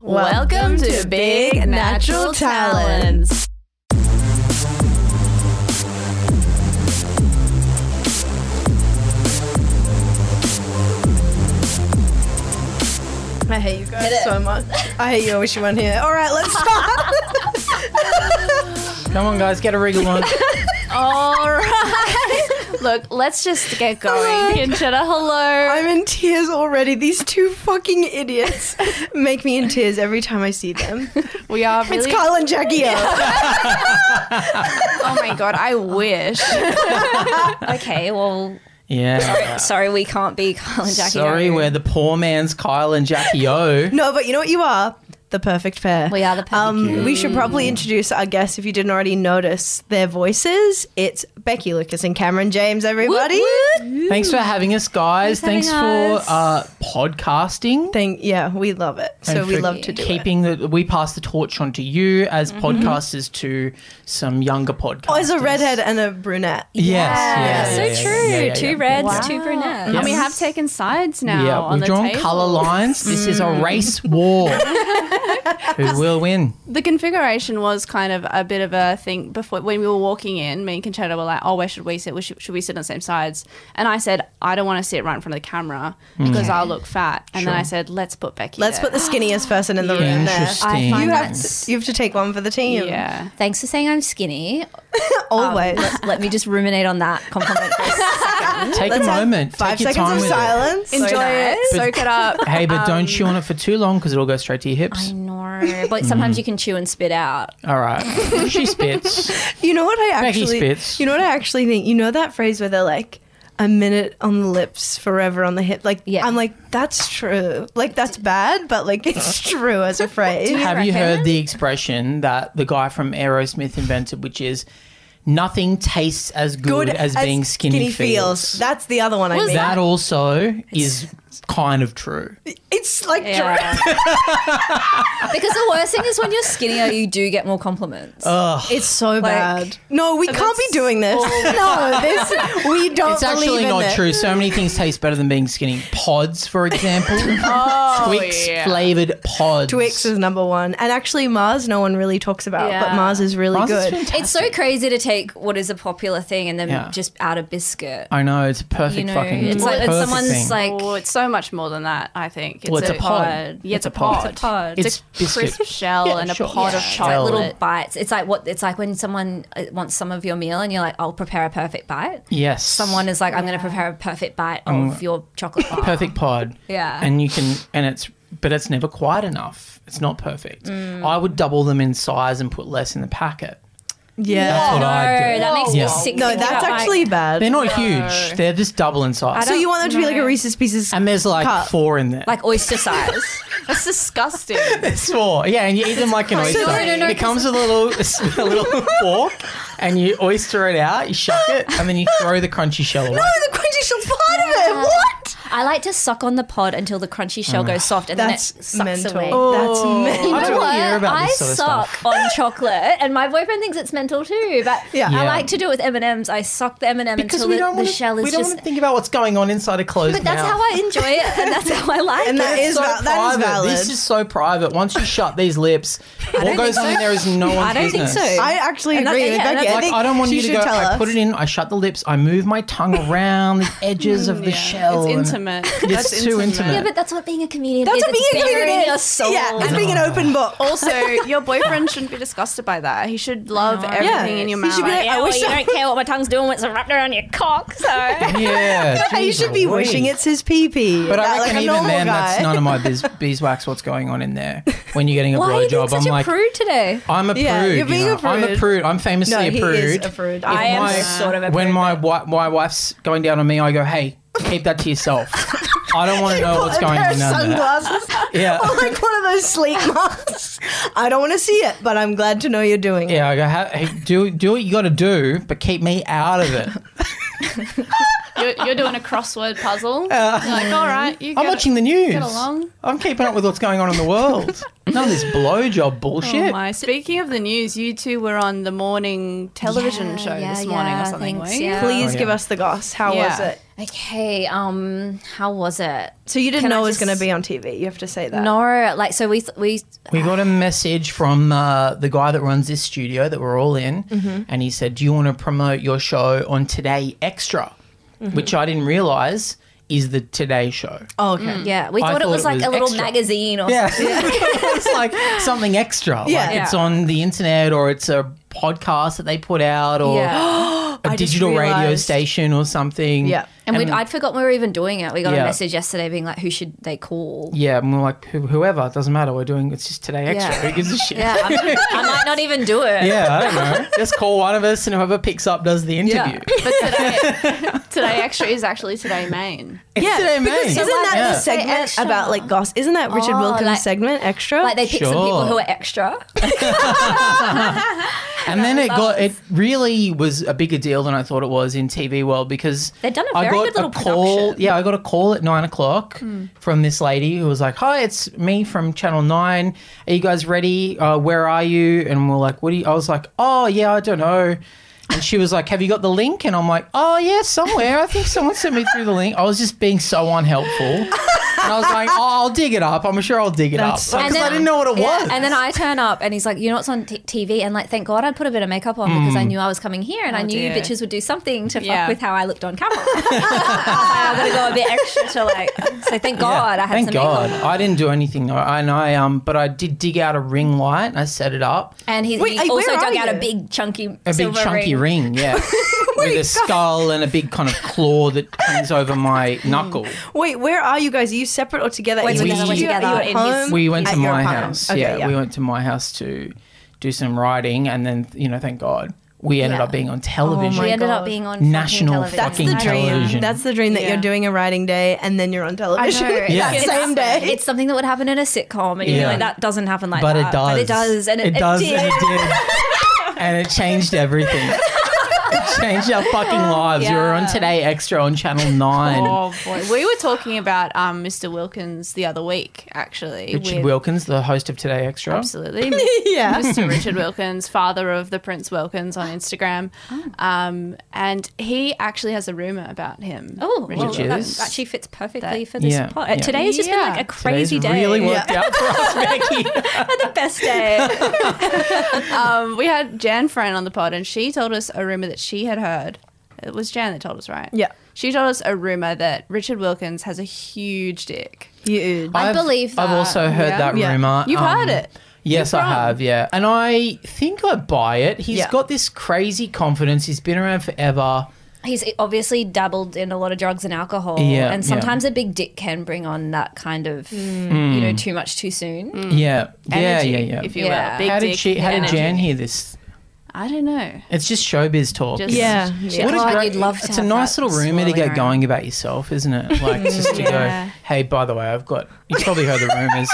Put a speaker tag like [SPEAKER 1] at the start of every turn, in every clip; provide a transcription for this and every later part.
[SPEAKER 1] Welcome to Big Natural Talents.
[SPEAKER 2] I hate you guys so much. I hate you. I wish you weren't here. All right, let's start.
[SPEAKER 3] Come on, guys, get a wriggle on.
[SPEAKER 1] All right. Look, let's just get going. Conchita, hello.
[SPEAKER 2] I'm in tears already. These two fucking idiots make me in tears every time I see them.
[SPEAKER 1] We are
[SPEAKER 2] It's
[SPEAKER 1] really.
[SPEAKER 2] Kyle and Jackie. O.
[SPEAKER 1] oh my god, I wish. okay, well,
[SPEAKER 3] Yeah.
[SPEAKER 1] sorry we can't be Kyle and Jackie.
[SPEAKER 3] Sorry,
[SPEAKER 1] O.
[SPEAKER 3] we're the poor man's Kyle and Jackie O.
[SPEAKER 2] No, but you know what you are? The perfect pair.
[SPEAKER 1] We are the perfect
[SPEAKER 2] Um, we should probably introduce our guests if you didn't already notice their voices. It's Becky Lucas and Cameron James, everybody.
[SPEAKER 3] Thanks for having us, guys.
[SPEAKER 1] Thanks
[SPEAKER 3] Thanks,
[SPEAKER 1] for having us.
[SPEAKER 3] for uh, podcasting.
[SPEAKER 2] Thank, yeah, we love it. So
[SPEAKER 3] and
[SPEAKER 2] we
[SPEAKER 3] for
[SPEAKER 2] love to do it.
[SPEAKER 3] keeping the we pass the torch on to you as podcasters to some younger podcasters.
[SPEAKER 2] Oh, as a redhead and a brunette.
[SPEAKER 3] Yes.
[SPEAKER 1] Yeah,
[SPEAKER 3] Yeah,
[SPEAKER 1] so
[SPEAKER 3] yeah, yeah,
[SPEAKER 1] true.
[SPEAKER 3] yeah, yeah,
[SPEAKER 4] two
[SPEAKER 3] yeah.
[SPEAKER 4] reds,
[SPEAKER 1] Wow.
[SPEAKER 4] two brunettes.
[SPEAKER 1] And we
[SPEAKER 3] Yes.
[SPEAKER 1] have taken sides now.
[SPEAKER 3] Yeah,
[SPEAKER 1] on
[SPEAKER 3] we've
[SPEAKER 1] the
[SPEAKER 3] drawn
[SPEAKER 1] table.
[SPEAKER 3] colour lines. This is a race war. Who will win?
[SPEAKER 4] The configuration was kind of a bit of a thing before when we were walking in. Me and Conchetta were like, "Oh, where should we sit? We should, should we sit on the same sides?" And I said, "I don't want to sit right in front of the camera
[SPEAKER 3] Mm.
[SPEAKER 4] because I'll look fat." And then I said, "Let's put Becky."
[SPEAKER 2] Let's
[SPEAKER 4] there."
[SPEAKER 2] put the skinniest person in the
[SPEAKER 4] Yeah.
[SPEAKER 2] room there.
[SPEAKER 3] Interesting.
[SPEAKER 2] You
[SPEAKER 1] find
[SPEAKER 2] have,
[SPEAKER 1] Nice.
[SPEAKER 2] to, you have to take one for the team.
[SPEAKER 4] yeah.
[SPEAKER 5] Thanks for saying I'm skinny.
[SPEAKER 2] Always.
[SPEAKER 5] Let, let me just ruminate on that compliment. for a second.
[SPEAKER 3] Take
[SPEAKER 2] Let's
[SPEAKER 3] a
[SPEAKER 2] have
[SPEAKER 3] moment.
[SPEAKER 2] Five
[SPEAKER 3] Take your
[SPEAKER 2] seconds
[SPEAKER 3] time
[SPEAKER 2] of
[SPEAKER 3] with
[SPEAKER 2] silence.
[SPEAKER 4] Enjoy
[SPEAKER 5] nice.
[SPEAKER 4] it,
[SPEAKER 3] But-
[SPEAKER 4] soak it up.
[SPEAKER 3] it. Hey, but don't chew on it for too long because it'll go straight to your hips.
[SPEAKER 5] I know, but sometimes you can chew and spit out.
[SPEAKER 3] All right. she spits.
[SPEAKER 2] You know what I
[SPEAKER 3] Becky
[SPEAKER 2] actually
[SPEAKER 3] Spitz.
[SPEAKER 2] You know what I actually think? You know that phrase where they're like a minute on the lips, forever on the hip. Like
[SPEAKER 5] Yeah.
[SPEAKER 2] I'm like, that's true. Like that's bad, but like it's true as a phrase.
[SPEAKER 3] Have you heard the expression that the guy from Aerosmith invented, which is nothing tastes as good, as, being skinny, feels? That,
[SPEAKER 2] That's the other one I mean.
[SPEAKER 3] also is kind of true.
[SPEAKER 2] it's like
[SPEAKER 4] Yeah.
[SPEAKER 5] Because the worst thing is when you're skinnier, you do get more compliments.
[SPEAKER 3] Oh,
[SPEAKER 2] it's so bad. No, we can't be
[SPEAKER 4] that's
[SPEAKER 2] doing this. no, this we don't
[SPEAKER 3] It's actually
[SPEAKER 2] believe in
[SPEAKER 3] not
[SPEAKER 2] it.
[SPEAKER 3] true. So many things taste better than being skinny. Pods, for example. Twix
[SPEAKER 4] yeah.
[SPEAKER 3] flavored pods.
[SPEAKER 2] Twix is number one, and actually Mars, no one really talks about, but
[SPEAKER 4] Yeah.
[SPEAKER 2] Mars is really
[SPEAKER 3] Mars is
[SPEAKER 2] good.
[SPEAKER 3] fantastic.
[SPEAKER 5] It's so crazy to take what is a popular thing and then
[SPEAKER 3] Yeah.
[SPEAKER 5] just add a biscuit.
[SPEAKER 3] I know it's a perfect
[SPEAKER 5] You know,
[SPEAKER 3] fucking.
[SPEAKER 5] it's like it's
[SPEAKER 3] perfect
[SPEAKER 5] someone's
[SPEAKER 3] thing.
[SPEAKER 5] like
[SPEAKER 4] Oh, it's so much more than that. I think it's,
[SPEAKER 3] Well, it's a pod.
[SPEAKER 4] Yeah, it's, a pod.
[SPEAKER 5] It's a pod.
[SPEAKER 4] It's,
[SPEAKER 3] It's
[SPEAKER 4] a crisp
[SPEAKER 3] biscuit.
[SPEAKER 4] shell and a
[SPEAKER 3] sure.
[SPEAKER 4] pod of
[SPEAKER 3] Yeah.
[SPEAKER 5] it's like
[SPEAKER 4] chocolate.
[SPEAKER 5] little bites. It's like what it's like when someone uh, wants some of your meal and you're like, I'll prepare a perfect bite.
[SPEAKER 3] yes,
[SPEAKER 5] Someone is like, I'm going to prepare a perfect bite of your chocolate bar.
[SPEAKER 3] perfect pod.
[SPEAKER 5] Yeah.
[SPEAKER 3] And you can, and it's, but it's never quite enough. It's not perfect.
[SPEAKER 5] Mm.
[SPEAKER 3] I would double them in size and put less in the packet.
[SPEAKER 2] Yeah,
[SPEAKER 3] That's what
[SPEAKER 5] No,
[SPEAKER 3] I do.
[SPEAKER 5] that makes
[SPEAKER 3] Yeah.
[SPEAKER 5] me sick.
[SPEAKER 2] no,
[SPEAKER 5] thinking
[SPEAKER 2] that's
[SPEAKER 5] about, like,
[SPEAKER 2] actually bad.
[SPEAKER 3] They're not huge. They're just double in size.
[SPEAKER 2] So you want them to be like a Reese's Pieces?
[SPEAKER 3] and there's like
[SPEAKER 2] Cut.
[SPEAKER 3] four in there.
[SPEAKER 5] like oyster size.
[SPEAKER 4] That's disgusting.
[SPEAKER 3] It's four. Yeah, and you eat them like an oyster.
[SPEAKER 5] No, no, no,
[SPEAKER 3] it comes with a little, a little fork, and you oyster it out. You shuck it, and then you throw the crunchy shell. away.
[SPEAKER 2] the crunchy shell's part of it. What?
[SPEAKER 5] I like to suck on the pod until the crunchy
[SPEAKER 3] Mm.
[SPEAKER 5] shell goes soft and then it
[SPEAKER 2] That's
[SPEAKER 5] sucks
[SPEAKER 2] mental.
[SPEAKER 5] away.
[SPEAKER 3] Oh,
[SPEAKER 2] That's mental.
[SPEAKER 3] I don't
[SPEAKER 5] What?
[SPEAKER 3] want to hear about
[SPEAKER 5] I
[SPEAKER 3] this sort of
[SPEAKER 5] suck
[SPEAKER 3] stuff.
[SPEAKER 5] on chocolate, and my boyfriend thinks it's mental too. But
[SPEAKER 2] Yeah.
[SPEAKER 5] I
[SPEAKER 3] Yeah.
[SPEAKER 5] like to do it with M and M's. I suck the M and m
[SPEAKER 3] Because
[SPEAKER 5] until
[SPEAKER 3] we
[SPEAKER 5] the,
[SPEAKER 3] don't
[SPEAKER 5] the
[SPEAKER 3] want
[SPEAKER 5] shell
[SPEAKER 3] to.
[SPEAKER 5] is
[SPEAKER 3] We don't
[SPEAKER 5] just.
[SPEAKER 3] want to think about what's going on inside a closed
[SPEAKER 5] but that's
[SPEAKER 3] mouth.
[SPEAKER 5] how I enjoy it, and that's how I like
[SPEAKER 2] And that
[SPEAKER 5] it.
[SPEAKER 2] is val- that is
[SPEAKER 3] private.
[SPEAKER 2] valid.
[SPEAKER 3] This is so private. Once you shut these lips, what goes on in there is no one's
[SPEAKER 5] I don't think
[SPEAKER 3] business.
[SPEAKER 5] so.
[SPEAKER 2] I actually
[SPEAKER 5] And that-
[SPEAKER 2] agree
[SPEAKER 5] yeah,
[SPEAKER 2] with
[SPEAKER 5] and
[SPEAKER 2] Becky.
[SPEAKER 5] that's-
[SPEAKER 2] I
[SPEAKER 3] Like,
[SPEAKER 2] think
[SPEAKER 3] I don't want
[SPEAKER 2] she
[SPEAKER 3] you to
[SPEAKER 2] should
[SPEAKER 3] go.
[SPEAKER 2] tell
[SPEAKER 3] I
[SPEAKER 2] us.
[SPEAKER 3] put it in. I shut the lips. I move my tongue around the edges of the shell. and-
[SPEAKER 4] It's intimate.
[SPEAKER 3] It's
[SPEAKER 4] That's
[SPEAKER 3] too intimate.
[SPEAKER 5] yeah, but that's what being a comedian
[SPEAKER 2] That's
[SPEAKER 5] is.
[SPEAKER 2] what being
[SPEAKER 5] it's
[SPEAKER 2] a
[SPEAKER 5] burying
[SPEAKER 2] comedian
[SPEAKER 5] your
[SPEAKER 2] is.
[SPEAKER 5] soul.
[SPEAKER 2] Yeah, it's being an open book.
[SPEAKER 4] Also, your boyfriend shouldn't be disgusted by that. He should love everything in your
[SPEAKER 2] He
[SPEAKER 4] mouth.
[SPEAKER 2] should be like,
[SPEAKER 5] Yeah,
[SPEAKER 2] I
[SPEAKER 5] well,
[SPEAKER 2] wish
[SPEAKER 5] you don't care what my tongue's doing when it's wrapped around your cock. So
[SPEAKER 3] yeah,
[SPEAKER 2] I- you
[SPEAKER 3] geez
[SPEAKER 2] should be
[SPEAKER 3] Louise.
[SPEAKER 2] wishing it's his pee pee.
[SPEAKER 3] But I
[SPEAKER 2] like
[SPEAKER 3] reckon
[SPEAKER 2] a
[SPEAKER 3] even
[SPEAKER 2] normal
[SPEAKER 3] then, that's
[SPEAKER 2] guy.
[SPEAKER 3] none of my biz- beeswax. What's going on in there when you're getting a
[SPEAKER 5] why are you being
[SPEAKER 3] blowjob?
[SPEAKER 5] such
[SPEAKER 3] I'm
[SPEAKER 5] a
[SPEAKER 3] like,
[SPEAKER 5] prude today?
[SPEAKER 3] I'm a prude.
[SPEAKER 2] Yeah, you're
[SPEAKER 3] you
[SPEAKER 2] being a
[SPEAKER 3] know. I'm a
[SPEAKER 2] prude.
[SPEAKER 3] prude. I'm famously
[SPEAKER 2] No,
[SPEAKER 3] a
[SPEAKER 2] he
[SPEAKER 3] prude.
[SPEAKER 2] is a prude.
[SPEAKER 3] If
[SPEAKER 2] I am
[SPEAKER 5] sort of a
[SPEAKER 3] When
[SPEAKER 5] prude,
[SPEAKER 3] my wi- my wife's going down on me, I go, "Hey, keep that to yourself. I don't want to know what's
[SPEAKER 2] a
[SPEAKER 3] going
[SPEAKER 2] pair
[SPEAKER 3] on."
[SPEAKER 2] of
[SPEAKER 3] down there."
[SPEAKER 2] sunglasses.
[SPEAKER 3] Yeah.
[SPEAKER 2] or like one of those sleep masks. I don't want to see it, but I'm glad to know you're doing it.
[SPEAKER 3] Yeah, I go, ha- hey, do do what you got to do, but keep me out of it.
[SPEAKER 4] You're, you're doing a crossword puzzle. you're like, all right, you
[SPEAKER 3] Uh. I'm
[SPEAKER 4] get
[SPEAKER 3] watching
[SPEAKER 4] it.
[SPEAKER 3] the news.
[SPEAKER 4] along.
[SPEAKER 3] I'm keeping up with what's going on in the world. None of this blowjob bullshit.
[SPEAKER 4] Oh my. Speaking of the news, you two were on the morning television
[SPEAKER 5] Yeah,
[SPEAKER 4] show
[SPEAKER 5] yeah,
[SPEAKER 4] this morning
[SPEAKER 5] yeah,
[SPEAKER 4] or something,
[SPEAKER 5] thanks,
[SPEAKER 4] weren't you?
[SPEAKER 5] yeah.
[SPEAKER 2] Please
[SPEAKER 3] Oh,
[SPEAKER 2] give
[SPEAKER 3] yeah.
[SPEAKER 2] us the goss. How
[SPEAKER 4] Yeah.
[SPEAKER 2] was it?
[SPEAKER 5] Okay, um, how was it?
[SPEAKER 2] So you didn't
[SPEAKER 5] Can I
[SPEAKER 2] know it was
[SPEAKER 5] just-
[SPEAKER 2] going to be on TV. You have to say that.
[SPEAKER 5] No, like so we we
[SPEAKER 3] We got a message from uh, the guy that runs this studio that we're all in, and he said, "Do you want to promote your show on Today Extra?" Which I didn't realize is the Today Show.
[SPEAKER 2] Oh, okay.
[SPEAKER 5] yeah we
[SPEAKER 3] I
[SPEAKER 5] thought, it
[SPEAKER 3] thought
[SPEAKER 5] was
[SPEAKER 3] it
[SPEAKER 5] like
[SPEAKER 3] was
[SPEAKER 5] a little
[SPEAKER 3] extra.
[SPEAKER 5] magazine or
[SPEAKER 3] Yeah, it's like something extra.
[SPEAKER 2] Yeah.
[SPEAKER 3] like it's on the internet or it's a podcast that they put out or
[SPEAKER 5] yeah.
[SPEAKER 3] a
[SPEAKER 2] I just
[SPEAKER 3] digital radio
[SPEAKER 2] realised.
[SPEAKER 3] station or something.
[SPEAKER 2] Yeah.
[SPEAKER 5] And, we'd, I'd forgotten we were even doing it. We got
[SPEAKER 3] Yeah.
[SPEAKER 5] a message yesterday being like, "Who should they call?"
[SPEAKER 3] Yeah, and we're like, "Who- whoever, it doesn't matter. We're doing it's just Today Extra.
[SPEAKER 5] Yeah.
[SPEAKER 3] Who gives a shit?
[SPEAKER 5] Yeah, I'm, I might not even do it.
[SPEAKER 3] Yeah, I don't know. Just call one of us, and whoever picks up does the interview.
[SPEAKER 4] But today, today extra is actually today main.
[SPEAKER 3] It's today, mate.
[SPEAKER 2] Isn't that
[SPEAKER 3] Yeah.
[SPEAKER 2] the segment
[SPEAKER 5] extra.
[SPEAKER 2] about like goss? Isn't that Richard
[SPEAKER 5] Oh,
[SPEAKER 2] Wilkins'
[SPEAKER 5] like-
[SPEAKER 2] segment extra?
[SPEAKER 5] Like they pick some people
[SPEAKER 3] Sure.
[SPEAKER 5] who are extra.
[SPEAKER 3] And then it got it really was a bigger deal than I thought it was in TV world because
[SPEAKER 5] They'd done a
[SPEAKER 3] I
[SPEAKER 5] very
[SPEAKER 3] got
[SPEAKER 5] good little
[SPEAKER 3] a call.
[SPEAKER 5] production. Hmm.
[SPEAKER 3] Yeah, I got a call at nine o'clock from this lady who was like, "Hi, it's me from Channel Nine. Are you guys ready? Uh, where are you?" And we're like, "What do you?" I was like, "Oh yeah, I don't know." And she was like, "Have you got the link?" And I'm like, "Oh yeah, somewhere. I think someone sent me through the link." I was just being so unhelpful. And I was like, "Oh, I'll dig it up. I'm sure I'll dig it
[SPEAKER 2] That's so
[SPEAKER 3] up."
[SPEAKER 5] And
[SPEAKER 3] Because I
[SPEAKER 5] then-
[SPEAKER 3] didn't know what it
[SPEAKER 5] yeah,
[SPEAKER 3] was.
[SPEAKER 5] And then I turn up and he's like, you know what's on t- TV? And like, thank God I put a bit of makeup on because
[SPEAKER 3] Mm.
[SPEAKER 5] I knew I was coming here
[SPEAKER 2] Oh,
[SPEAKER 5] and I knew
[SPEAKER 4] dear.
[SPEAKER 5] you bitches would do something to
[SPEAKER 4] Yeah.
[SPEAKER 5] fuck with how I looked on camera. I was like, I've got to go a bit extra to like, so thank God I had
[SPEAKER 3] Thank
[SPEAKER 5] some
[SPEAKER 3] God.
[SPEAKER 5] makeup on.
[SPEAKER 3] I didn't do anything though. I- And I um but I did dig out a ring light and I set it up.
[SPEAKER 5] And he,
[SPEAKER 2] Wait,
[SPEAKER 5] he
[SPEAKER 2] hey, where
[SPEAKER 5] also
[SPEAKER 2] are
[SPEAKER 5] dug out
[SPEAKER 2] you?
[SPEAKER 5] a big chunky
[SPEAKER 3] A big
[SPEAKER 5] silver
[SPEAKER 3] chunky
[SPEAKER 5] ring.
[SPEAKER 3] ring, yeah. with a skull and a big kind of claw that hangs over my
[SPEAKER 5] Mm.
[SPEAKER 3] knuckle.
[SPEAKER 2] Wait, where are you guys? Are you separate or together? Are you in
[SPEAKER 5] together, we're
[SPEAKER 2] the studio?
[SPEAKER 5] together.
[SPEAKER 2] Are you at
[SPEAKER 5] In his-
[SPEAKER 2] home?
[SPEAKER 3] We went
[SPEAKER 2] At
[SPEAKER 3] to
[SPEAKER 2] your
[SPEAKER 3] my
[SPEAKER 2] apartment.
[SPEAKER 3] house.
[SPEAKER 2] Okay,
[SPEAKER 3] yeah, We went to my house to do some writing and then you know, thank God. We ended
[SPEAKER 5] Yeah. Oh
[SPEAKER 3] up being on television.
[SPEAKER 5] We
[SPEAKER 2] my
[SPEAKER 5] ended
[SPEAKER 2] God.
[SPEAKER 5] up being on fucking
[SPEAKER 3] Oh National
[SPEAKER 5] television.
[SPEAKER 2] That's the
[SPEAKER 3] fucking
[SPEAKER 2] dream.
[SPEAKER 3] television.
[SPEAKER 2] That's the dream that
[SPEAKER 4] Yeah.
[SPEAKER 2] you're doing a writing day and then you're on
[SPEAKER 5] I
[SPEAKER 2] television.
[SPEAKER 5] know.
[SPEAKER 3] Yeah.
[SPEAKER 5] It's-
[SPEAKER 2] Same day.
[SPEAKER 5] It's something that would happen in a sitcom, and
[SPEAKER 3] Yeah.
[SPEAKER 5] you know that doesn't happen like
[SPEAKER 3] but
[SPEAKER 5] that.
[SPEAKER 3] it does.
[SPEAKER 5] But it does, and it, it
[SPEAKER 3] does
[SPEAKER 5] did.
[SPEAKER 3] and it did. and it changed everything. It changed our fucking lives. We were on
[SPEAKER 4] Yeah.
[SPEAKER 3] today extra on channel nine.
[SPEAKER 4] Oh boy, we were talking about um, Mr. Wilkins the other week, actually.
[SPEAKER 3] Richard
[SPEAKER 4] with-
[SPEAKER 3] Wilkins, the host of Today Extra.
[SPEAKER 4] Absolutely.
[SPEAKER 2] yeah.
[SPEAKER 4] Mr. Oh. Richard Wilkins, father of the Prince Wilkins on Instagram. Um, and he actually has a rumor about him.
[SPEAKER 5] Oh,
[SPEAKER 4] Richard
[SPEAKER 5] well, that
[SPEAKER 3] is-
[SPEAKER 5] actually fits perfectly
[SPEAKER 4] that-
[SPEAKER 5] for this
[SPEAKER 3] Yeah,
[SPEAKER 5] pod.
[SPEAKER 3] yeah.
[SPEAKER 5] Today has just
[SPEAKER 4] Yeah.
[SPEAKER 5] been like a crazy
[SPEAKER 3] Today's
[SPEAKER 5] day.
[SPEAKER 3] really worked out for us, Becky.
[SPEAKER 5] the best day.
[SPEAKER 4] Um, we had Jan Fran on the pod, and she told us a rumor that she had heard. It was Jan that told us, right?
[SPEAKER 2] Yeah.
[SPEAKER 4] She told us a rumor that Richard Wilkins has a huge dick.
[SPEAKER 2] You-
[SPEAKER 5] I believe
[SPEAKER 3] I've
[SPEAKER 5] that.
[SPEAKER 3] also heard
[SPEAKER 4] Yeah.
[SPEAKER 3] that
[SPEAKER 2] Yeah.
[SPEAKER 3] rumor. um,
[SPEAKER 4] You've heard it.
[SPEAKER 3] Yes, I have. Yeah, and I think I buy it. He's
[SPEAKER 2] Yeah.
[SPEAKER 3] got this crazy confidence. He's been around forever.
[SPEAKER 5] He's obviously dabbled in a lot of drugs and alcohol,
[SPEAKER 3] Yeah,
[SPEAKER 5] and
[SPEAKER 3] yeah.
[SPEAKER 5] sometimes a big dick can bring on that kind of, you
[SPEAKER 3] Mm.
[SPEAKER 5] know, too much too soon.
[SPEAKER 3] Yeah,
[SPEAKER 4] Mm. Energy,
[SPEAKER 3] yeah, yeah, yeah.
[SPEAKER 4] If you
[SPEAKER 5] Yeah.
[SPEAKER 4] will. Big
[SPEAKER 3] how did
[SPEAKER 4] dick
[SPEAKER 3] she? How did
[SPEAKER 4] energy.
[SPEAKER 3] Jan hear this?
[SPEAKER 4] I don't know.
[SPEAKER 3] It's just showbiz talk.
[SPEAKER 4] Just-
[SPEAKER 3] It's-
[SPEAKER 2] Yeah.
[SPEAKER 5] Yeah.
[SPEAKER 3] What a
[SPEAKER 5] Oh,
[SPEAKER 3] great-
[SPEAKER 5] you'd love to
[SPEAKER 3] It's a
[SPEAKER 5] have
[SPEAKER 3] nice
[SPEAKER 5] that
[SPEAKER 3] little rumor to
[SPEAKER 5] swirling
[SPEAKER 3] get
[SPEAKER 5] around.
[SPEAKER 3] going about yourself, isn't it? Like just to
[SPEAKER 4] Yeah.
[SPEAKER 3] go, hey, by the way, I've got. You probably heard the rumors.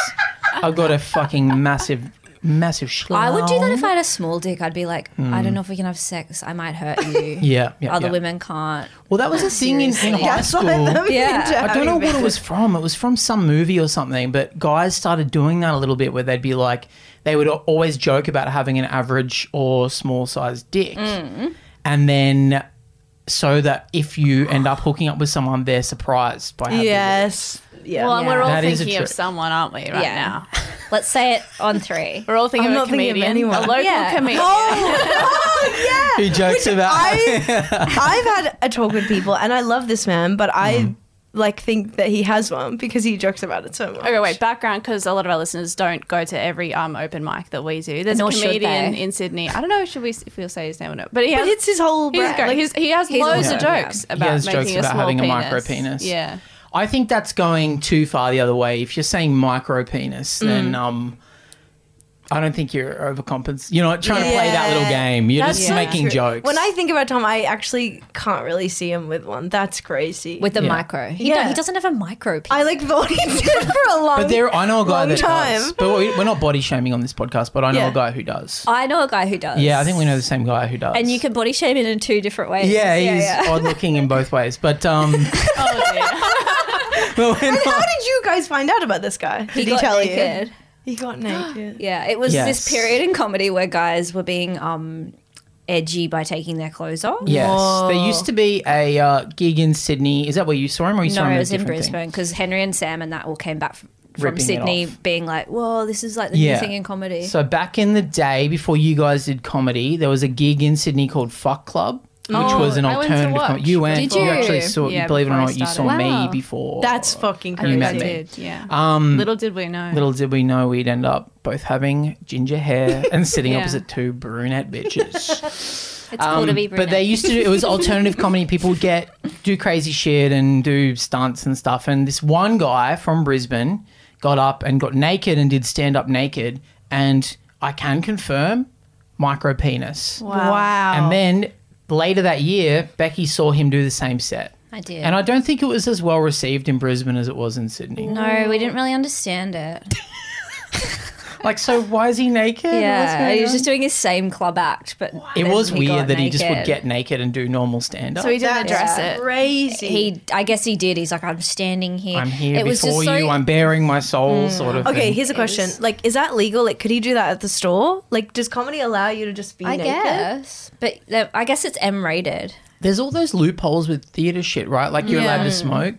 [SPEAKER 3] I've got a fucking massive, massive.
[SPEAKER 5] I would do that
[SPEAKER 3] schlong.
[SPEAKER 5] if I had a small dick. I'd be like, I don't know if we can have sex. I might hurt you.
[SPEAKER 3] Mm. Yeah, yeah,
[SPEAKER 5] Other
[SPEAKER 3] yeah.
[SPEAKER 5] women can't.
[SPEAKER 3] Well, that was a thing in, in high
[SPEAKER 2] That's why
[SPEAKER 3] school.
[SPEAKER 2] them
[SPEAKER 5] Yeah.
[SPEAKER 2] into
[SPEAKER 3] I don't know
[SPEAKER 2] having
[SPEAKER 3] what it was
[SPEAKER 2] business.
[SPEAKER 3] from. It was from some movie or something, but guys started doing that a little bit where they'd be like, they would always joke about having an average or small sized dick.
[SPEAKER 2] Mm.
[SPEAKER 3] And then so that if you end up hooking up with someone, they're surprised by how big it is.
[SPEAKER 2] Yes. Yeah.
[SPEAKER 4] Well, and we're all
[SPEAKER 3] That is a
[SPEAKER 4] thinking of
[SPEAKER 3] trick.
[SPEAKER 4] someone, aren't we, right
[SPEAKER 5] Yeah.
[SPEAKER 4] now?
[SPEAKER 5] Let's say it on three.
[SPEAKER 4] We're all thinking
[SPEAKER 2] I'm
[SPEAKER 4] of
[SPEAKER 2] not
[SPEAKER 4] a
[SPEAKER 2] thinking of
[SPEAKER 4] comedian, a
[SPEAKER 2] anyone.
[SPEAKER 4] local
[SPEAKER 5] Yeah.
[SPEAKER 4] comedian.
[SPEAKER 2] Oh,
[SPEAKER 3] Who jokes about
[SPEAKER 2] I've had a talk with people and I love this man, but I
[SPEAKER 3] Mm-hmm.
[SPEAKER 2] like think that he has one because he jokes about it so much.
[SPEAKER 4] Okay, wait, background because a lot of our listeners don't go to every um open mic that we do. There's
[SPEAKER 5] Nor
[SPEAKER 4] a
[SPEAKER 5] should
[SPEAKER 4] comedian
[SPEAKER 5] they.
[SPEAKER 4] in Sydney. I don't know should we if we'll say his name or not, but he
[SPEAKER 2] But
[SPEAKER 4] has.
[SPEAKER 2] it's his whole
[SPEAKER 4] He's
[SPEAKER 2] brand.
[SPEAKER 4] great.
[SPEAKER 2] Like,
[SPEAKER 4] He's, he has loads of
[SPEAKER 5] Yeah.
[SPEAKER 4] jokes
[SPEAKER 3] He
[SPEAKER 4] about
[SPEAKER 3] has
[SPEAKER 4] making
[SPEAKER 3] jokes
[SPEAKER 4] a
[SPEAKER 3] about
[SPEAKER 4] small
[SPEAKER 3] having a
[SPEAKER 4] penis.
[SPEAKER 3] micro penis.
[SPEAKER 4] Yeah,
[SPEAKER 3] I think
[SPEAKER 2] Mm.
[SPEAKER 3] that's going too far the other way. If you're saying micro penis, then um, I don't think you're overcompens. You're not trying to play that
[SPEAKER 2] Yeah.
[SPEAKER 3] little game. You're
[SPEAKER 2] That's
[SPEAKER 3] just
[SPEAKER 2] so
[SPEAKER 3] making
[SPEAKER 2] true.
[SPEAKER 3] jokes.
[SPEAKER 2] When I think about Tom, I actually can't really see him with one. That's crazy.
[SPEAKER 5] with the
[SPEAKER 3] Yeah.
[SPEAKER 5] micro. He,
[SPEAKER 2] Yeah.
[SPEAKER 5] don't- he doesn't have a micro. Piece.
[SPEAKER 2] I like voted for a long.
[SPEAKER 3] but there, I know a guy
[SPEAKER 2] long
[SPEAKER 3] that
[SPEAKER 2] time.
[SPEAKER 3] does. But we- we're not body shaming on this podcast. But I know
[SPEAKER 2] Yeah.
[SPEAKER 3] a guy who does.
[SPEAKER 5] I know a guy who does.
[SPEAKER 3] Yeah, I think we know the same guy who does.
[SPEAKER 5] Oh, And you can body shame it in two different ways.
[SPEAKER 3] Yeah, he's odd looking in both ways. But um,
[SPEAKER 4] Oh,
[SPEAKER 3] well, we're
[SPEAKER 2] How
[SPEAKER 3] not-
[SPEAKER 2] did you guys find out about this guy? Did he,
[SPEAKER 5] got
[SPEAKER 2] tell
[SPEAKER 5] naked.
[SPEAKER 2] you? He got naked.
[SPEAKER 5] Yeah, it was
[SPEAKER 3] Yes.
[SPEAKER 5] this period in comedy where guys were being um, edgy by taking their clothes off.
[SPEAKER 3] yes, there used to be a uh, gig in Sydney. Is that where you saw him, or you saw
[SPEAKER 5] No,
[SPEAKER 3] him at
[SPEAKER 5] it
[SPEAKER 3] a
[SPEAKER 5] was in
[SPEAKER 3] different thing?
[SPEAKER 5] Brisbane because Henry and Sam and that all came back from, from
[SPEAKER 3] Ripping it
[SPEAKER 5] Sydney
[SPEAKER 3] off.
[SPEAKER 5] being like, whoa, this is like the new thing in comedy.
[SPEAKER 3] So back in the day, before you guys did comedy, there was a gig in Sydney called Fuck Club, which
[SPEAKER 4] Oh,
[SPEAKER 3] was an
[SPEAKER 4] I went to
[SPEAKER 3] alternative.
[SPEAKER 4] watch
[SPEAKER 3] com- you went.
[SPEAKER 5] before. Did you?
[SPEAKER 3] actually saw.
[SPEAKER 4] Yeah,
[SPEAKER 3] believe it or
[SPEAKER 4] before I
[SPEAKER 3] not, you saw
[SPEAKER 4] started.
[SPEAKER 5] Wow.
[SPEAKER 3] me before.
[SPEAKER 2] That's fucking
[SPEAKER 4] I
[SPEAKER 2] crazy.
[SPEAKER 3] You
[SPEAKER 4] think
[SPEAKER 3] met
[SPEAKER 4] I
[SPEAKER 3] me.
[SPEAKER 4] did, yeah.
[SPEAKER 3] um.
[SPEAKER 4] little did we know.
[SPEAKER 3] Little did we know we'd end up both having ginger hair and sitting
[SPEAKER 4] Yeah.
[SPEAKER 3] opposite two brunette bitches.
[SPEAKER 5] it's cool to be brunette.
[SPEAKER 3] um, But they used to do it was alternative comedy. People would get do crazy shit and do stunts and stuff. And this one guy from Brisbane got up and got naked and did stand up naked. And I can confirm, micro penis.
[SPEAKER 2] Wow.
[SPEAKER 3] And then later that year, Becky saw him do the same set.
[SPEAKER 5] I did.
[SPEAKER 3] And I don't think it was as well received in Brisbane as it was in Sydney.
[SPEAKER 5] no, we didn't really understand it.
[SPEAKER 3] Like, so why is he naked? What's
[SPEAKER 5] Yeah,
[SPEAKER 3] going
[SPEAKER 5] he was
[SPEAKER 3] on?
[SPEAKER 5] just doing his same club act, but
[SPEAKER 3] it
[SPEAKER 5] then
[SPEAKER 3] was
[SPEAKER 5] he got
[SPEAKER 3] weird that he just would
[SPEAKER 5] naked.
[SPEAKER 3] get naked and do normal stand up.
[SPEAKER 4] so he didn't
[SPEAKER 2] That's
[SPEAKER 4] address it.
[SPEAKER 2] Crazy.
[SPEAKER 5] He, I guess he did. He's like, I'm standing here.
[SPEAKER 3] I'm here
[SPEAKER 5] It was
[SPEAKER 3] before
[SPEAKER 5] just so- Mm.
[SPEAKER 3] you. I'm bearing my soul, sort of.
[SPEAKER 2] okay,
[SPEAKER 3] thing.
[SPEAKER 2] here's a question. Like, is that legal? Like, could he do that at the store? Like, does comedy allow you to just be
[SPEAKER 5] I
[SPEAKER 2] naked?
[SPEAKER 5] guess, but the- I guess it's M-rated.
[SPEAKER 3] There's all those loopholes with theatre shit, right? Like you're allowed to smoke.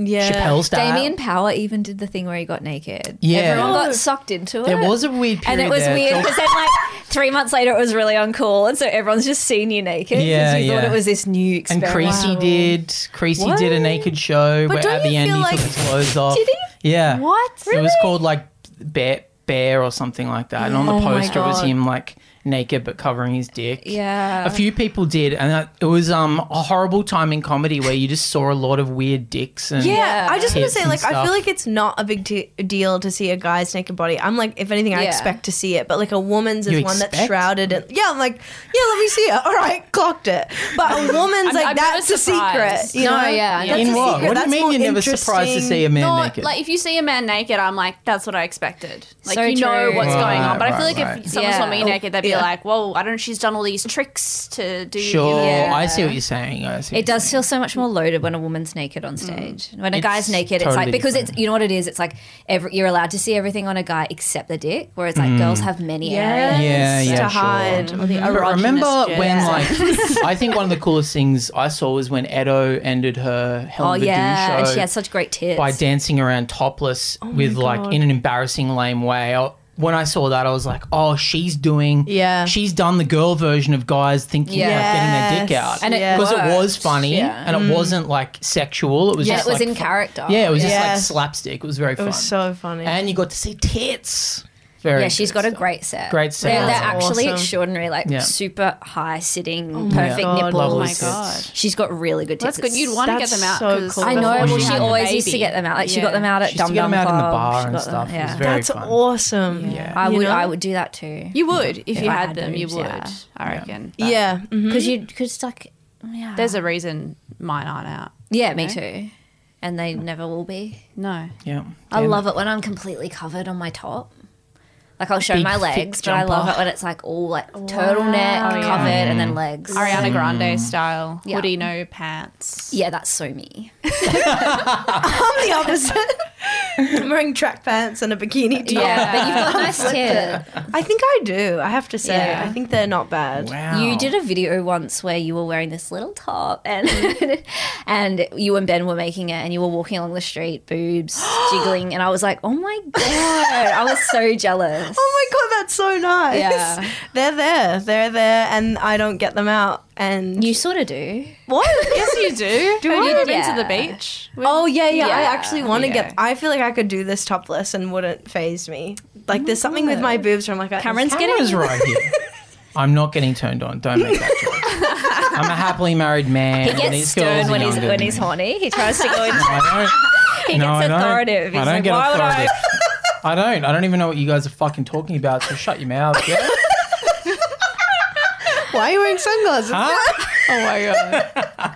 [SPEAKER 2] Yeah.
[SPEAKER 3] Chappelle style.
[SPEAKER 5] Damien Power even did the thing where he got naked.
[SPEAKER 3] Yeah.
[SPEAKER 5] everyone
[SPEAKER 2] No.
[SPEAKER 5] got sucked into it.
[SPEAKER 3] There was a weird
[SPEAKER 5] and
[SPEAKER 3] period.
[SPEAKER 5] it was
[SPEAKER 3] there.
[SPEAKER 5] weird because then like three months later it was really uncool, and so everyone's just seen you naked because
[SPEAKER 3] Yeah,
[SPEAKER 5] you thought
[SPEAKER 3] yeah.
[SPEAKER 5] it was this new
[SPEAKER 3] And
[SPEAKER 5] experiment.
[SPEAKER 3] Creasy did. Creasy
[SPEAKER 5] What?
[SPEAKER 3] did a naked show
[SPEAKER 2] But
[SPEAKER 3] where
[SPEAKER 2] don't
[SPEAKER 3] at the
[SPEAKER 2] you
[SPEAKER 3] end
[SPEAKER 2] feel
[SPEAKER 3] he
[SPEAKER 2] like-
[SPEAKER 3] took his clothes off.
[SPEAKER 5] Did
[SPEAKER 3] Yeah.
[SPEAKER 2] What?
[SPEAKER 3] It was called like Bear Bear or something like that. And on the
[SPEAKER 2] Oh my
[SPEAKER 3] poster it was
[SPEAKER 2] God.
[SPEAKER 3] him like naked but covering his dick.
[SPEAKER 5] Yeah.
[SPEAKER 3] A few people did, and that, it was um a horrible time in comedy where you just saw a lot of weird dicks and
[SPEAKER 2] Yeah, I just want to
[SPEAKER 3] tits
[SPEAKER 2] say,
[SPEAKER 3] and
[SPEAKER 2] like, I
[SPEAKER 3] stuff.
[SPEAKER 2] feel like it's not a big te- deal to see a guy's naked body. I'm like, if anything, I
[SPEAKER 5] Yeah.
[SPEAKER 2] expect to see it, but like a woman's is
[SPEAKER 3] You
[SPEAKER 2] one that's
[SPEAKER 3] expect?
[SPEAKER 2] shrouded. In- yeah, I'm like, yeah, let me see it. All right, clocked it. But a woman's like,
[SPEAKER 4] I'm never
[SPEAKER 2] that's a secret.
[SPEAKER 4] surprised.
[SPEAKER 2] You
[SPEAKER 5] No,
[SPEAKER 2] know?
[SPEAKER 5] yeah,
[SPEAKER 2] That's
[SPEAKER 3] in
[SPEAKER 2] a
[SPEAKER 3] what?
[SPEAKER 2] secret.
[SPEAKER 3] What do
[SPEAKER 2] That's
[SPEAKER 3] you mean
[SPEAKER 2] more
[SPEAKER 3] you're never surprised to
[SPEAKER 2] interesting.
[SPEAKER 3] see a man
[SPEAKER 4] Not-
[SPEAKER 3] naked?
[SPEAKER 4] like if you see a man naked, I'm like, that's what I expected. Like
[SPEAKER 5] So
[SPEAKER 4] you know
[SPEAKER 5] true.
[SPEAKER 4] what's
[SPEAKER 3] Right,
[SPEAKER 4] going on. But I feel
[SPEAKER 3] right,
[SPEAKER 4] like
[SPEAKER 3] right.
[SPEAKER 4] if someone saw
[SPEAKER 5] Yeah.
[SPEAKER 4] me naked, they'd be
[SPEAKER 2] Yeah.
[SPEAKER 4] like, whoa, I don't know. She's done all these tricks to do.
[SPEAKER 3] Sure,
[SPEAKER 5] Yeah.
[SPEAKER 3] I see what you're saying. I see what
[SPEAKER 5] It does feel so much more loaded when a woman's naked on stage. When a
[SPEAKER 3] It's
[SPEAKER 5] guy's naked, it's
[SPEAKER 3] totally
[SPEAKER 5] like because
[SPEAKER 3] different.
[SPEAKER 5] it's you know what it is. It's like every, you're allowed to see everything on a guy except the dick, whereas like girls have many
[SPEAKER 2] Yeah,
[SPEAKER 5] areas.
[SPEAKER 3] Mm. Yeah, yeah,
[SPEAKER 2] to
[SPEAKER 3] sure.
[SPEAKER 2] hide. or the
[SPEAKER 3] But
[SPEAKER 2] erogenous
[SPEAKER 3] remember
[SPEAKER 2] shit.
[SPEAKER 3] when,
[SPEAKER 2] Yeah.
[SPEAKER 3] like, I think one of the coolest things I saw was when Edo ended her Hell
[SPEAKER 5] Oh
[SPEAKER 3] of a Do
[SPEAKER 5] yeah, and
[SPEAKER 3] show
[SPEAKER 5] she has such great tits.
[SPEAKER 3] by dancing around
[SPEAKER 2] Oh
[SPEAKER 3] topless with like in an embarrassing lame way. I, when I saw that, I was like, oh, she's doing.
[SPEAKER 2] Yeah.
[SPEAKER 3] she's done the girl version of guys thinking about getting their dick
[SPEAKER 2] Yes.
[SPEAKER 3] out,
[SPEAKER 5] And it
[SPEAKER 3] because it
[SPEAKER 5] worked.
[SPEAKER 3] was funny
[SPEAKER 5] Yeah.
[SPEAKER 3] and it wasn't like sexual. It was
[SPEAKER 5] and
[SPEAKER 3] just
[SPEAKER 5] it was
[SPEAKER 3] like
[SPEAKER 5] in
[SPEAKER 3] fu-
[SPEAKER 5] character.
[SPEAKER 3] Yeah, it was just like
[SPEAKER 2] Yes.
[SPEAKER 3] slapstick. It was very
[SPEAKER 2] It
[SPEAKER 3] fun,
[SPEAKER 2] was so funny.
[SPEAKER 3] and you got to see tits. Very
[SPEAKER 5] Yeah, she's
[SPEAKER 3] good
[SPEAKER 5] got a
[SPEAKER 3] stuff.
[SPEAKER 5] great set.
[SPEAKER 3] Great set.
[SPEAKER 5] They're, they're
[SPEAKER 2] That's
[SPEAKER 5] actually
[SPEAKER 2] awesome.
[SPEAKER 5] extraordinary, like
[SPEAKER 3] Yeah.
[SPEAKER 5] super high sitting, perfect
[SPEAKER 2] God,
[SPEAKER 5] nipples.
[SPEAKER 3] Lovely
[SPEAKER 4] my
[SPEAKER 3] tits.
[SPEAKER 4] God.
[SPEAKER 5] She's got really good
[SPEAKER 4] That's
[SPEAKER 5] tits.
[SPEAKER 4] good. You'd want to get
[SPEAKER 2] That's
[SPEAKER 4] them out.
[SPEAKER 2] so
[SPEAKER 4] 'cause
[SPEAKER 2] cool.
[SPEAKER 5] I know.
[SPEAKER 2] before
[SPEAKER 5] Well,
[SPEAKER 2] she
[SPEAKER 5] she
[SPEAKER 2] had the
[SPEAKER 5] always used to get them out. Like she got them out at
[SPEAKER 3] She used
[SPEAKER 5] Dum
[SPEAKER 3] to get
[SPEAKER 5] Dum
[SPEAKER 3] them out
[SPEAKER 5] Club.
[SPEAKER 3] in the bar
[SPEAKER 5] She
[SPEAKER 3] and
[SPEAKER 5] got them-
[SPEAKER 3] stuff. It was
[SPEAKER 5] yeah.
[SPEAKER 3] very
[SPEAKER 2] That's
[SPEAKER 3] fun.
[SPEAKER 2] awesome.
[SPEAKER 3] Yeah.
[SPEAKER 5] I
[SPEAKER 2] You
[SPEAKER 5] would.
[SPEAKER 2] know?
[SPEAKER 5] I would do that too.
[SPEAKER 4] You would if you
[SPEAKER 5] I
[SPEAKER 4] had
[SPEAKER 5] had
[SPEAKER 4] them.
[SPEAKER 5] boobs,
[SPEAKER 4] you would.
[SPEAKER 5] yeah.
[SPEAKER 4] I reckon. But
[SPEAKER 2] Yeah. mhm.
[SPEAKER 5] Because Mm-hmm. you, because like, yeah,
[SPEAKER 4] There's a reason mine aren't out.
[SPEAKER 5] yeah, me
[SPEAKER 4] know?
[SPEAKER 5] too. And they never will be.
[SPEAKER 4] No.
[SPEAKER 3] Yeah,
[SPEAKER 5] I
[SPEAKER 3] Damn.
[SPEAKER 5] love it when I'm completely covered on my top. Like I'll show
[SPEAKER 3] Big,
[SPEAKER 5] my
[SPEAKER 3] thick
[SPEAKER 5] legs, but I
[SPEAKER 3] jumper. Mm.
[SPEAKER 5] love it when it's like all like turtleneck
[SPEAKER 4] yeah.
[SPEAKER 5] covered and then legs.
[SPEAKER 4] Ariana Grande style.
[SPEAKER 5] Yeah.
[SPEAKER 4] Woody no pants.
[SPEAKER 5] Yeah, that's so me.
[SPEAKER 2] I'm the opposite. I'm wearing track pants and a bikini top.
[SPEAKER 5] Yeah, but you've got nice tits.
[SPEAKER 2] I think I do. I have to say,
[SPEAKER 5] Yeah.
[SPEAKER 2] I think they're not bad.
[SPEAKER 3] Wow.
[SPEAKER 5] You did a video once where you were wearing this little top and and you and Ben were making it and you were walking along the street, boobs jiggling, and I was like, Oh my god. I was so jealous.
[SPEAKER 2] Oh my god, that's so nice.
[SPEAKER 5] Yeah.
[SPEAKER 2] They're there. They're there and I don't get them out and
[SPEAKER 5] You sort of do.
[SPEAKER 2] what?
[SPEAKER 4] Yes, you do.
[SPEAKER 2] Do
[SPEAKER 4] Have
[SPEAKER 2] I?
[SPEAKER 4] you ever been to the
[SPEAKER 5] Yeah.
[SPEAKER 4] beach?
[SPEAKER 2] Oh yeah, yeah. I
[SPEAKER 5] Yeah.
[SPEAKER 2] actually want to
[SPEAKER 4] Yeah.
[SPEAKER 2] get I feel like I could do this topless and wouldn't phase me. Like there's something with Oh my boobs where I'm like I-
[SPEAKER 5] Cameron's
[SPEAKER 3] Camera's
[SPEAKER 5] getting
[SPEAKER 3] right here. I'm not getting turned on. Don't make that choice. I'm a happily married man.
[SPEAKER 5] he gets stern when he's when he's horny. He tries to go in
[SPEAKER 3] I don't.
[SPEAKER 5] he
[SPEAKER 3] no,
[SPEAKER 5] gets
[SPEAKER 3] I don't.
[SPEAKER 5] authoritative.
[SPEAKER 3] I
[SPEAKER 5] He's
[SPEAKER 3] don't
[SPEAKER 5] like,
[SPEAKER 3] get
[SPEAKER 5] Why would I
[SPEAKER 3] authoritative. I don't. I don't even know what you guys are fucking talking about. So shut your mouth. Yeah.
[SPEAKER 2] Why are you wearing sunglasses?
[SPEAKER 3] Huh?
[SPEAKER 4] Oh my god.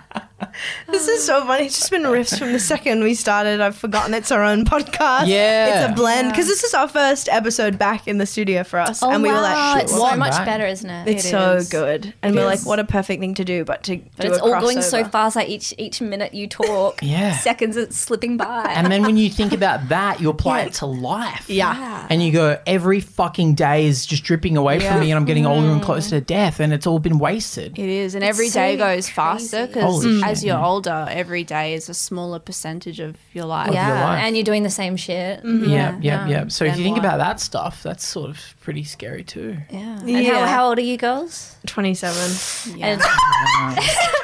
[SPEAKER 2] This is so funny. It's just been riffs from the second we started. I've forgotten it's our own podcast.
[SPEAKER 3] Yeah.
[SPEAKER 2] It's a blend because this is our first episode back in the studio for us. and we were like,
[SPEAKER 5] Oh, it's
[SPEAKER 2] "Shit,
[SPEAKER 5] so
[SPEAKER 3] one,
[SPEAKER 5] much
[SPEAKER 3] right?
[SPEAKER 5] better, isn't it?
[SPEAKER 2] it's
[SPEAKER 5] It
[SPEAKER 2] so
[SPEAKER 5] is.
[SPEAKER 2] good. And we're like, what a perfect thing to do, but to
[SPEAKER 5] But
[SPEAKER 2] do
[SPEAKER 5] it's
[SPEAKER 2] a
[SPEAKER 5] all going so
[SPEAKER 2] crossover.
[SPEAKER 5] fast. Like each each minute you talk,
[SPEAKER 3] Yeah.
[SPEAKER 5] seconds it's slipping by.
[SPEAKER 3] And then when you think about that, you apply it to life.
[SPEAKER 2] Yeah.
[SPEAKER 3] And you go, every fucking day is just dripping away from me, and I'm getting older and closer
[SPEAKER 5] Mm.
[SPEAKER 3] to death, and it's all been wasted.
[SPEAKER 4] It is, and every
[SPEAKER 5] so
[SPEAKER 4] day goes faster because
[SPEAKER 3] Holy
[SPEAKER 4] as
[SPEAKER 3] shit,
[SPEAKER 4] you're older, every day is a smaller percentage of your life.
[SPEAKER 5] yeah,
[SPEAKER 3] life. Mm-hmm.
[SPEAKER 5] and you're doing the same shit.
[SPEAKER 3] Yeah, yeah, yeah.
[SPEAKER 4] yeah.
[SPEAKER 3] So if
[SPEAKER 4] Then
[SPEAKER 3] you think
[SPEAKER 4] what?
[SPEAKER 3] about that stuff, that's sort of pretty scary too.
[SPEAKER 5] Yeah. And
[SPEAKER 2] Yeah.
[SPEAKER 5] How, how old are you girls?
[SPEAKER 2] 27.
[SPEAKER 5] And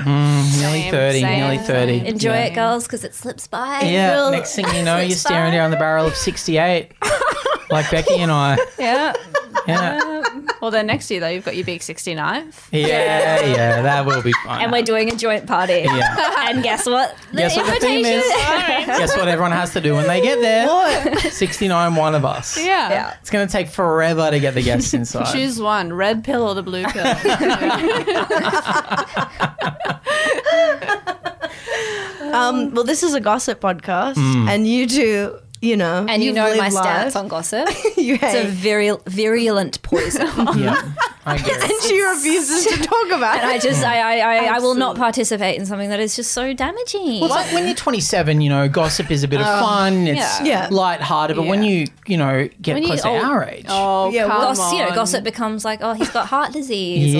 [SPEAKER 3] Nearly
[SPEAKER 4] Same,
[SPEAKER 3] thirty,
[SPEAKER 4] same,
[SPEAKER 3] Mm-hmm. nearly
[SPEAKER 4] same.
[SPEAKER 3] thirty.
[SPEAKER 5] enjoy
[SPEAKER 3] yeah.
[SPEAKER 5] it, girls, because it slips by.
[SPEAKER 3] Yeah.
[SPEAKER 5] Real-
[SPEAKER 3] Next thing you know, you're
[SPEAKER 5] Slips
[SPEAKER 3] staring
[SPEAKER 5] by.
[SPEAKER 3] down the barrel of sixty-eight, like Becky and I.
[SPEAKER 4] Yeah.
[SPEAKER 3] Yeah.
[SPEAKER 4] Well, then next year though, you've got your big 69th.
[SPEAKER 3] Yeah, yeah, that will be fun.
[SPEAKER 5] And we're doing a joint party.
[SPEAKER 3] Yeah.
[SPEAKER 5] And guess what? The
[SPEAKER 3] Guess what the theme is? Guess what everyone has to do when they get there?
[SPEAKER 2] What?
[SPEAKER 3] 69, one of us.
[SPEAKER 4] Yeah.
[SPEAKER 5] Yeah.
[SPEAKER 3] It's going to take forever to get the guests inside.
[SPEAKER 4] Choose one: red pill or the blue pill.
[SPEAKER 2] um, well, this is a gossip podcast, and you do, you know.
[SPEAKER 5] And you
[SPEAKER 2] you've
[SPEAKER 5] know
[SPEAKER 2] lived
[SPEAKER 5] my stance
[SPEAKER 2] life.
[SPEAKER 5] on gossip.
[SPEAKER 2] you
[SPEAKER 5] It's a
[SPEAKER 2] hate.
[SPEAKER 5] virul- virulent poison. and
[SPEAKER 3] yeah, I guess.
[SPEAKER 2] and she refuses to talk about
[SPEAKER 5] I
[SPEAKER 2] it.
[SPEAKER 5] just, I, I, I, I will not participate in something that is just so damaging.
[SPEAKER 3] Well, it's like when you're 27, you know, gossip is a bit of
[SPEAKER 5] Um,
[SPEAKER 3] fun. It's
[SPEAKER 2] yeah. Yeah.
[SPEAKER 3] lighthearted. But when
[SPEAKER 4] Yeah.
[SPEAKER 3] you, you know, get
[SPEAKER 5] When you-
[SPEAKER 3] close to
[SPEAKER 5] oh,
[SPEAKER 3] our age.
[SPEAKER 4] Oh,
[SPEAKER 2] Yeah,
[SPEAKER 4] come
[SPEAKER 5] Goss, you know,
[SPEAKER 4] on.
[SPEAKER 5] gossip becomes like, oh, he's got heart disease. or-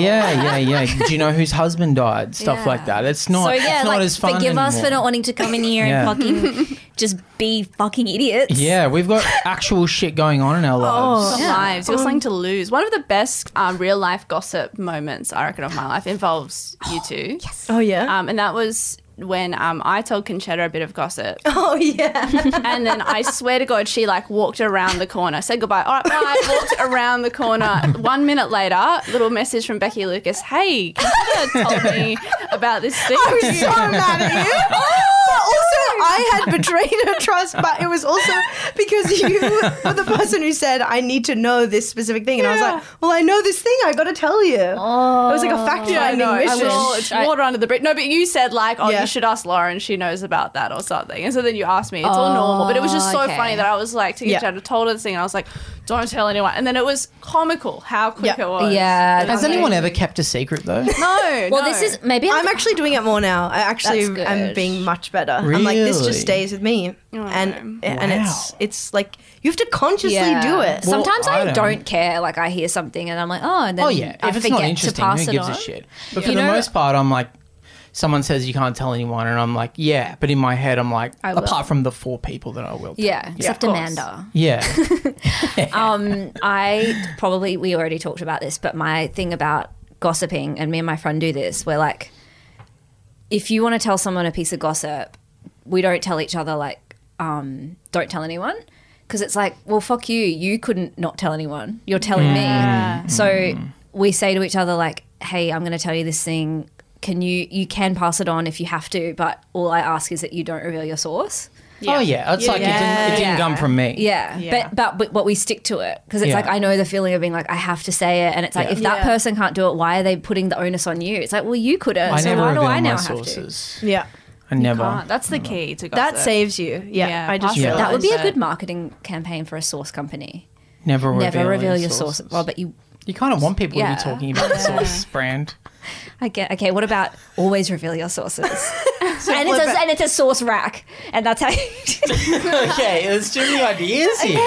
[SPEAKER 3] yeah, yeah, yeah. Do you know whose husband died? Stuff
[SPEAKER 5] Yeah.
[SPEAKER 3] like that. It's not,
[SPEAKER 5] so yeah,
[SPEAKER 3] it's not
[SPEAKER 5] like,
[SPEAKER 3] as fun.
[SPEAKER 5] forgive us for
[SPEAKER 3] anymore.
[SPEAKER 5] not wanting to come in here
[SPEAKER 3] Yeah.
[SPEAKER 5] and fucking just be fucking idiots.
[SPEAKER 3] Yeah, we've got actual shit going on in
[SPEAKER 5] Oh,
[SPEAKER 3] our lives.
[SPEAKER 4] Got lives. You've got something to lose. One of the best um, real life gossip moments I reckon of my life involves you two. Yes.
[SPEAKER 2] Oh, yeah.
[SPEAKER 4] Um, and that was when um, I told Conchetta a bit of gossip,
[SPEAKER 2] oh, yeah.
[SPEAKER 4] and then I swear to God, she like walked around the corner, said goodbye. All right, bye. walked around the corner. One minute later, little message from Becky Lucas. Hey, Conchetta told me about this thing.
[SPEAKER 2] I was so mad at you. But also, I had betrayed her trust, but it was also because you were the person who said, I need to know this specific thing. And I was
[SPEAKER 4] Yeah. Oh.
[SPEAKER 2] like, well, I know this thing. I got to tell you. it was like a fact
[SPEAKER 4] Yeah, I
[SPEAKER 2] finding
[SPEAKER 4] know. I
[SPEAKER 2] mission.
[SPEAKER 4] will. It's water under the bridge. No, but you said like, oh,
[SPEAKER 2] Yeah.
[SPEAKER 4] you should ask Lauren. She knows about that or something. And so then you asked me. It's all normal. But it was just so
[SPEAKER 5] okay.
[SPEAKER 4] funny that I was like, to
[SPEAKER 2] Yeah.
[SPEAKER 4] each other, told her the thing. And I was like, don't tell anyone. And then it was comical how quick
[SPEAKER 2] Yeah.
[SPEAKER 4] it was.
[SPEAKER 5] Yeah,
[SPEAKER 4] And I
[SPEAKER 3] Has
[SPEAKER 4] was like,
[SPEAKER 3] anyone ever kept a secret though?
[SPEAKER 4] No.
[SPEAKER 5] Well,
[SPEAKER 4] no.
[SPEAKER 5] this is maybe
[SPEAKER 2] I'm actually doing it more now. I actually
[SPEAKER 5] That's good.
[SPEAKER 2] am being much better. I'm like, this
[SPEAKER 3] Really?
[SPEAKER 2] just stays with me.
[SPEAKER 4] Oh.
[SPEAKER 2] And and it's
[SPEAKER 3] Wow.
[SPEAKER 2] it's like you have to consciously do it.
[SPEAKER 3] Well,
[SPEAKER 5] Sometimes
[SPEAKER 3] I
[SPEAKER 5] I,
[SPEAKER 3] don't.
[SPEAKER 5] don't. care. Like I hear something and I'm like, oh, and then
[SPEAKER 3] Oh yeah,
[SPEAKER 5] I
[SPEAKER 3] if it's
[SPEAKER 5] forget
[SPEAKER 3] not interesting,
[SPEAKER 5] to pass
[SPEAKER 3] who
[SPEAKER 5] it
[SPEAKER 3] gives
[SPEAKER 5] on.
[SPEAKER 3] a shit? But for
[SPEAKER 5] You
[SPEAKER 3] the
[SPEAKER 5] know-
[SPEAKER 3] most part, I'm like, someone says you can't tell anyone, and I'm like, yeah. But in my head, I'm like,
[SPEAKER 4] I will.
[SPEAKER 3] apart from the four people that I will. Tell.
[SPEAKER 5] Yeah, except
[SPEAKER 4] course.
[SPEAKER 5] Amanda.
[SPEAKER 3] Yeah.
[SPEAKER 5] Um, I probably we already talked about this, but my thing about gossiping, and me and my friend do this. We're like, if you want to tell someone a piece of gossip, we don't tell each other like, um, don't tell anyone, because it's like, well, fuck you. You couldn't not tell anyone. You're telling me. So we say to each other like, hey, I'm going to tell you this thing. Can you you can pass it on if you have to, but all I ask is that you don't reveal your source.
[SPEAKER 3] Oh yeah, it's like it didn't, it didn't
[SPEAKER 5] Yeah.
[SPEAKER 3] come from me.
[SPEAKER 5] Yeah. But, but but what we stick to it because it's
[SPEAKER 3] Yeah.
[SPEAKER 5] like I know the feeling of being like I have to say it, and it's like
[SPEAKER 3] Yeah.
[SPEAKER 5] if that
[SPEAKER 2] Yeah.
[SPEAKER 5] person can't do it, why are they putting the onus on you? It's like well you couldn't,
[SPEAKER 3] I
[SPEAKER 5] so
[SPEAKER 3] never
[SPEAKER 5] why do
[SPEAKER 3] reveal
[SPEAKER 5] I
[SPEAKER 3] my
[SPEAKER 5] now have to?
[SPEAKER 3] sources.
[SPEAKER 2] Yeah.
[SPEAKER 3] I never.
[SPEAKER 4] Can't. That's the key to gossip.
[SPEAKER 2] That saves you. Yeah.
[SPEAKER 4] Yeah,
[SPEAKER 2] I just
[SPEAKER 4] possibly.
[SPEAKER 2] realized.
[SPEAKER 5] That would be a
[SPEAKER 4] So-
[SPEAKER 5] good marketing campaign for a source company.
[SPEAKER 3] Never reveal.
[SPEAKER 5] Never reveal your
[SPEAKER 3] sources.
[SPEAKER 5] source. Well, but you,
[SPEAKER 3] you kind of want people
[SPEAKER 5] Yeah.
[SPEAKER 3] to be talking about the source brand.
[SPEAKER 5] I get okay. What about always reveal your sources? and it's a, and it's a source rack, and that's how. You,
[SPEAKER 3] okay, there's too many ideas here.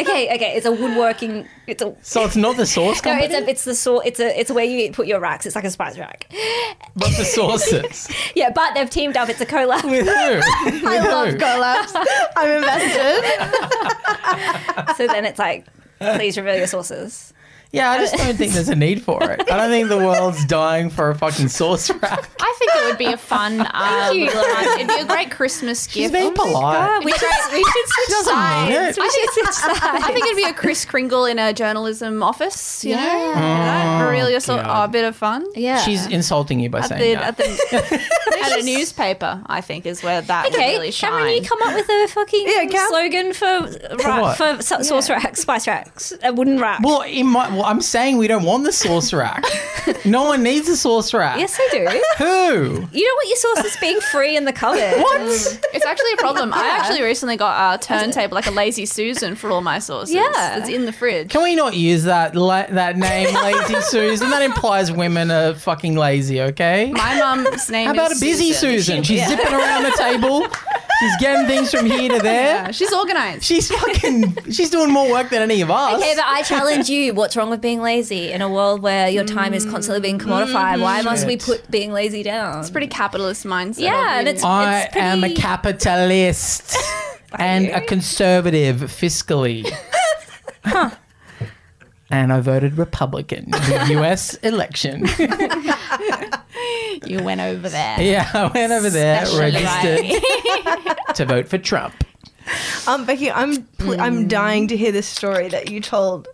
[SPEAKER 5] okay, okay, it's a woodworking. It's a.
[SPEAKER 3] So it's not the source
[SPEAKER 5] No,
[SPEAKER 3] company,
[SPEAKER 5] it's a, it's the sort, it's a, it's where you put your racks. It's like a spice rack.
[SPEAKER 3] but the sources.
[SPEAKER 5] Yeah, but they've teamed up. It's a collab.
[SPEAKER 3] With who?
[SPEAKER 2] I love collabs. I'm invested.
[SPEAKER 5] So then it's like, please reveal your sources.
[SPEAKER 3] Yeah, I just don't think there's a need for it. I don't think the world's dying for a fucking source rack.
[SPEAKER 4] I think it would be a fun uh,
[SPEAKER 5] you.
[SPEAKER 4] little idea. It'd be a great Christmas
[SPEAKER 3] She's
[SPEAKER 4] gift.
[SPEAKER 3] being polite.
[SPEAKER 5] Oh, We should, we should switch
[SPEAKER 3] doesn't mean
[SPEAKER 5] sides.
[SPEAKER 3] it.
[SPEAKER 5] We should switch
[SPEAKER 4] I
[SPEAKER 5] sides.
[SPEAKER 4] think it'd be a Chris Kringle in a journalism office. You know,
[SPEAKER 5] Yeah.
[SPEAKER 4] That really a, sort-
[SPEAKER 3] God.
[SPEAKER 4] a bit of fun.
[SPEAKER 5] Yeah.
[SPEAKER 3] She's insulting you by
[SPEAKER 4] At
[SPEAKER 3] saying
[SPEAKER 4] the,
[SPEAKER 3] that.
[SPEAKER 4] at the, and a newspaper, I think, is where that would
[SPEAKER 5] Okay,
[SPEAKER 4] really shine.
[SPEAKER 5] Cameron, you come up with a fucking
[SPEAKER 2] Yeah, Cam-
[SPEAKER 5] slogan for ra-
[SPEAKER 3] what?
[SPEAKER 5] for, sa- sauce racks, spice racks, a wooden rack.
[SPEAKER 3] Well, in my, well, I'm saying we don't want the sauce rack. no one needs a sauce rack.
[SPEAKER 5] yes, I do.
[SPEAKER 3] Who?
[SPEAKER 5] you don't want your sauces being free in the cupboard.
[SPEAKER 3] What?
[SPEAKER 4] It's actually a problem. I actually recently got a turntable, like a lazy Susan, for all my sauces.
[SPEAKER 5] Yeah.
[SPEAKER 4] it's in the fridge.
[SPEAKER 3] Can we not use that la- that name, Lazy Susan? That implies women are fucking lazy. Okay.
[SPEAKER 4] My mum's name.
[SPEAKER 3] How about a
[SPEAKER 4] is
[SPEAKER 3] busy Susan? She's zipping around the table. She's getting things from here to there.
[SPEAKER 4] Yeah, she's organized.
[SPEAKER 3] She's fucking. She's doing more work than any of us.
[SPEAKER 5] Okay, but I challenge you. What's wrong with being lazy in a world where your time is constantly being commodified? Why must we
[SPEAKER 3] Shit.
[SPEAKER 5] put being lazy down?
[SPEAKER 4] Pretty capitalist mindset.
[SPEAKER 5] yeah,
[SPEAKER 4] of
[SPEAKER 5] and
[SPEAKER 4] you.
[SPEAKER 5] it's,
[SPEAKER 3] I
[SPEAKER 5] it's pretty,
[SPEAKER 3] am a capitalist and a conservative fiscally. And I voted Republican in the US election.
[SPEAKER 4] you went over there.
[SPEAKER 3] yeah, I went over there,
[SPEAKER 4] Special
[SPEAKER 3] registered to vote for Trump.
[SPEAKER 2] Um, Becky, I'm pl- I'm
[SPEAKER 4] Hmm.
[SPEAKER 2] dying to hear this story that you told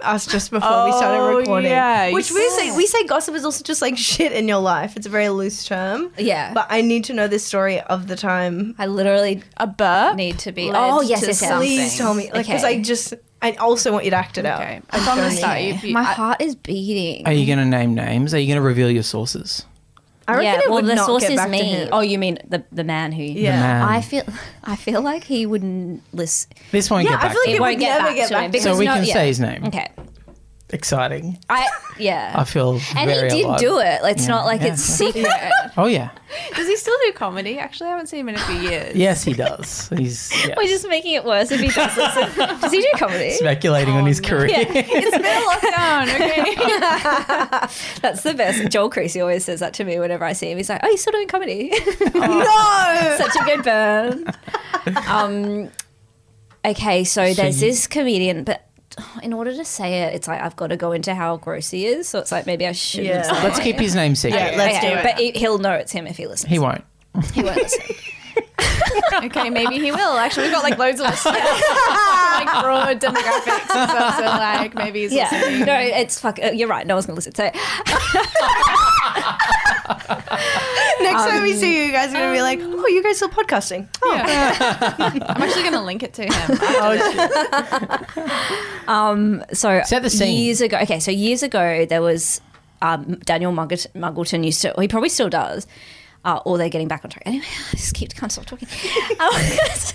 [SPEAKER 2] us just before we
[SPEAKER 4] Oh,
[SPEAKER 2] started recording.
[SPEAKER 4] yeah, you
[SPEAKER 2] Which we say we say gossip is also just like shit in your life. It's a very loose term.
[SPEAKER 5] Yeah.
[SPEAKER 2] But I need to know this story of the time.
[SPEAKER 5] I literally
[SPEAKER 4] A burp.
[SPEAKER 5] need to be.
[SPEAKER 4] Led
[SPEAKER 5] Oh yes,
[SPEAKER 4] to
[SPEAKER 5] yes, yes.
[SPEAKER 2] Please tell me, like, because
[SPEAKER 5] Okay.
[SPEAKER 2] I just I also want you to act it out.
[SPEAKER 4] Okay, I promise
[SPEAKER 2] sorry.
[SPEAKER 4] that you. you
[SPEAKER 5] My
[SPEAKER 4] I-
[SPEAKER 5] heart is beating.
[SPEAKER 3] Are you going to name names? Are you going to reveal your sources?
[SPEAKER 2] I reckon
[SPEAKER 5] yeah,
[SPEAKER 2] it
[SPEAKER 5] well,
[SPEAKER 2] would
[SPEAKER 5] the
[SPEAKER 2] not
[SPEAKER 5] source
[SPEAKER 2] get
[SPEAKER 5] is
[SPEAKER 2] back to
[SPEAKER 5] me.
[SPEAKER 2] him.
[SPEAKER 5] Oh, you mean the the man who?
[SPEAKER 2] Yeah.
[SPEAKER 3] The man.
[SPEAKER 5] I feel, I feel like he wouldn't listen.
[SPEAKER 3] this won't
[SPEAKER 2] yeah,
[SPEAKER 3] get back
[SPEAKER 2] I feel
[SPEAKER 3] to
[SPEAKER 2] like it,
[SPEAKER 5] It
[SPEAKER 3] you.
[SPEAKER 5] won't
[SPEAKER 2] would
[SPEAKER 5] get
[SPEAKER 2] never
[SPEAKER 5] back
[SPEAKER 2] get
[SPEAKER 5] to
[SPEAKER 2] back
[SPEAKER 5] him
[SPEAKER 2] to
[SPEAKER 5] because-
[SPEAKER 3] So we
[SPEAKER 5] no,
[SPEAKER 3] can
[SPEAKER 5] yeah.
[SPEAKER 3] say his name.
[SPEAKER 5] Okay,
[SPEAKER 3] Exciting.
[SPEAKER 5] I yeah.
[SPEAKER 3] I feel
[SPEAKER 5] and
[SPEAKER 3] very
[SPEAKER 5] he did
[SPEAKER 3] alive.
[SPEAKER 5] do it. It's not like
[SPEAKER 3] yeah,
[SPEAKER 5] it's
[SPEAKER 3] yeah.
[SPEAKER 5] secret.
[SPEAKER 3] Oh, yeah.
[SPEAKER 4] Does he still do comedy? Actually, I haven't seen him in a few years.
[SPEAKER 3] Yes, he does. He's yeah,
[SPEAKER 5] We're just making it worse if he does listen. Does he do comedy?
[SPEAKER 3] speculating on his career.
[SPEAKER 4] It's been a lockdown. Okay.
[SPEAKER 5] That's the best. Joel Creasy always says that to me whenever I see him. He's like, "Oh, you still doing comedy?
[SPEAKER 2] No.
[SPEAKER 5] Such a good burn." Um, okay, so, there's
[SPEAKER 3] you-
[SPEAKER 5] this comedian, but in order to say it, it's like I've got to go into how gross he is. So it's like maybe I shouldn't.
[SPEAKER 2] Yeah.
[SPEAKER 5] say
[SPEAKER 3] Let's
[SPEAKER 5] it.
[SPEAKER 3] keep his name secret.
[SPEAKER 2] Yeah, let's
[SPEAKER 5] Okay,
[SPEAKER 2] do it.
[SPEAKER 5] But he, he'll know it's him if he listens.
[SPEAKER 3] He won't.
[SPEAKER 5] He won't listen.
[SPEAKER 4] okay, maybe he will. Actually, we've got like loads of listeners. like broad demographics. So, so, like maybe he's
[SPEAKER 5] Yeah,
[SPEAKER 4] listening.
[SPEAKER 5] no, it's fuck. uh, You're right. No one's gonna listen. So
[SPEAKER 2] Next time
[SPEAKER 4] Um,
[SPEAKER 2] we see you, you guys are gonna be like, oh, you guys still podcasting? Oh,
[SPEAKER 4] I'm actually going to link it to him.
[SPEAKER 5] So
[SPEAKER 3] Set the scene.
[SPEAKER 5] years ago. Okay, so years ago there was um, Daniel Muggleton, Muggleton used to. He probably still does. Uh, or they're getting back on track. Anyway, I just keep can't stop talking. Um,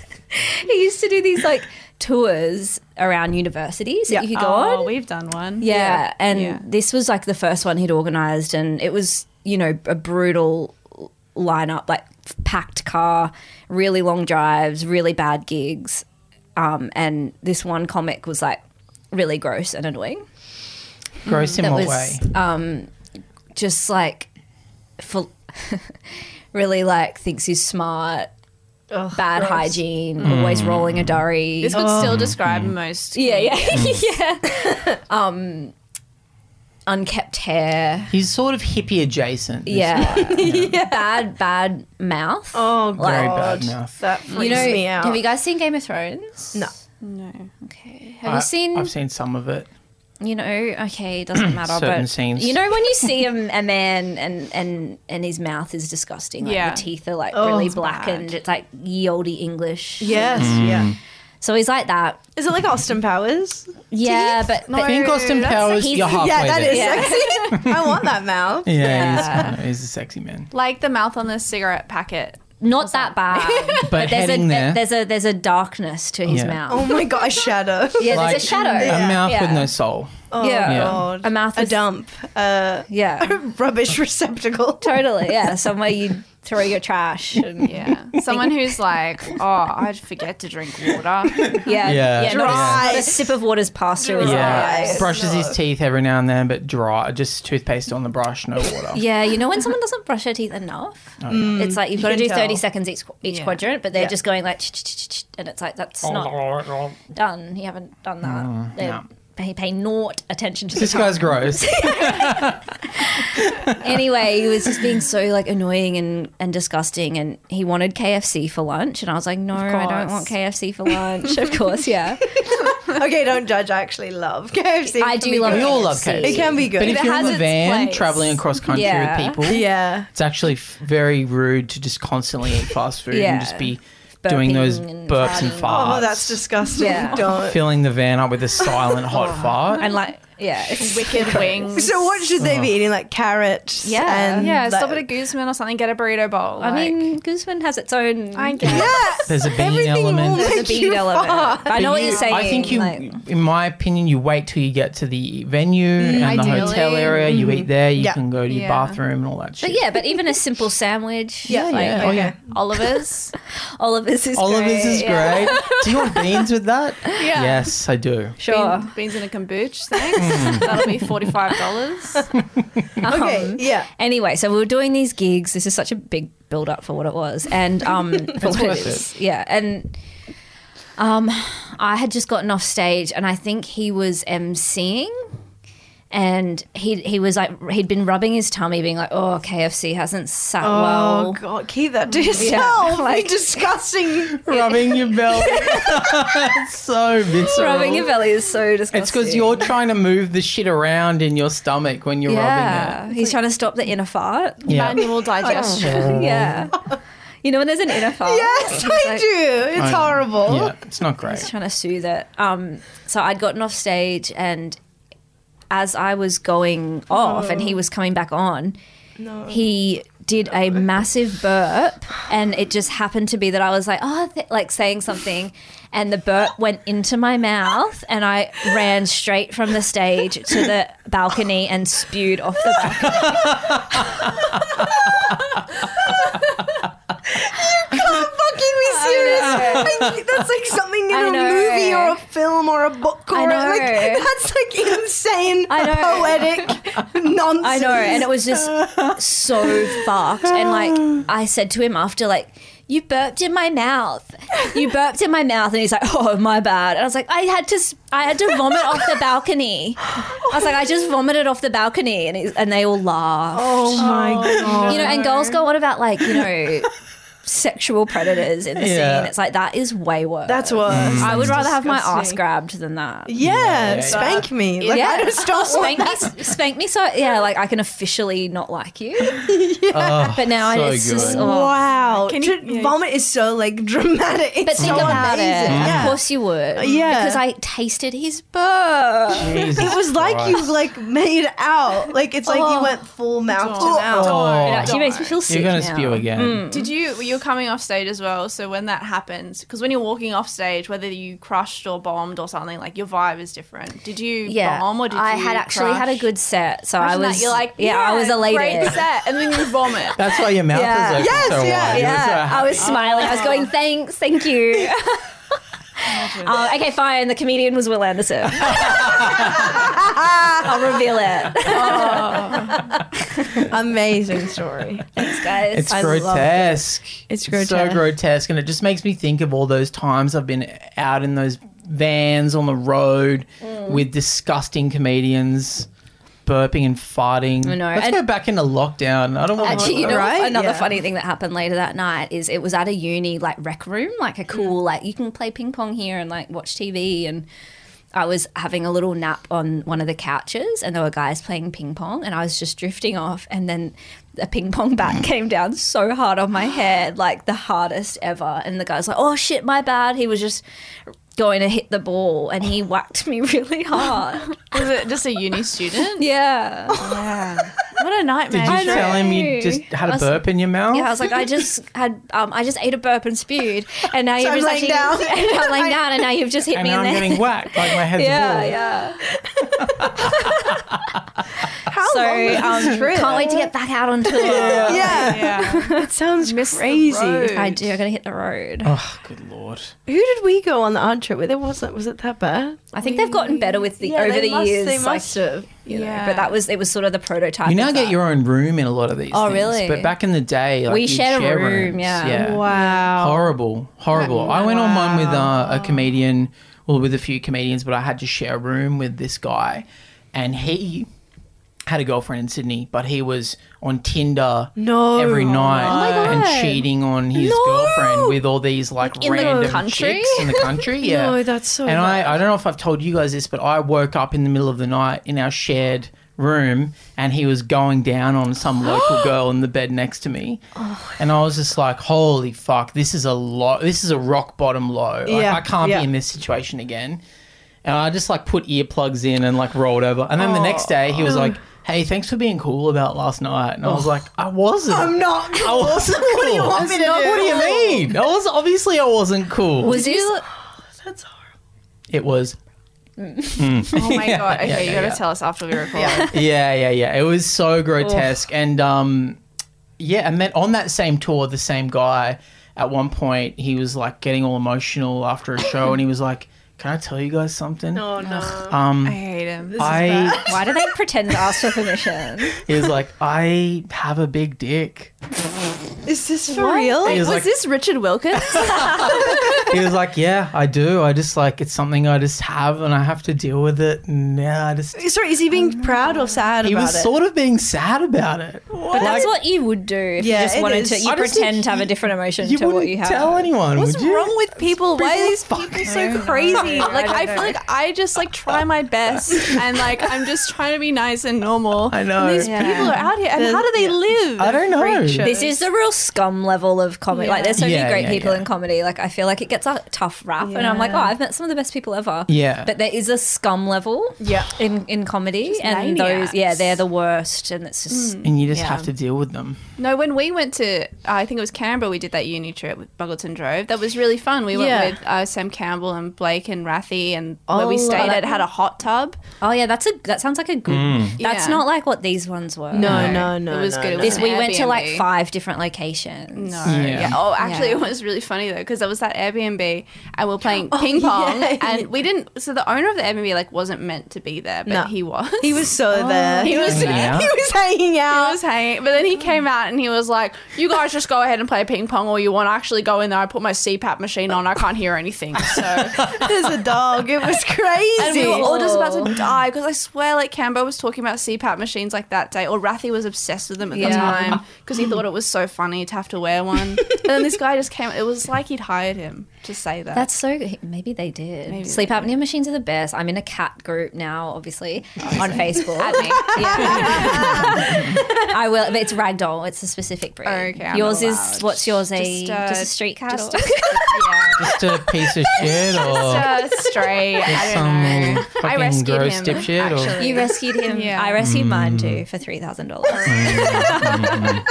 [SPEAKER 5] he used to do these like tours around universities that
[SPEAKER 2] Yeah.
[SPEAKER 5] you could go on.
[SPEAKER 4] Oh, we've done one.
[SPEAKER 5] Yeah, and
[SPEAKER 4] Yeah.
[SPEAKER 5] this was like the first one he'd organized, and it was you know a brutal lineup, like packed car, really long drives, really bad gigs, um, and this one comic was like really gross and annoying.
[SPEAKER 3] Gross in
[SPEAKER 5] That
[SPEAKER 3] what
[SPEAKER 5] was um,
[SPEAKER 3] way?
[SPEAKER 5] Just like for really like thinks he's smart.
[SPEAKER 2] Ugh,
[SPEAKER 5] bad
[SPEAKER 2] Oh, gross.
[SPEAKER 5] hygiene, always rolling a durry.
[SPEAKER 4] This would still describe most.
[SPEAKER 5] yeah, yeah, yeah. um, unkept hair.
[SPEAKER 3] He's sort of hippie adjacent.
[SPEAKER 5] Yeah. Bad, bad mouth.
[SPEAKER 2] Oh
[SPEAKER 3] Very
[SPEAKER 2] god,
[SPEAKER 3] bad mouth.
[SPEAKER 2] that freaks
[SPEAKER 5] you know,
[SPEAKER 2] me out.
[SPEAKER 5] have you guys seen Game of Thrones?
[SPEAKER 2] No. Uh,
[SPEAKER 4] No.
[SPEAKER 5] Okay. Have
[SPEAKER 3] I,
[SPEAKER 5] you seen,
[SPEAKER 3] I've seen some of it.
[SPEAKER 5] you know, okay, it doesn't matter,
[SPEAKER 3] Certain
[SPEAKER 5] but
[SPEAKER 3] scenes.
[SPEAKER 5] you know when you see a, a man and, and and his mouth is disgusting, like
[SPEAKER 4] Yeah.
[SPEAKER 5] the teeth are like
[SPEAKER 2] Oh,
[SPEAKER 5] really
[SPEAKER 2] it's
[SPEAKER 5] blackened. It's like ye olde English.
[SPEAKER 2] yes,
[SPEAKER 4] Mm.
[SPEAKER 2] yeah.
[SPEAKER 5] So he's like that.
[SPEAKER 2] Is it like Austin Powers?
[SPEAKER 5] Yeah, but, but
[SPEAKER 3] I think Austin
[SPEAKER 2] that's-
[SPEAKER 3] Powers,
[SPEAKER 5] he's-
[SPEAKER 3] you're halfway
[SPEAKER 2] yeah, that
[SPEAKER 3] there.
[SPEAKER 2] is sexy. I want that mouth.
[SPEAKER 3] Yeah, He's,
[SPEAKER 5] Yeah.
[SPEAKER 3] kind of- he's a sexy man.
[SPEAKER 4] Like the mouth on the cigarette packet.
[SPEAKER 5] not that bad.
[SPEAKER 3] But,
[SPEAKER 5] there's
[SPEAKER 3] heading
[SPEAKER 5] a
[SPEAKER 3] there,
[SPEAKER 5] there's a there's a darkness to his
[SPEAKER 3] Yeah.
[SPEAKER 5] mouth.
[SPEAKER 2] Oh my god, a shadow.
[SPEAKER 5] yeah,
[SPEAKER 3] like
[SPEAKER 5] there's a shadow.
[SPEAKER 3] a mouth with
[SPEAKER 5] Yeah.
[SPEAKER 3] no soul.
[SPEAKER 2] Oh
[SPEAKER 5] Yeah.
[SPEAKER 2] god.
[SPEAKER 5] A mouth
[SPEAKER 2] a
[SPEAKER 5] with-
[SPEAKER 2] dump. Uh
[SPEAKER 5] Yeah.
[SPEAKER 2] rubbish receptacle.
[SPEAKER 5] totally. Yeah, somewhere you throw your trash. And, yeah,
[SPEAKER 4] Yeah. Someone who's like, oh, I forget to drink water.
[SPEAKER 5] yeah,
[SPEAKER 3] Yeah.
[SPEAKER 5] Not,
[SPEAKER 2] Dry.
[SPEAKER 5] a, not a sip of water's passed through his
[SPEAKER 3] Yeah,
[SPEAKER 5] eyes.
[SPEAKER 3] brushes his teeth every now and then, but dry, just toothpaste on the brush, no water.
[SPEAKER 5] Yeah, you know when someone doesn't brush their teeth enough,
[SPEAKER 3] Oh,
[SPEAKER 5] it's like you've got to
[SPEAKER 2] Mm. can
[SPEAKER 5] do
[SPEAKER 2] tell.
[SPEAKER 5] thirty seconds each each
[SPEAKER 4] Yeah.
[SPEAKER 5] quadrant, but they're
[SPEAKER 2] Yeah. Oh,
[SPEAKER 5] just going like, ch- ch- ch- ch- and it's like that's not done. You haven't done that. they
[SPEAKER 3] no.
[SPEAKER 5] pay, pay naught attention to
[SPEAKER 3] Mm, This
[SPEAKER 5] the time.
[SPEAKER 3] guy's gross.
[SPEAKER 5] anyway, he was just being so like annoying and, and disgusting, and he wanted KFC for lunch, and I was like, no, I don't
[SPEAKER 4] course.
[SPEAKER 5] want KFC for lunch. of course, yeah.
[SPEAKER 2] okay, don't judge. I actually love KFC.
[SPEAKER 5] I
[SPEAKER 2] It can
[SPEAKER 5] do
[SPEAKER 2] be
[SPEAKER 5] love
[SPEAKER 2] good.
[SPEAKER 3] We all love
[SPEAKER 5] KFC.
[SPEAKER 3] KFC.
[SPEAKER 2] It can be good.
[SPEAKER 3] But if
[SPEAKER 5] it
[SPEAKER 3] you're in
[SPEAKER 5] has
[SPEAKER 3] the
[SPEAKER 5] its
[SPEAKER 3] van
[SPEAKER 5] place.
[SPEAKER 3] traveling across country
[SPEAKER 5] Yeah.
[SPEAKER 3] with people,
[SPEAKER 2] yeah.
[SPEAKER 3] it's actually f- very rude to just constantly eat fast food
[SPEAKER 5] Yeah.
[SPEAKER 3] and just be doing
[SPEAKER 5] Burping
[SPEAKER 3] those
[SPEAKER 5] and
[SPEAKER 3] burps and
[SPEAKER 5] farting.
[SPEAKER 3] farts.
[SPEAKER 2] Oh, that's disgusting.
[SPEAKER 5] Yeah.
[SPEAKER 2] Don't.
[SPEAKER 3] filling the van up with a silent hot
[SPEAKER 5] Oh.
[SPEAKER 3] fart.
[SPEAKER 5] and like yeah, it's
[SPEAKER 4] Wicked wings.
[SPEAKER 2] So what should they be eating? Like carrots?
[SPEAKER 5] Oh. Yeah.
[SPEAKER 2] and
[SPEAKER 4] yeah,
[SPEAKER 2] like-
[SPEAKER 4] stop at a Guzman or something. Get a burrito bowl.
[SPEAKER 5] I
[SPEAKER 4] like-
[SPEAKER 5] mean, Guzman has its own.
[SPEAKER 4] I get it.
[SPEAKER 2] Yeah.
[SPEAKER 3] There's a bean
[SPEAKER 2] Everything
[SPEAKER 3] element.
[SPEAKER 2] will
[SPEAKER 5] There's a
[SPEAKER 2] make
[SPEAKER 5] bean
[SPEAKER 2] you
[SPEAKER 5] element.
[SPEAKER 2] fart.
[SPEAKER 5] But I know
[SPEAKER 3] But
[SPEAKER 5] what
[SPEAKER 3] you-
[SPEAKER 5] you're saying.
[SPEAKER 3] I think you,
[SPEAKER 5] like-
[SPEAKER 3] in my opinion, you wait till you get to the venue
[SPEAKER 5] Mm,
[SPEAKER 3] and
[SPEAKER 4] Ideally.
[SPEAKER 3] the hotel area. You eat there. You
[SPEAKER 2] Yeah.
[SPEAKER 3] can go to your
[SPEAKER 4] Yeah.
[SPEAKER 3] bathroom and all that shit.
[SPEAKER 5] but yeah, but even a simple sandwich.
[SPEAKER 2] Yeah,
[SPEAKER 5] like,
[SPEAKER 3] yeah. Oh, yeah.
[SPEAKER 4] Oliver's.
[SPEAKER 5] Oliver's is
[SPEAKER 3] Oliver's
[SPEAKER 5] great.
[SPEAKER 3] is great. do you want beans with that? Yes, I do.
[SPEAKER 5] Sure.
[SPEAKER 4] Bean- beans in a kombucha, thanks. That'll be forty-five dollars.
[SPEAKER 2] Okay.
[SPEAKER 5] Um,
[SPEAKER 2] yeah.
[SPEAKER 5] Anyway, so we were doing these gigs. This is such a big build up for what it was, and um, for what
[SPEAKER 3] worth
[SPEAKER 5] it is, yeah. And um, I had just gotten off stage, and I think he was emceeing, and he he was like he'd been rubbing his tummy, being like, "Oh, KFC hasn't sat
[SPEAKER 2] Oh
[SPEAKER 5] well."
[SPEAKER 2] God, keep that to yourself.
[SPEAKER 5] like-
[SPEAKER 2] like disgusting.
[SPEAKER 3] Rubbing your belly. it's so visceral.
[SPEAKER 5] Rubbing your belly is so disgusting.
[SPEAKER 3] It's because you're trying to move the shit around in your stomach when you're
[SPEAKER 5] yeah. He's trying to stop the inner fart.
[SPEAKER 3] rubbing it. Yeah.
[SPEAKER 4] Manual digestion.
[SPEAKER 5] yeah. You know when there's an inner fart.
[SPEAKER 2] Yes,
[SPEAKER 5] He's
[SPEAKER 2] I
[SPEAKER 5] like-
[SPEAKER 2] do. It's
[SPEAKER 3] I know.
[SPEAKER 2] horrible.
[SPEAKER 3] Yeah, it's not great.
[SPEAKER 5] just trying to soothe it. Um, so I'd gotten off stage, and as I was going off, and he was coming back on, he did a massive burp, and it just happened to be that I was like, oh, th- like saying something, and the burp went into my mouth, and I ran straight from the stage to the balcony and spewed off the balcony.
[SPEAKER 2] Fucking be serious. Like, that's like something in
[SPEAKER 5] I
[SPEAKER 2] a
[SPEAKER 5] know.
[SPEAKER 2] movie or a film or a book or
[SPEAKER 5] I know.
[SPEAKER 2] like that's like insane,
[SPEAKER 5] I know.
[SPEAKER 2] poetic nonsense.
[SPEAKER 5] I know, and it was just so fucked. And like, I said to him after, like, you burped in my mouth. You burped in my mouth, and he's like, "Oh, my bad." And I was like, "I had to, s- I had to vomit off the balcony." I was like, "I just vomited off the balcony," and he's, and they all laugh.
[SPEAKER 2] Oh my god.
[SPEAKER 5] you know, and girls go on about like, you know. Sexual predators in the
[SPEAKER 3] Yeah.
[SPEAKER 5] scene. It's like that is way worse.
[SPEAKER 2] That's worse.
[SPEAKER 4] Mm.
[SPEAKER 5] I would rather have my ass
[SPEAKER 2] disgusting.
[SPEAKER 5] grabbed than that.
[SPEAKER 2] Yeah, spank me. Like, I just don't
[SPEAKER 5] spank
[SPEAKER 2] want
[SPEAKER 5] me,
[SPEAKER 2] that.
[SPEAKER 5] spank me so yeah, like I can officially not like you.
[SPEAKER 3] Oh,
[SPEAKER 5] But now
[SPEAKER 3] so
[SPEAKER 5] it's
[SPEAKER 3] good.
[SPEAKER 5] just oh.
[SPEAKER 2] Wow.
[SPEAKER 4] Can you-
[SPEAKER 2] To- vomit is so like dramatic. It's
[SPEAKER 5] But think
[SPEAKER 2] so
[SPEAKER 5] about it.
[SPEAKER 2] amazing.
[SPEAKER 5] Of
[SPEAKER 2] Yeah.
[SPEAKER 5] course you would.
[SPEAKER 2] Yeah.
[SPEAKER 5] Because I tasted his burp.
[SPEAKER 3] Jesus
[SPEAKER 2] It was like
[SPEAKER 3] Christ.
[SPEAKER 2] you like made out. Like it's like
[SPEAKER 5] Oh.
[SPEAKER 2] you went full mouth to mouth.
[SPEAKER 3] Oh,
[SPEAKER 5] It actually makes me feel sick.
[SPEAKER 3] you're gonna
[SPEAKER 5] now. Mm.
[SPEAKER 3] spew again.
[SPEAKER 4] Did you? You're coming off stage as well. So when that happens, because when you're walking off stage, whether you crushed or bombed or something, like your vibe is different. Did you
[SPEAKER 5] Yeah.
[SPEAKER 4] bomb or did
[SPEAKER 5] I
[SPEAKER 4] you
[SPEAKER 5] had actually had a
[SPEAKER 4] crush?
[SPEAKER 5] good set. So I
[SPEAKER 4] Imagine
[SPEAKER 5] was
[SPEAKER 4] that. You're like,
[SPEAKER 5] yeah, I was
[SPEAKER 4] Great
[SPEAKER 5] elated.
[SPEAKER 4] set, and then you vomit.
[SPEAKER 3] That's why your mouth
[SPEAKER 5] Yeah.
[SPEAKER 3] is open
[SPEAKER 2] Yes,
[SPEAKER 3] so
[SPEAKER 2] yeah,
[SPEAKER 3] wide. You were so
[SPEAKER 5] Yeah. I
[SPEAKER 3] happy.
[SPEAKER 5] was smiling. I was going,
[SPEAKER 4] Oh.
[SPEAKER 5] thanks, thank you. Uh, okay, fine. The comedian was Will Anderson. I'll reveal it.
[SPEAKER 2] Amazing story.
[SPEAKER 5] Thanks, guys.
[SPEAKER 3] It's
[SPEAKER 2] I loved it.
[SPEAKER 3] grotesque.
[SPEAKER 2] It's
[SPEAKER 3] so
[SPEAKER 2] grotesque.
[SPEAKER 3] grotesque, and it just makes me think of all those times I've been out in those vans on the road
[SPEAKER 5] Mm.
[SPEAKER 3] with disgusting comedians burping and farting.
[SPEAKER 5] know,
[SPEAKER 3] Let's
[SPEAKER 5] and-
[SPEAKER 3] go back into lockdown. I don't want
[SPEAKER 5] Actually, you know,
[SPEAKER 2] Right?
[SPEAKER 5] another
[SPEAKER 2] Yeah.
[SPEAKER 5] funny thing that happened later that night is it was at a uni like rec room, like
[SPEAKER 2] Mm.
[SPEAKER 5] a cool like you can play ping pong here and like watch TV and I was having a little nap on one of the couches and there were guys playing ping pong and I was just drifting off and then a ping pong
[SPEAKER 2] Mm.
[SPEAKER 5] bat came down so hard on my head, like the hardest ever. And the guy's like, "Oh shit, my bad." He was just going to hit the ball and he whacked me really hard.
[SPEAKER 4] Was it just a uni student?
[SPEAKER 5] yeah.
[SPEAKER 4] What a nightmare!
[SPEAKER 3] Did you tell him you
[SPEAKER 5] know.
[SPEAKER 3] just had
[SPEAKER 5] I
[SPEAKER 3] a
[SPEAKER 5] was-
[SPEAKER 3] burp in your
[SPEAKER 2] Oh.
[SPEAKER 3] mouth?
[SPEAKER 5] Yeah, I was like, I just had, um, I just ate a burp and spewed, and now you've
[SPEAKER 2] I'm
[SPEAKER 5] just
[SPEAKER 2] laying
[SPEAKER 5] actually,
[SPEAKER 2] down.
[SPEAKER 5] and I'm laying down, and now you've just hit
[SPEAKER 3] and
[SPEAKER 5] me in
[SPEAKER 3] now I'm
[SPEAKER 5] the
[SPEAKER 3] getting whacked like my head's
[SPEAKER 5] yeah,
[SPEAKER 3] bald.
[SPEAKER 5] yeah.
[SPEAKER 2] How
[SPEAKER 5] So
[SPEAKER 2] long was this
[SPEAKER 5] um,
[SPEAKER 2] trip?
[SPEAKER 5] can't wait to get back out on tour.
[SPEAKER 3] Uh,
[SPEAKER 2] Yeah.
[SPEAKER 4] Yeah.
[SPEAKER 2] It sounds crazy.
[SPEAKER 5] I do. I gotta hit the road.
[SPEAKER 3] Oh, good lord.
[SPEAKER 2] Who did we go on the art trip with? It wasn't was it that bad?
[SPEAKER 5] I think they've gotten better with the over the years,
[SPEAKER 2] They
[SPEAKER 5] like,
[SPEAKER 2] must have.
[SPEAKER 5] you know,
[SPEAKER 4] Yeah.
[SPEAKER 5] but that was it was sort of the prototype.
[SPEAKER 3] You now
[SPEAKER 5] of
[SPEAKER 3] get
[SPEAKER 5] that.
[SPEAKER 3] your own room in a lot of these.
[SPEAKER 5] Oh,
[SPEAKER 3] things,
[SPEAKER 5] really?
[SPEAKER 3] But back in the day, like,
[SPEAKER 5] We
[SPEAKER 3] you'd
[SPEAKER 5] shared a
[SPEAKER 3] share
[SPEAKER 5] room,
[SPEAKER 3] rooms.
[SPEAKER 5] yeah.
[SPEAKER 2] Wow.
[SPEAKER 3] Horrible, horrible. I went on one with uh, a comedian, well, with a few comedians, but I had to share a room with this guy, and he had a girlfriend in Sydney, but he was on Tinder
[SPEAKER 2] No. Oh
[SPEAKER 3] every night
[SPEAKER 4] my God.
[SPEAKER 3] and cheating on his
[SPEAKER 2] No.
[SPEAKER 3] girlfriend with all these like,
[SPEAKER 5] in the
[SPEAKER 3] random
[SPEAKER 5] country?
[SPEAKER 3] chicks in the country. Yeah.
[SPEAKER 2] No, that's so
[SPEAKER 3] And
[SPEAKER 2] bad.
[SPEAKER 3] I, I don't know if I've told you guys this, but I woke up in the middle of the night in our shared room and he was going down on some local girl in the bed next to me.
[SPEAKER 2] Oh.
[SPEAKER 3] And I was just like, holy fuck, this is a low, this is a rock bottom low. Like,
[SPEAKER 2] Yeah,
[SPEAKER 3] I can't
[SPEAKER 2] yeah.
[SPEAKER 3] be in this situation again. And I just like put earplugs in and like rolled over. And then
[SPEAKER 2] Oh.
[SPEAKER 3] the next day he was like, hey, thanks for being cool about last night. And I was like, I wasn't.
[SPEAKER 2] Oh. I'm not.
[SPEAKER 3] I wasn't cool. What do you
[SPEAKER 2] want me to do?
[SPEAKER 3] What do you mean? I was obviously I wasn't cool.
[SPEAKER 5] Was this
[SPEAKER 2] That's horrible.
[SPEAKER 3] it was
[SPEAKER 4] Oh my god. Okay,
[SPEAKER 3] yeah,
[SPEAKER 4] you gotta
[SPEAKER 3] yeah.
[SPEAKER 4] tell us after we record.
[SPEAKER 3] yeah, yeah, yeah. It was so grotesque. And um, yeah, and then on that same tour, the same guy at one point he was like getting all emotional after a show, and he was like, "Can I tell you guys something?"
[SPEAKER 2] Oh no.
[SPEAKER 4] I
[SPEAKER 3] Um,
[SPEAKER 4] hate him.
[SPEAKER 3] I
[SPEAKER 5] why do they pretend to ask for permission?
[SPEAKER 3] he was like, "I have a big dick."
[SPEAKER 2] Is this for real?
[SPEAKER 3] He was
[SPEAKER 4] was
[SPEAKER 3] like,
[SPEAKER 4] this Richard Wilkins?
[SPEAKER 3] he was like, "Yeah, I do. I just like it's something I just have, and I have to deal with it." And yeah, I just.
[SPEAKER 2] Sorry, is he being proud or sad
[SPEAKER 3] He
[SPEAKER 2] about
[SPEAKER 3] was
[SPEAKER 2] it?
[SPEAKER 3] sort of being sad about it.
[SPEAKER 5] But that's what you would do if
[SPEAKER 2] Yeah,
[SPEAKER 5] you just
[SPEAKER 2] it
[SPEAKER 5] wanted
[SPEAKER 2] is.
[SPEAKER 5] to. You
[SPEAKER 3] I just
[SPEAKER 5] pretend
[SPEAKER 3] think
[SPEAKER 5] to have a
[SPEAKER 3] you-
[SPEAKER 5] different emotion
[SPEAKER 3] You
[SPEAKER 5] to
[SPEAKER 3] wouldn't
[SPEAKER 5] what you have.
[SPEAKER 3] tell anyone,
[SPEAKER 2] What's
[SPEAKER 3] would you?
[SPEAKER 2] wrong with people? Why are these people so crazy?
[SPEAKER 4] like I feel like I just like try my best and like I'm just trying to be nice and normal.
[SPEAKER 3] I know.
[SPEAKER 4] And these
[SPEAKER 3] Yeah.
[SPEAKER 4] people are out here and how do they live?
[SPEAKER 3] I don't know.
[SPEAKER 2] Freak show.
[SPEAKER 5] This is the real scum level of comedy. Like, there's so
[SPEAKER 3] Yeah,
[SPEAKER 5] many great
[SPEAKER 3] yeah,
[SPEAKER 5] people
[SPEAKER 3] yeah.
[SPEAKER 5] in comedy. Like, I feel like it gets a tough rap, and I'm like, oh, I've met some of the best people ever.
[SPEAKER 3] Yeah.
[SPEAKER 5] But there is a scum level.
[SPEAKER 2] Yeah.
[SPEAKER 5] In in comedy, and
[SPEAKER 4] maniacs. Mm.
[SPEAKER 5] those yeah, they're the worst, and it's just
[SPEAKER 3] and you just
[SPEAKER 5] Yeah.
[SPEAKER 3] have to deal with them.
[SPEAKER 4] No, when we went to, uh, I think it was Canberra, we did that uni trip with Buggleton Drove. That was really fun. We
[SPEAKER 2] Yeah.
[SPEAKER 4] went with uh, Sam Campbell and Blake and Rathy, and where we
[SPEAKER 5] Oh,
[SPEAKER 4] stayed
[SPEAKER 5] that-
[SPEAKER 4] at had a hot tub.
[SPEAKER 5] oh yeah, that's a that sounds like a good.
[SPEAKER 3] Mm.
[SPEAKER 5] That's
[SPEAKER 4] Yeah.
[SPEAKER 5] not like what these ones were.
[SPEAKER 2] No, no, no.
[SPEAKER 4] It was
[SPEAKER 2] no,
[SPEAKER 4] good. It
[SPEAKER 2] no.
[SPEAKER 4] was
[SPEAKER 5] This we went to like
[SPEAKER 4] Airbnb.
[SPEAKER 5] five different locations.
[SPEAKER 4] No.
[SPEAKER 3] Yeah.
[SPEAKER 4] Yeah. Oh, actually,
[SPEAKER 5] Yeah.
[SPEAKER 4] it was really funny though because there was that Airbnb, and we are playing ping pong,
[SPEAKER 2] yeah.
[SPEAKER 4] and we didn't. So the owner of the Airbnb like wasn't meant to be there, but
[SPEAKER 2] No.
[SPEAKER 4] he was.
[SPEAKER 2] He was so there. He was.
[SPEAKER 3] Hanging out.
[SPEAKER 2] He was hanging
[SPEAKER 4] I
[SPEAKER 2] out.
[SPEAKER 4] was hanging, but then he came out and he was like, "You guys just go ahead and play ping pong all you want. I actually go in there. I put my CPAP machine on. I can't hear anything." So
[SPEAKER 2] There's a dog. It was
[SPEAKER 4] and we were
[SPEAKER 2] crazy.
[SPEAKER 4] all just about to die because I swear, like Cambo was talking about CPAP machines like that day, or Rathy was obsessed with them at the
[SPEAKER 5] Yeah.
[SPEAKER 4] time because he thought it was so funny to have to wear one. and then this guy just came. It was like he'd hired him to say that.
[SPEAKER 5] That's so good. Maybe they did. Sleep apnea machines are the best. I'm in a cat group now, obviously, on Facebook. Yeah. I will. but It's ragdoll. It's a specific breed.
[SPEAKER 4] Okay, I'm
[SPEAKER 5] yours is
[SPEAKER 4] allowed.
[SPEAKER 5] what's yours? a
[SPEAKER 4] Just, uh,
[SPEAKER 5] just a street cat.
[SPEAKER 4] just-
[SPEAKER 5] or-
[SPEAKER 3] Just a piece of shit or
[SPEAKER 4] Uh, straight. I don't know.
[SPEAKER 3] some
[SPEAKER 4] I
[SPEAKER 3] fucking
[SPEAKER 4] rescued
[SPEAKER 3] gross
[SPEAKER 4] him.
[SPEAKER 3] dipshit or
[SPEAKER 4] actually.
[SPEAKER 5] you rescued him.
[SPEAKER 4] Yeah. Oh,
[SPEAKER 5] I rescued mine too for three thousand dollars.
[SPEAKER 4] My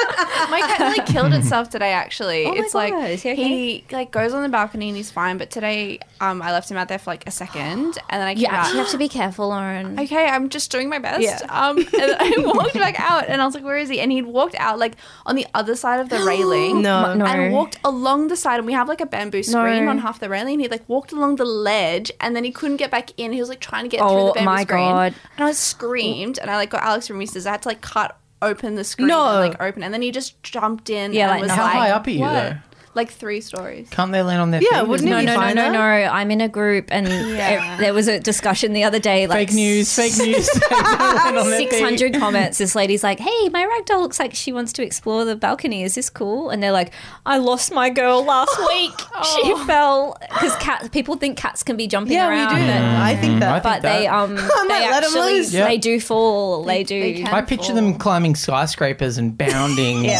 [SPEAKER 4] cat nearly killed itself today. Actually,
[SPEAKER 5] Oh my
[SPEAKER 4] it's
[SPEAKER 5] God,
[SPEAKER 4] like
[SPEAKER 5] is he okay?
[SPEAKER 4] he like goes on the balcony and he's fine. But today, um, I left him out there for like a second, and then I came
[SPEAKER 5] You
[SPEAKER 4] out.
[SPEAKER 5] actually have to be careful, Lauren.
[SPEAKER 4] okay, I'm just doing my best. Um, and I walked back out and I was like, where is he? And he'd walked out like on the other side of the railing.
[SPEAKER 2] No.
[SPEAKER 5] No.
[SPEAKER 4] And walked along the side, and we have like a bamboo screen
[SPEAKER 5] No.
[SPEAKER 4] on half the railing. And he like walked along the ledge, and then he couldn't get back in. He was like trying to get through
[SPEAKER 5] Oh
[SPEAKER 4] the bamboo
[SPEAKER 5] my
[SPEAKER 4] screen,
[SPEAKER 5] God.
[SPEAKER 4] and I screamed, and I like got Alex from Reese's. I had to like cut open the screen,
[SPEAKER 2] No.
[SPEAKER 4] and, like open, and then he just jumped in.
[SPEAKER 5] Yeah,
[SPEAKER 4] and
[SPEAKER 5] like,
[SPEAKER 4] was
[SPEAKER 5] no.
[SPEAKER 3] How
[SPEAKER 4] like,
[SPEAKER 3] high up are you,
[SPEAKER 4] what?
[SPEAKER 3] though?
[SPEAKER 4] Like three stories.
[SPEAKER 3] can't they land on their
[SPEAKER 2] Yeah,
[SPEAKER 3] feet?
[SPEAKER 2] wouldn't
[SPEAKER 5] No,
[SPEAKER 2] it be
[SPEAKER 5] no, no,
[SPEAKER 2] fine
[SPEAKER 5] no,
[SPEAKER 2] though?
[SPEAKER 5] no. I'm in a group, and
[SPEAKER 4] Yeah.
[SPEAKER 5] it- there was a discussion the other day. Like
[SPEAKER 3] Fake news, fake news. They land on their feet.
[SPEAKER 5] six hundred comments. This lady's like, "Hey, my ragdoll looks like she wants to explore the balcony. Is this cool?" And they're like, "I lost my girl last week. She fell because cats. People think cats can be jumping
[SPEAKER 2] Oh. Yeah,
[SPEAKER 5] around,
[SPEAKER 2] we do.
[SPEAKER 5] and-
[SPEAKER 2] I think
[SPEAKER 3] I
[SPEAKER 2] that.
[SPEAKER 3] think
[SPEAKER 5] but they
[SPEAKER 3] that-
[SPEAKER 5] um they
[SPEAKER 2] might let 'em
[SPEAKER 5] actually
[SPEAKER 2] loose.
[SPEAKER 3] Mm. Yeah.
[SPEAKER 5] they do fall. They, do.
[SPEAKER 4] they can.
[SPEAKER 3] I picture them climbing skyscrapers and bounding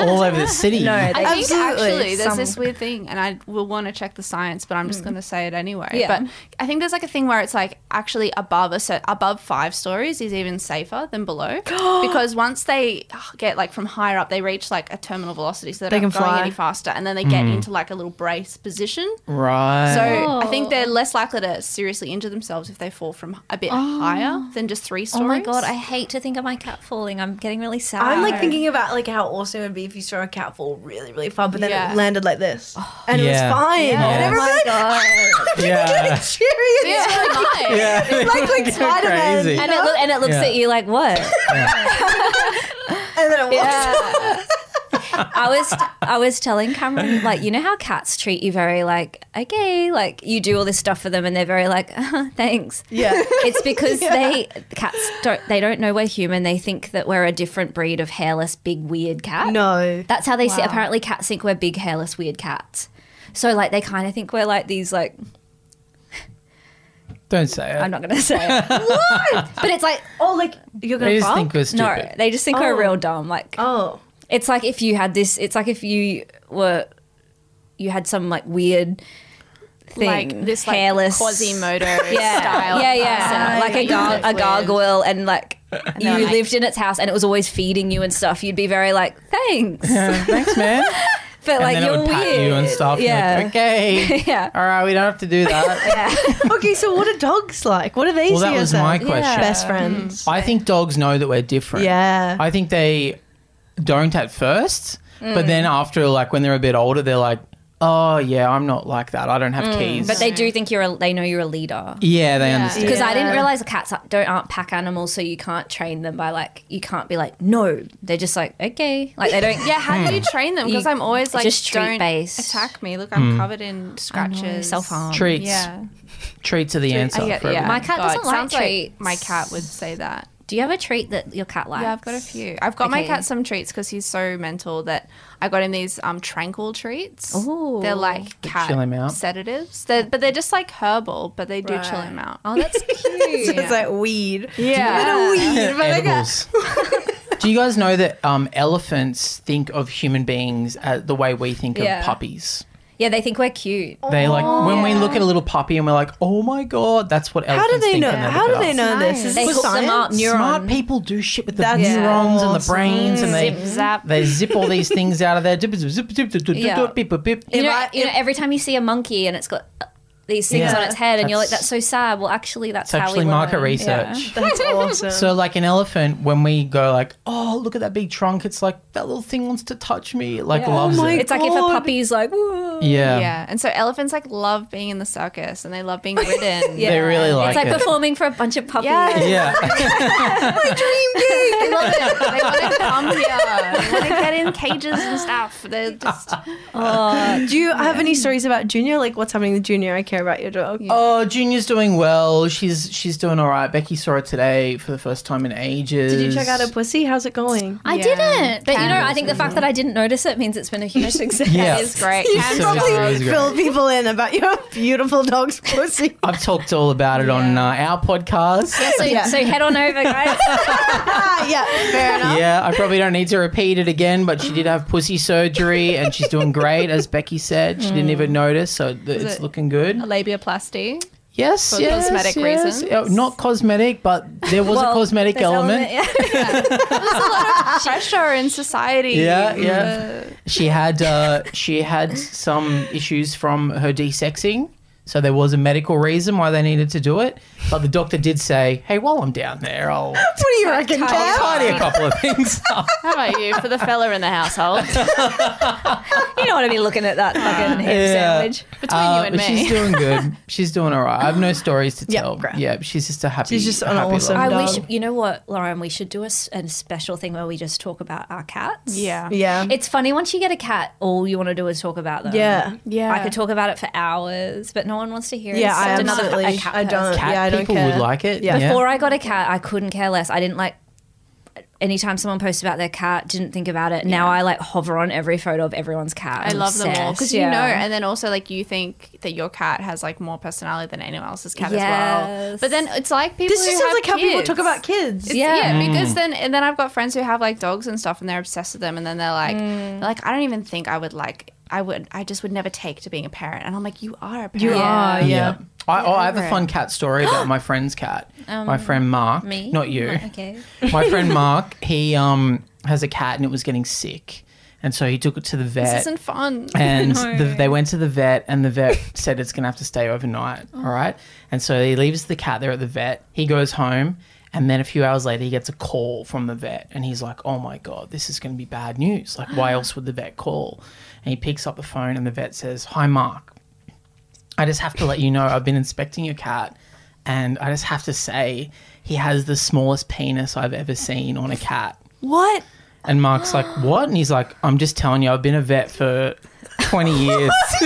[SPEAKER 3] all over the city.
[SPEAKER 5] No, they,
[SPEAKER 4] I think
[SPEAKER 2] Absolutely,
[SPEAKER 4] actually there's
[SPEAKER 5] some- Mm.
[SPEAKER 4] this weird thing, and I will want to check the science, but I'm just going to say it anyway.
[SPEAKER 5] Yeah.
[SPEAKER 4] But I think there's like a thing where it's like actually above a cer above five stories is even safer than below because once they uh, get like from higher up, they reach like a terminal velocity, so they're
[SPEAKER 2] They
[SPEAKER 4] not
[SPEAKER 2] can
[SPEAKER 4] going
[SPEAKER 2] fly.
[SPEAKER 4] any faster, and then they get into like a little brace position.
[SPEAKER 5] Oh.
[SPEAKER 3] Right.
[SPEAKER 4] So I think they're less likely to seriously injure themselves if they fall from a bit higher than just three stories.
[SPEAKER 5] oh my god, I hate to think of my cat falling. I'm getting really sad.
[SPEAKER 2] I'm like thinking about like how awesome it would be if you saw a cat fall really, really far, but then
[SPEAKER 4] Yeah.
[SPEAKER 2] it landed like this, and
[SPEAKER 3] Yeah.
[SPEAKER 2] it was fine. And
[SPEAKER 3] Oh
[SPEAKER 2] everyone
[SPEAKER 3] yeah.
[SPEAKER 2] cheering.
[SPEAKER 4] Yeah,
[SPEAKER 2] It's
[SPEAKER 4] it's like,
[SPEAKER 3] yeah.
[SPEAKER 2] Like like Spider Man,
[SPEAKER 3] crazy.
[SPEAKER 5] and it, look and it looks
[SPEAKER 3] Yeah.
[SPEAKER 5] at you like what?
[SPEAKER 2] and then it walks.
[SPEAKER 4] yeah.
[SPEAKER 5] I was I was telling Cameron like you know how cats treat you very like okay like you do all this stuff for them and they're very like uh thanks
[SPEAKER 2] Yeah.
[SPEAKER 5] it's because they cats don't they don't know we're human they think that we're a different breed of hairless big weird cat
[SPEAKER 2] No.
[SPEAKER 5] that's how they see apparently cats think we're big hairless weird cats so like they kind of think we're like these like
[SPEAKER 3] Don't say it.
[SPEAKER 5] I'm not gonna say it. but it's like oh like you're gonna
[SPEAKER 3] They just
[SPEAKER 5] bark?
[SPEAKER 3] think we're
[SPEAKER 5] no
[SPEAKER 3] stupid.
[SPEAKER 5] they just think we're real dumb like
[SPEAKER 2] Oh.
[SPEAKER 5] It's like if you had this. It's like if you were, you had some like weird thing,
[SPEAKER 4] like this like
[SPEAKER 5] hairless,
[SPEAKER 4] Quasimodo
[SPEAKER 5] yeah,
[SPEAKER 4] style.
[SPEAKER 5] yeah, yeah,
[SPEAKER 4] person.
[SPEAKER 5] like a, gar- a
[SPEAKER 4] Weird.
[SPEAKER 5] gargoyle, and like you
[SPEAKER 4] they're like-
[SPEAKER 5] lived in its house, and it was always feeding you and stuff. You'd be very like, thanks,
[SPEAKER 3] Yeah, Thanks, man.
[SPEAKER 5] but like
[SPEAKER 3] and then
[SPEAKER 5] you're
[SPEAKER 3] it would pat
[SPEAKER 5] weird,
[SPEAKER 3] you and stuff. Yeah.
[SPEAKER 5] Yeah,
[SPEAKER 3] Like, okay.
[SPEAKER 5] yeah.
[SPEAKER 3] All right, we don't have to do that.
[SPEAKER 2] Okay, so what are dogs like? What are they
[SPEAKER 3] Well, that
[SPEAKER 2] see
[SPEAKER 3] was
[SPEAKER 2] as a-
[SPEAKER 3] my question.
[SPEAKER 5] Hmm.
[SPEAKER 2] best friends?
[SPEAKER 3] I think dogs know that we're different.
[SPEAKER 2] Yeah.
[SPEAKER 3] I think they don't at first, but then after, like, when they're a bit older, they're like, oh, yeah, I'm not like that. I don't have keys.
[SPEAKER 5] But they do think you're. A, they know you're a leader.
[SPEAKER 3] yeah, they understand.
[SPEAKER 5] Because I didn't realize cats are- don't aren't pack animals, so you can't train them by like you can't be like no. They're just like okay, like they don't.
[SPEAKER 4] Yeah, how do you train them? Because
[SPEAKER 5] Hmm. You-
[SPEAKER 4] I'm always like,
[SPEAKER 5] just treat
[SPEAKER 4] don't
[SPEAKER 5] based.
[SPEAKER 4] attack me. Look,
[SPEAKER 3] Hmm.
[SPEAKER 4] I'm covered in scratches.
[SPEAKER 5] self harm.
[SPEAKER 3] Treats.
[SPEAKER 4] Yeah,
[SPEAKER 3] Treats are the answer.
[SPEAKER 4] I get-
[SPEAKER 3] for everyone.
[SPEAKER 5] My cat doesn't like
[SPEAKER 4] sounds
[SPEAKER 5] treats.
[SPEAKER 4] my cat would say that.
[SPEAKER 5] Do you have a treat that your cat likes?
[SPEAKER 4] Yeah, I've got a few. I've got my
[SPEAKER 5] Okay.
[SPEAKER 4] cat some treats because he's so mental that I got him these um tranquil treats.
[SPEAKER 5] Ooh.
[SPEAKER 4] They're like cat
[SPEAKER 3] chill him out.
[SPEAKER 4] sedatives. They're, but they're just like herbal, but they do chill him out.
[SPEAKER 5] Oh, that's cute.
[SPEAKER 2] So it's like weed.
[SPEAKER 4] Yeah.
[SPEAKER 2] Weed. But like,
[SPEAKER 3] Edibles. Do you guys know that um, elephants think of human beings uh, the way we think
[SPEAKER 5] Yeah.
[SPEAKER 3] of puppies?
[SPEAKER 5] yeah, they think we're cute.
[SPEAKER 3] They like when we look at a little puppy and we're like, "Oh my god, that's what
[SPEAKER 2] how
[SPEAKER 3] elephants
[SPEAKER 2] do they
[SPEAKER 3] think."
[SPEAKER 2] know?
[SPEAKER 3] when
[SPEAKER 2] How
[SPEAKER 3] look
[SPEAKER 2] do
[SPEAKER 3] at
[SPEAKER 2] they
[SPEAKER 3] us."
[SPEAKER 2] know this? Is
[SPEAKER 5] They
[SPEAKER 2] this
[SPEAKER 5] hook them up
[SPEAKER 2] science?
[SPEAKER 3] Smart
[SPEAKER 5] neuron.
[SPEAKER 3] people do shit with the
[SPEAKER 2] That's
[SPEAKER 3] neurons and the
[SPEAKER 2] awesome.
[SPEAKER 3] brains, and they
[SPEAKER 4] Zip zap.
[SPEAKER 3] they zip all these things out of there. Zip, zip, zip, zip, zip, zip,
[SPEAKER 5] Yeah.
[SPEAKER 3] zip, bip, bip, bip.
[SPEAKER 5] You know,
[SPEAKER 2] I-
[SPEAKER 5] you know, every time you see a monkey and it's got uh, these things
[SPEAKER 3] Yeah.
[SPEAKER 5] on its head, and you're like,
[SPEAKER 3] That's-
[SPEAKER 5] "That's so sad." Well, actually, that's
[SPEAKER 3] It's
[SPEAKER 5] how
[SPEAKER 3] actually
[SPEAKER 5] we
[SPEAKER 3] market
[SPEAKER 5] learn.
[SPEAKER 3] research.
[SPEAKER 2] That's awesome.
[SPEAKER 3] So, like an elephant, when we go like, "Oh, look at that big trunk," it's like that little thing wants to touch me. It, Like
[SPEAKER 5] Yeah.
[SPEAKER 3] loves
[SPEAKER 2] Oh my
[SPEAKER 3] it.
[SPEAKER 5] It's like if a
[SPEAKER 2] God.
[SPEAKER 5] puppy's like, Whoa.
[SPEAKER 3] Yeah.
[SPEAKER 4] Yeah. And so elephants like love being in the circus and they love being ridden.
[SPEAKER 3] They really
[SPEAKER 5] it's
[SPEAKER 3] like
[SPEAKER 5] like
[SPEAKER 3] it.
[SPEAKER 5] performing for a bunch of puppies.
[SPEAKER 4] Yeah.
[SPEAKER 3] yeah.
[SPEAKER 4] They love it. They want to come here. They want to get in cages and stuff. They're just
[SPEAKER 5] Oh,
[SPEAKER 2] Do you have any stories about Junior? Like, what's happening with Junior? I care about your dog.
[SPEAKER 3] oh, Junior's doing well. She's she's doing all right. Becky saw her today for the first time in ages.
[SPEAKER 2] Did you check out a pussy? How's it going?
[SPEAKER 5] I didn't. But you know, I think the fact that I didn't notice it means it's been a huge success.
[SPEAKER 3] Yeah.
[SPEAKER 4] is great.
[SPEAKER 3] You
[SPEAKER 4] Cam's
[SPEAKER 3] so
[SPEAKER 4] dog.
[SPEAKER 3] good. It's great.
[SPEAKER 2] Fill people in about your beautiful dog's pussy.
[SPEAKER 3] I've talked all about it on uh, our podcast.
[SPEAKER 5] So, so head on over, guys.
[SPEAKER 2] ah, yeah, fair enough.
[SPEAKER 3] Yeah, I probably don't need to repeat it again, but she did have pussy surgery and she's doing great, as Becky said. She didn't even notice, so th- it's
[SPEAKER 4] it-
[SPEAKER 3] looking good.
[SPEAKER 4] labiaplasty.
[SPEAKER 3] Yes,
[SPEAKER 4] for
[SPEAKER 3] yes,
[SPEAKER 4] cosmetic
[SPEAKER 3] yes.
[SPEAKER 4] reasons?
[SPEAKER 3] Uh, Not cosmetic, but there was a
[SPEAKER 5] Well,
[SPEAKER 3] cosmetic
[SPEAKER 5] there's
[SPEAKER 3] element.
[SPEAKER 5] yeah.
[SPEAKER 4] Pressure in society.
[SPEAKER 3] Yeah, yeah. She had uh, she had some issues from her desexing, so there was a medical reason why they needed to do it. But the doctor did say, "Hey, while I'm down there, I'll
[SPEAKER 2] What do you reckon, Kev?
[SPEAKER 3] tidy a couple of things up."
[SPEAKER 4] How about you for the fella in the household?
[SPEAKER 5] you don't want to be looking at that fucking ham
[SPEAKER 3] Yeah.
[SPEAKER 5] sandwich.
[SPEAKER 4] Between
[SPEAKER 3] Uh,
[SPEAKER 4] you and
[SPEAKER 3] but She's
[SPEAKER 4] me.
[SPEAKER 3] doing good. She's doing all right. I have no stories to
[SPEAKER 2] Yeah,
[SPEAKER 3] tell.
[SPEAKER 2] great.
[SPEAKER 3] Yeah, she's just a happy.
[SPEAKER 2] She's just
[SPEAKER 3] a
[SPEAKER 2] an
[SPEAKER 3] happy
[SPEAKER 2] awesome
[SPEAKER 3] little-
[SPEAKER 5] I
[SPEAKER 2] dog.
[SPEAKER 5] wish you know what, Lauren. We should do a, s- a special thing where we just talk about our cats.
[SPEAKER 4] Yeah.
[SPEAKER 2] Yeah.
[SPEAKER 5] It's funny once you get a cat, all you want to do is talk about them.
[SPEAKER 2] Yeah.
[SPEAKER 4] Yeah.
[SPEAKER 5] I could talk about it for hours, but no one wants to hear. it.
[SPEAKER 2] Yeah,
[SPEAKER 5] It's
[SPEAKER 2] I
[SPEAKER 5] such another-
[SPEAKER 2] absolutely.
[SPEAKER 5] a cat
[SPEAKER 2] I don't.
[SPEAKER 5] person.
[SPEAKER 3] Cat
[SPEAKER 2] yeah, I don't
[SPEAKER 3] people
[SPEAKER 2] care.
[SPEAKER 3] would like it.
[SPEAKER 2] Yeah.
[SPEAKER 5] Before I got a cat, I couldn't care less. I didn't like. Anytime someone posts about their cat, didn't think about it. Now I like hover on every photo of everyone's cat.
[SPEAKER 4] I
[SPEAKER 5] I'm
[SPEAKER 4] love them all because
[SPEAKER 5] obsessed.
[SPEAKER 4] you
[SPEAKER 5] Yeah.
[SPEAKER 4] know, and then also like you think that your cat has like more personality than anyone else's cat as well.
[SPEAKER 5] Yes.
[SPEAKER 4] But then it's like people.
[SPEAKER 2] This
[SPEAKER 4] who
[SPEAKER 2] just sounds
[SPEAKER 4] have
[SPEAKER 2] like how people
[SPEAKER 4] kids.
[SPEAKER 2] talk about kids.
[SPEAKER 4] It's-
[SPEAKER 5] Yeah.
[SPEAKER 4] yeah.
[SPEAKER 3] Mm.
[SPEAKER 4] because then and then I've got friends who have like dogs and stuff, and they're obsessed with them, and then they're like, they're like I don't even think I would like. I would. I just would never take to being a parent, and I'm like, you are a parent.
[SPEAKER 2] You are, yeah.
[SPEAKER 3] I, oh, I have a
[SPEAKER 4] over
[SPEAKER 3] fun cat story about my friend's cat. my friend Mark,
[SPEAKER 5] me?
[SPEAKER 3] not you.
[SPEAKER 5] Okay.
[SPEAKER 3] my friend Mark, he um has a cat and it was getting sick, and so he took it to the vet.
[SPEAKER 4] This isn't fun.
[SPEAKER 3] and the, they went to the vet, and the vet said it's gonna have to stay overnight. All right, and so he leaves the cat there at the vet. He goes home, and then a few hours later, he gets a call from the vet, and he's like, "Oh my god, this is gonna be bad news. Like, why else would the vet call?" And he picks up the phone, and the vet says, "Hi, Mark. I just have to let you know I've been inspecting your cat, and I just have to say he has the smallest penis I've ever seen on a cat."
[SPEAKER 2] What?
[SPEAKER 3] And Mark's like, what? And he's like, I'm just telling you, I've been a vet for 20 years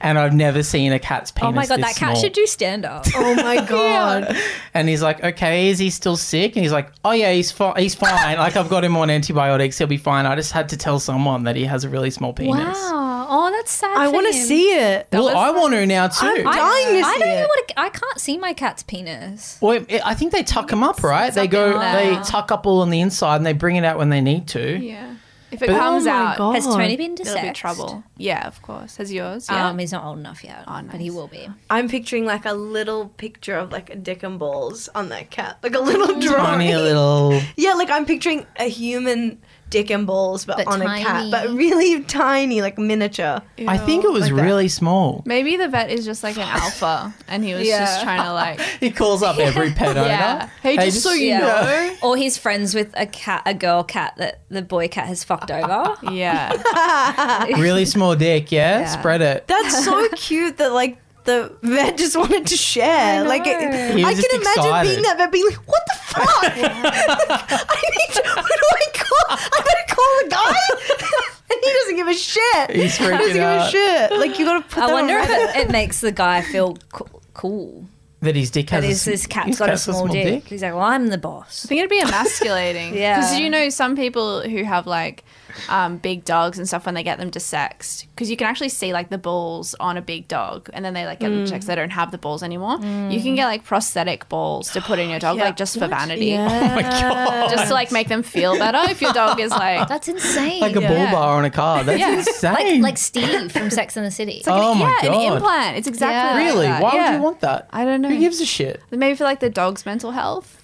[SPEAKER 3] and I've never seen a cat's penis.
[SPEAKER 5] Oh my god,
[SPEAKER 3] this
[SPEAKER 5] that cat
[SPEAKER 3] small."
[SPEAKER 5] should do stand up.
[SPEAKER 2] Oh my god.
[SPEAKER 3] And he's like, okay, is he still sick? And he's like, oh yeah, he's, fi- he's fine. like, I've got him on antibiotics. He'll be fine. I just had to tell someone that he has a really small penis.
[SPEAKER 5] Wow. Oh, that's sad.
[SPEAKER 2] I want to see it.
[SPEAKER 3] Well, I want to now too.
[SPEAKER 2] I'm
[SPEAKER 3] I,
[SPEAKER 2] dying to see
[SPEAKER 5] I don't
[SPEAKER 2] it.
[SPEAKER 5] know what. A, I can't see my cat's penis.
[SPEAKER 3] well, it- I think they tuck him up, right? They go,
[SPEAKER 5] up
[SPEAKER 3] they
[SPEAKER 5] there.
[SPEAKER 3] tuck up all on the inside and they bring it out when they need to.
[SPEAKER 4] Yeah. If it
[SPEAKER 3] But-
[SPEAKER 4] comes
[SPEAKER 2] Oh my
[SPEAKER 4] out,
[SPEAKER 2] God.
[SPEAKER 5] Has Tony been
[SPEAKER 4] it'll
[SPEAKER 5] dissected?
[SPEAKER 4] be trouble. Yeah, of course. Has yours? Yeah.
[SPEAKER 5] Um, he's not old enough yet,
[SPEAKER 3] Oh,
[SPEAKER 5] but he
[SPEAKER 4] nice.
[SPEAKER 5] will be.
[SPEAKER 2] I'm picturing like a little picture of like a dick and balls on that cat, like a little drawing.
[SPEAKER 3] Tiny little.
[SPEAKER 2] Yeah, like I'm picturing a human dick and balls, but,
[SPEAKER 5] But
[SPEAKER 2] on a cat,
[SPEAKER 5] tiny.
[SPEAKER 2] but really tiny, like miniature.
[SPEAKER 3] I think it was
[SPEAKER 2] Like that.
[SPEAKER 3] really small.
[SPEAKER 4] Maybe the vet is just like an alpha, and he was just
[SPEAKER 5] Yeah.
[SPEAKER 4] trying to like.
[SPEAKER 3] He calls up every pet owner.
[SPEAKER 4] Yeah. Hey, just so you
[SPEAKER 5] Yeah.
[SPEAKER 3] know.
[SPEAKER 5] Or he's friends with a cat, a girl cat that the boy cat has fucked over.
[SPEAKER 4] Yeah.
[SPEAKER 3] Really small dick, yeah? Spread it.
[SPEAKER 2] That's so cute that like the vet just wanted to share. like it,
[SPEAKER 3] He was
[SPEAKER 2] I
[SPEAKER 3] just
[SPEAKER 2] can imagine being
[SPEAKER 3] excited.
[SPEAKER 2] that vet being like, "What the fuck? I need to. What do I call? I better call the guy." and he doesn't give a shit.
[SPEAKER 3] He's
[SPEAKER 2] he doesn't
[SPEAKER 3] freaking
[SPEAKER 2] give a
[SPEAKER 3] out
[SPEAKER 2] shit. Like you gotta put. that
[SPEAKER 5] I
[SPEAKER 2] on
[SPEAKER 5] wonder if
[SPEAKER 2] Reddit.
[SPEAKER 5] it, it makes the guy feel co- cool.
[SPEAKER 3] that his dick
[SPEAKER 5] That
[SPEAKER 3] has. a
[SPEAKER 5] is,
[SPEAKER 3] sm-
[SPEAKER 5] this cat's
[SPEAKER 3] his
[SPEAKER 5] got a
[SPEAKER 3] cat's
[SPEAKER 5] small, dick. He's like, well, I'm the boss.
[SPEAKER 4] I think it'd be emasculating.
[SPEAKER 5] Yeah.
[SPEAKER 4] Because you know, some people who have like um, big dogs and stuff when they get them dissexed, because you can actually see like the balls on a big dog and then they like get them checked. They don't have the balls anymore. You can get like prosthetic balls to put in your dog, like just for vanity.
[SPEAKER 3] Oh my god.
[SPEAKER 4] Just to like make them feel better if your dog is like.
[SPEAKER 5] That's insane.
[SPEAKER 3] Like a bull bar on a car. That's
[SPEAKER 4] Yeah.
[SPEAKER 5] like,
[SPEAKER 3] insane.
[SPEAKER 5] like Steve from Sex and the City.
[SPEAKER 3] oh my
[SPEAKER 4] yeah,
[SPEAKER 3] god.
[SPEAKER 4] an implant. It's exactly like
[SPEAKER 3] Really?
[SPEAKER 4] that.
[SPEAKER 3] Why
[SPEAKER 4] Yeah.
[SPEAKER 3] would you want that?
[SPEAKER 4] I don't know.
[SPEAKER 3] Who gives a shit?
[SPEAKER 4] Maybe for like the dog's mental health.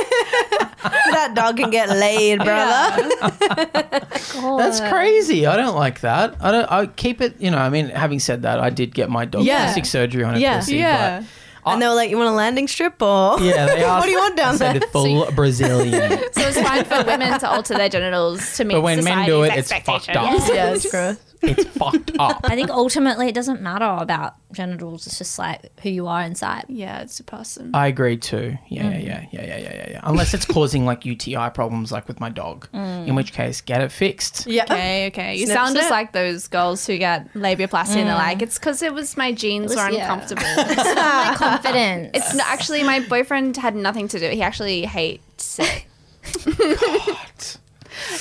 [SPEAKER 2] that dog can get laid, brother.
[SPEAKER 3] That's crazy. I don't like that. I don't. I keep it. You know. I mean, having said that, I did get my dog
[SPEAKER 2] Yeah.
[SPEAKER 3] plastic surgery on a
[SPEAKER 2] Yeah.
[SPEAKER 3] pussy.
[SPEAKER 4] Yeah.
[SPEAKER 2] And they were like, "You want a landing strip or?"
[SPEAKER 3] But yeah. They asked,
[SPEAKER 2] What do you want down
[SPEAKER 3] I said
[SPEAKER 2] there?
[SPEAKER 3] it full Brazilian.
[SPEAKER 4] So it's fine for women to alter their genitals to meet
[SPEAKER 3] But when men
[SPEAKER 4] society's
[SPEAKER 3] do it, it's
[SPEAKER 4] expectations.
[SPEAKER 3] fucked up.
[SPEAKER 2] Yeah, it's gross.
[SPEAKER 3] It's fucked up.
[SPEAKER 5] I think ultimately it doesn't matter about genitals. It's just like who you are inside.
[SPEAKER 4] Yeah, it's a person.
[SPEAKER 3] I agree too. Yeah, yeah, yeah, yeah, yeah, yeah, yeah, yeah. Unless it's causing like UTI problems, like with my dog, in which case get it fixed.
[SPEAKER 2] Yeah.
[SPEAKER 4] Okay, okay. You
[SPEAKER 2] Snip,
[SPEAKER 4] sound just
[SPEAKER 2] snip.
[SPEAKER 4] like those girls who get labiaplasty and they're like, it's because it was my jeans
[SPEAKER 5] was-
[SPEAKER 4] were
[SPEAKER 5] yeah.
[SPEAKER 4] uncomfortable.
[SPEAKER 5] My confidence.
[SPEAKER 4] it's n- actually my boyfriend had nothing to do. He actually hates it.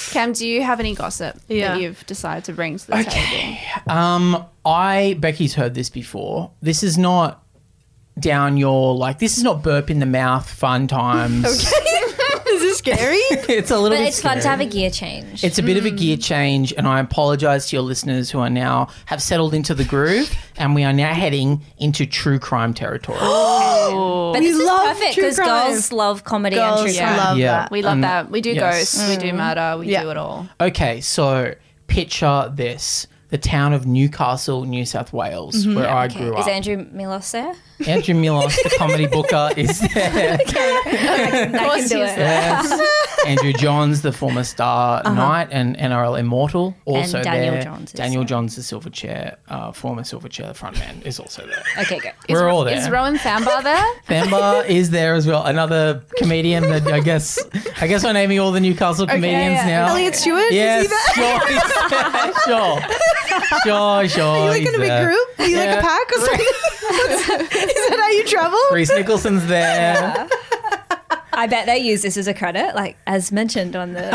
[SPEAKER 4] Cam, do you have any gossip
[SPEAKER 2] Yeah.
[SPEAKER 4] that you've decided to bring to the table?
[SPEAKER 3] Um, I Becky's heard this before. This is not down your like. This is not burp in the mouth fun times.
[SPEAKER 2] Is this scary?
[SPEAKER 3] It's a little
[SPEAKER 5] but
[SPEAKER 3] bit.
[SPEAKER 5] it's fun to
[SPEAKER 3] scary.
[SPEAKER 5] have a gear change.
[SPEAKER 3] It's a bit of a gear change, and I apologize to your listeners who are now have settled into the groove, and we are now heading into true crime territory.
[SPEAKER 5] but this is
[SPEAKER 2] love
[SPEAKER 5] perfect
[SPEAKER 2] true
[SPEAKER 5] because
[SPEAKER 2] crime.
[SPEAKER 5] girls love comedy and true
[SPEAKER 2] Girls
[SPEAKER 5] crime.
[SPEAKER 2] love
[SPEAKER 3] Yeah.
[SPEAKER 2] that.
[SPEAKER 4] We love that. We do
[SPEAKER 3] Um, yes.
[SPEAKER 4] ghosts, we do murder, we
[SPEAKER 2] Yeah.
[SPEAKER 4] do it all.
[SPEAKER 3] Okay, so picture this: the town of Newcastle, New South Wales, where I grew
[SPEAKER 5] Is
[SPEAKER 3] up.
[SPEAKER 5] Andrew Milos there?
[SPEAKER 3] Andrew Milos, the comedy booker, is there.
[SPEAKER 5] I can do it.
[SPEAKER 3] Yes. Andrew Johns, the former star knight and NRL immortal, also
[SPEAKER 5] Daniel
[SPEAKER 3] there.
[SPEAKER 5] Johns is
[SPEAKER 3] Daniel Johns, the silver chair, uh, former silver chair frontman, is also there.
[SPEAKER 5] Okay, good.
[SPEAKER 3] We're all there.
[SPEAKER 4] Is Rowan Thambar there?
[SPEAKER 3] Bamba is there as well. Another comedian that I guess I guess we're naming all the Newcastle comedians
[SPEAKER 4] yeah.
[SPEAKER 3] now.
[SPEAKER 2] Elliot Stewart?
[SPEAKER 3] Yes,
[SPEAKER 2] Is he there?
[SPEAKER 3] sure, he's there. sure, sure, sure.
[SPEAKER 2] Are you like
[SPEAKER 3] he's
[SPEAKER 2] in a big
[SPEAKER 3] there.
[SPEAKER 2] group? Are you like
[SPEAKER 3] Yeah.
[SPEAKER 2] a pack or something? Is that how you travel?
[SPEAKER 3] Reese Nicholson's there.
[SPEAKER 5] I bet they use this as a credit, like as mentioned on the.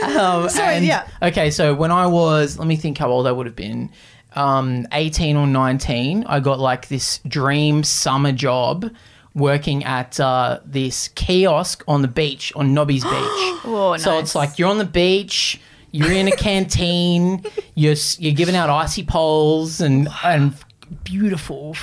[SPEAKER 3] Um, and-
[SPEAKER 2] yeah.
[SPEAKER 3] Okay, so when I was, let me think how old I would have been, um, 18 or 19, I got like this dream summer job working at uh, this kiosk on the beach, on Nobby's Beach.
[SPEAKER 4] Oh,
[SPEAKER 3] So it's like you're on the beach, you're in a canteen, you're s- you're giving out icy poles and and beautiful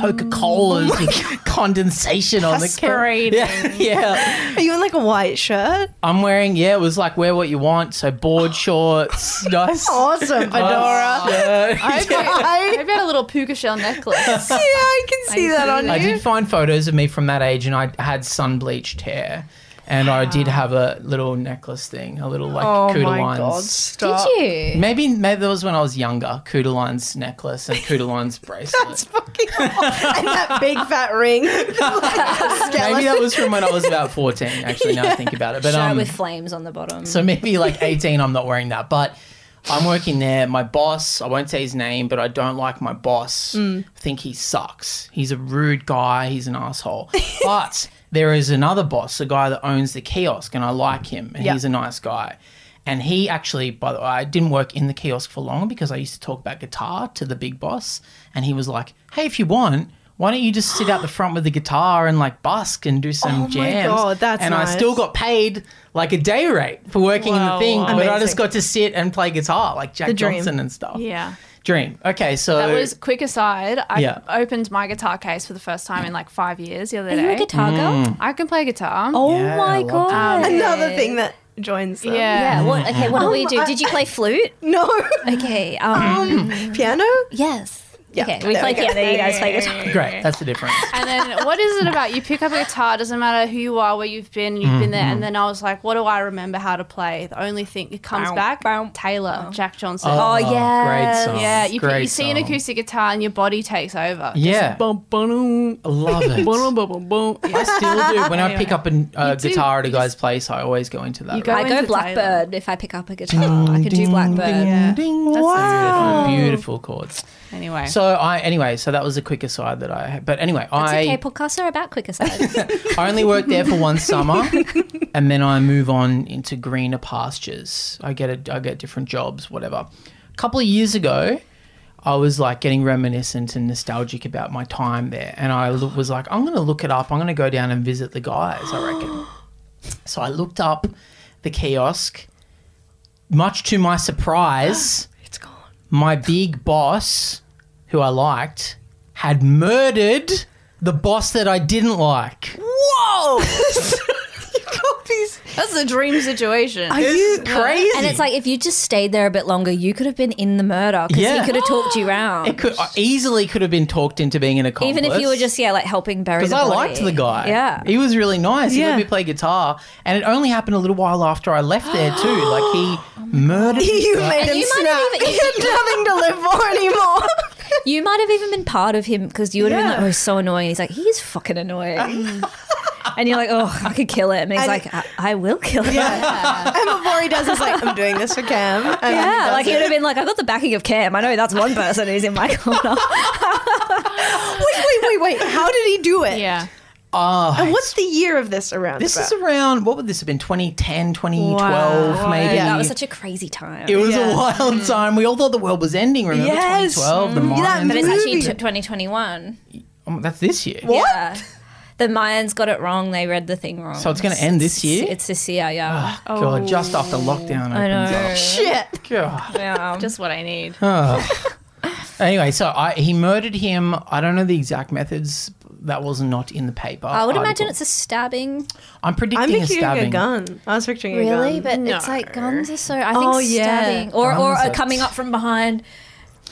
[SPEAKER 3] Coca Colas and condensation on the can.
[SPEAKER 4] Perspiring.
[SPEAKER 3] Yeah, yeah.
[SPEAKER 2] Are you in like a white shirt?
[SPEAKER 3] I'm wearing yeah. It was like wear what you want. So board shorts, nice.
[SPEAKER 2] Oh, Awesome fedora.
[SPEAKER 3] nice shirt.
[SPEAKER 2] I,
[SPEAKER 4] Maybe a little puka shell necklace.
[SPEAKER 2] yeah, I can see that on
[SPEAKER 3] I
[SPEAKER 2] you.
[SPEAKER 3] did find photos of me from that age, and I had sun bleached hair. and I did have a little necklace thing, a little like
[SPEAKER 2] Oh my
[SPEAKER 3] Kudalines.
[SPEAKER 2] god! Stop.
[SPEAKER 5] Did you?
[SPEAKER 3] Maybe maybe that was when I was younger. Kudalines necklace and Kudalines bracelet.
[SPEAKER 2] That's fucking awful. and that big fat ring. like a
[SPEAKER 3] maybe
[SPEAKER 2] skeleton.
[SPEAKER 3] that was from when I was about fourteen. Actually, now I think about it, but
[SPEAKER 5] Shirt
[SPEAKER 3] um,
[SPEAKER 5] with flames on the bottom.
[SPEAKER 3] so maybe like eighteen. I'm not wearing that, but. I'm working there. My boss, I won't say his name, but I don't like my boss.
[SPEAKER 2] Mm.
[SPEAKER 3] I think he sucks. He's a rude guy. He's an asshole. but there is another boss, a guy that owns the kiosk, and I like him, and
[SPEAKER 2] Yeah.
[SPEAKER 3] he's a nice guy. And he actually, by the way, I didn't work in the kiosk for long because I used to talk about guitar to the big boss, and he was like, "Hey, if you want." Why don't you just sit out the front with the guitar and like busk and do some
[SPEAKER 2] Oh my
[SPEAKER 3] jams?
[SPEAKER 2] God, that's
[SPEAKER 3] and I
[SPEAKER 2] nice.
[SPEAKER 3] still got paid like a day rate for working in the
[SPEAKER 4] Wow.
[SPEAKER 3] thing, but I just
[SPEAKER 2] Amazing.
[SPEAKER 3] got to sit and play guitar like Jack
[SPEAKER 2] The dream.
[SPEAKER 3] Johnson and stuff.
[SPEAKER 4] Yeah.
[SPEAKER 3] Dream. Okay, so
[SPEAKER 4] That was quick aside. I
[SPEAKER 3] Yeah.
[SPEAKER 4] opened my guitar case for the first time in like five years the other
[SPEAKER 5] Are you
[SPEAKER 4] day.
[SPEAKER 5] a guitar girl?
[SPEAKER 4] I can play guitar.
[SPEAKER 5] Oh
[SPEAKER 3] Mm. Yeah, I
[SPEAKER 5] my
[SPEAKER 3] love
[SPEAKER 5] god!
[SPEAKER 2] Another thing that joins them.
[SPEAKER 4] yeah.
[SPEAKER 5] Yeah. What? Okay. What do we
[SPEAKER 2] Um,
[SPEAKER 5] do?
[SPEAKER 2] I-
[SPEAKER 5] Did you play flute?
[SPEAKER 2] No.
[SPEAKER 5] Okay. Um.
[SPEAKER 2] Piano?
[SPEAKER 5] yes.
[SPEAKER 2] Yeah,
[SPEAKER 5] okay. We
[SPEAKER 2] there
[SPEAKER 5] play
[SPEAKER 2] we go.
[SPEAKER 5] piano. You guys play guitar.
[SPEAKER 3] great. That's the difference.
[SPEAKER 4] And then what is it about? You pick up a guitar, doesn't matter who you are, where you've been, you've been there.
[SPEAKER 3] Mm-hmm.
[SPEAKER 4] And then I was like, what do I remember how to play? The only thing that comes back, Taylor, Jack Johnson.
[SPEAKER 5] Oh, yes.
[SPEAKER 3] Great song.
[SPEAKER 4] yeah, you,
[SPEAKER 3] great
[SPEAKER 4] you see an
[SPEAKER 3] song.
[SPEAKER 4] acoustic guitar and your body takes over.
[SPEAKER 3] Yeah.
[SPEAKER 4] Bum, bum,
[SPEAKER 3] I love it.
[SPEAKER 4] bum, bum, bum, bum.
[SPEAKER 3] I still do. When I pick up a uh,
[SPEAKER 4] do.
[SPEAKER 3] guitar at a guy's place, I always go into that.
[SPEAKER 4] You Oh,
[SPEAKER 3] room.
[SPEAKER 4] go
[SPEAKER 5] I go
[SPEAKER 4] into Taylor.
[SPEAKER 5] Blackbird if I pick up a guitar. I could do
[SPEAKER 3] Ding,
[SPEAKER 5] Blackbird.
[SPEAKER 3] Ding, ding, wow. Beautiful, beautiful chords.
[SPEAKER 4] Anyway.
[SPEAKER 3] So I anyway, so that was a quick aside that I had. But anyway,
[SPEAKER 5] It's
[SPEAKER 3] I
[SPEAKER 5] okay. Podcasts are about quick aside.
[SPEAKER 3] I only worked there for one summer, and then I move on into greener pastures. I get a, I get different jobs, whatever. A couple of years ago, I was like getting reminiscent and nostalgic about my time there, and I lo- was like, I'm going to look it up. I'm going to go down and visit the guys. I reckon. So I looked up the kiosk. Much to my surprise,
[SPEAKER 2] It's gone.
[SPEAKER 3] my big boss, who I liked, had murdered the boss that I didn't like.
[SPEAKER 2] Whoa! you copies.
[SPEAKER 4] That's a dream situation.
[SPEAKER 2] Are you
[SPEAKER 3] crazy.
[SPEAKER 5] and it's like if you just stayed there a bit longer, you could have been in the murder because
[SPEAKER 3] Yeah.
[SPEAKER 5] he could have talked you
[SPEAKER 3] it
[SPEAKER 5] round.
[SPEAKER 3] could I easily could have been talked into being an accomplice.
[SPEAKER 5] Even if you were just yeah, like helping bury.
[SPEAKER 3] because
[SPEAKER 5] the
[SPEAKER 3] I
[SPEAKER 5] body.
[SPEAKER 3] liked the guy.
[SPEAKER 5] Yeah.
[SPEAKER 3] he was really nice. He
[SPEAKER 2] Yeah.
[SPEAKER 3] let me play guitar, and it only happened a little while after I left there too. Like he murdered.
[SPEAKER 2] You
[SPEAKER 3] the-
[SPEAKER 2] made him
[SPEAKER 5] you might
[SPEAKER 2] snap.
[SPEAKER 5] have even-
[SPEAKER 2] He had nothing to live for anymore.
[SPEAKER 5] You might have even been part of him because you would have
[SPEAKER 2] Yeah.
[SPEAKER 5] been like, oh, he's so annoying. He's like, he is fucking annoying. and you're like, oh, I could kill him. And he's
[SPEAKER 2] And-
[SPEAKER 5] like, I, I will kill him. Yeah.
[SPEAKER 2] yeah. And before he does, he's like, I'm doing this for Cam. And then he does
[SPEAKER 5] like he
[SPEAKER 2] it.
[SPEAKER 5] would have been like, I got the backing of Cam. I know that's one person who's in my corner.
[SPEAKER 2] wait, wait, wait, wait. How did he do it?
[SPEAKER 4] yeah.
[SPEAKER 3] Oh,
[SPEAKER 2] And what's the year of this around?
[SPEAKER 3] this is
[SPEAKER 2] about?
[SPEAKER 3] around. What would this have been? 2010, 2012, maybe.
[SPEAKER 5] that was such a Mm. crazy time.
[SPEAKER 3] it was
[SPEAKER 2] Yeah.
[SPEAKER 3] a wild time. We all thought the world was ending. Remember
[SPEAKER 2] Yes.
[SPEAKER 3] 2012, the Mayans.
[SPEAKER 2] that
[SPEAKER 5] Mm. but it's actually
[SPEAKER 2] movie.
[SPEAKER 5] t- 2021.
[SPEAKER 3] Oh, that's this year.
[SPEAKER 5] Yeah. The Mayans got it wrong. They read the thing wrong.
[SPEAKER 3] So it's gonna end this year?
[SPEAKER 5] It's this year, yeah.
[SPEAKER 3] Oh, God, just after lockdown opens
[SPEAKER 5] I know.
[SPEAKER 3] up.
[SPEAKER 2] shit.
[SPEAKER 3] God.
[SPEAKER 5] Yeah.
[SPEAKER 4] Just what I need.
[SPEAKER 3] Anyway, so I, he murdered him. I don't know the exact methods. That was not in the paper.
[SPEAKER 5] I would imagine it's a stabbing.
[SPEAKER 3] I'm predicting
[SPEAKER 2] I'm
[SPEAKER 3] a
[SPEAKER 2] picturing
[SPEAKER 3] stabbing.
[SPEAKER 2] a gun. I was picturing a gun.
[SPEAKER 5] But it's like guns are so. I think
[SPEAKER 2] Oh, yeah.
[SPEAKER 5] stabbing or, or
[SPEAKER 3] Guns
[SPEAKER 5] a
[SPEAKER 3] are-
[SPEAKER 5] coming up from behind.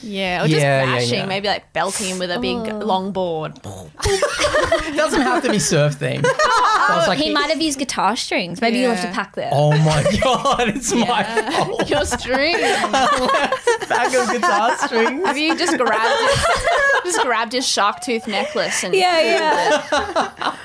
[SPEAKER 4] Yeah. Or just
[SPEAKER 3] Yeah, yeah,
[SPEAKER 4] bashing,
[SPEAKER 3] yeah.
[SPEAKER 4] maybe like belting him with a big long board.
[SPEAKER 3] It doesn't have to be surf themed. So I was like,
[SPEAKER 5] He might have used guitar strings. Maybe you'll have to
[SPEAKER 4] Yeah.
[SPEAKER 5] pack there.
[SPEAKER 3] Oh my god! It's my fault.
[SPEAKER 4] Your string.
[SPEAKER 3] Bag of guitar strings.
[SPEAKER 4] Have you just grabbed his, just grabbed his shark tooth necklace and
[SPEAKER 5] Yeah, yeah.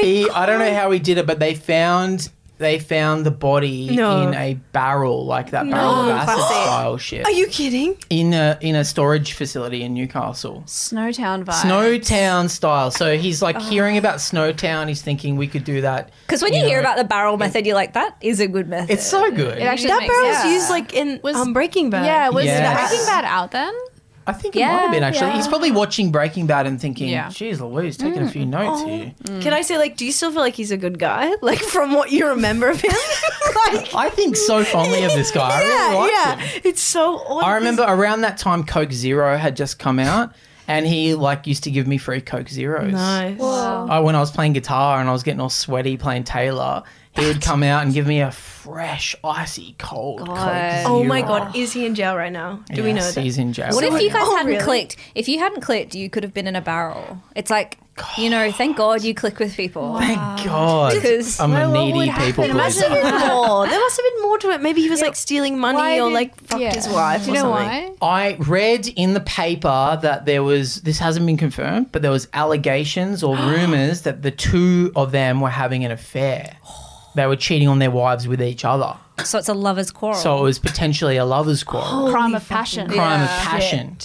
[SPEAKER 3] He, I don't know how he did it, but they found they found the body
[SPEAKER 2] No.
[SPEAKER 3] in a barrel, like that barrel of acid
[SPEAKER 2] Classic.
[SPEAKER 3] style shit,
[SPEAKER 2] Are you kidding?
[SPEAKER 3] in a in a storage facility in Newcastle.
[SPEAKER 4] Snowtown vibe?
[SPEAKER 3] Snowtown style. So he's
[SPEAKER 2] Oh.
[SPEAKER 3] like hearing about Snowtown. He's thinking we could do that.
[SPEAKER 5] Because when you,
[SPEAKER 3] know,
[SPEAKER 5] hear about the barrel method, you're like, that is a good method.
[SPEAKER 3] It's so good.
[SPEAKER 4] It actually
[SPEAKER 2] That
[SPEAKER 4] makes
[SPEAKER 2] barrel was
[SPEAKER 4] sense.
[SPEAKER 2] used like in
[SPEAKER 4] Was-
[SPEAKER 2] um, Breaking Bad.
[SPEAKER 4] Yeah, was
[SPEAKER 3] Yes.
[SPEAKER 4] Breaking Bad out then?
[SPEAKER 3] I think it
[SPEAKER 5] Yeah,
[SPEAKER 3] might have been actually.
[SPEAKER 5] yeah.
[SPEAKER 3] He's probably watching Breaking Bad and thinking,
[SPEAKER 4] Yeah.
[SPEAKER 3] "Geez, Louise, taking a few
[SPEAKER 2] Mm.
[SPEAKER 3] notes
[SPEAKER 2] Oh.
[SPEAKER 3] here."
[SPEAKER 2] Can I say, like, do you still feel like he's a good guy? Like, from what you remember of him? like,
[SPEAKER 3] I think so fondly of this guy. I really
[SPEAKER 2] yeah,
[SPEAKER 3] like
[SPEAKER 2] yeah.
[SPEAKER 3] him.
[SPEAKER 2] It's so odd.
[SPEAKER 3] I remember around that time, Coke Zero had just come out, and he like used to give me free Coke Zeros.
[SPEAKER 2] Nice.
[SPEAKER 3] I, when I was playing guitar and I was getting all sweaty playing Taylor, he would come out and give me a fresh, icy, cold. Coke
[SPEAKER 5] God.
[SPEAKER 2] Oh my
[SPEAKER 3] Zero.
[SPEAKER 2] god, is he in jail right now? Do we know
[SPEAKER 3] Yes,
[SPEAKER 2] that?
[SPEAKER 3] he's in jail?
[SPEAKER 5] What if you guys
[SPEAKER 2] Oh,
[SPEAKER 5] hadn't
[SPEAKER 2] really?
[SPEAKER 5] clicked? If you hadn't clicked, you could have been in a barrel. It's like, you know, thank God you click with people.
[SPEAKER 3] Thank God,
[SPEAKER 5] Because-
[SPEAKER 3] I'm a
[SPEAKER 2] Well, what
[SPEAKER 3] needy
[SPEAKER 2] would
[SPEAKER 3] people
[SPEAKER 2] happen? Imagine
[SPEAKER 3] pleaser.
[SPEAKER 2] if there's more. There must have been more to it. Maybe he was like stealing money
[SPEAKER 1] Why
[SPEAKER 2] or
[SPEAKER 1] did-
[SPEAKER 2] like fucked
[SPEAKER 1] yeah.
[SPEAKER 2] his wife.
[SPEAKER 1] Do you
[SPEAKER 2] or
[SPEAKER 1] know
[SPEAKER 2] something.
[SPEAKER 1] why?
[SPEAKER 3] I read in the paper that there was this hasn't been confirmed, but there was allegations or rumors that the two of them were having an affair. They were cheating on their wives with each other,
[SPEAKER 5] So it's a lover's quarrel.
[SPEAKER 3] so it was potentially a lovers' quarrel,
[SPEAKER 4] crime of passion.
[SPEAKER 3] crime of passion.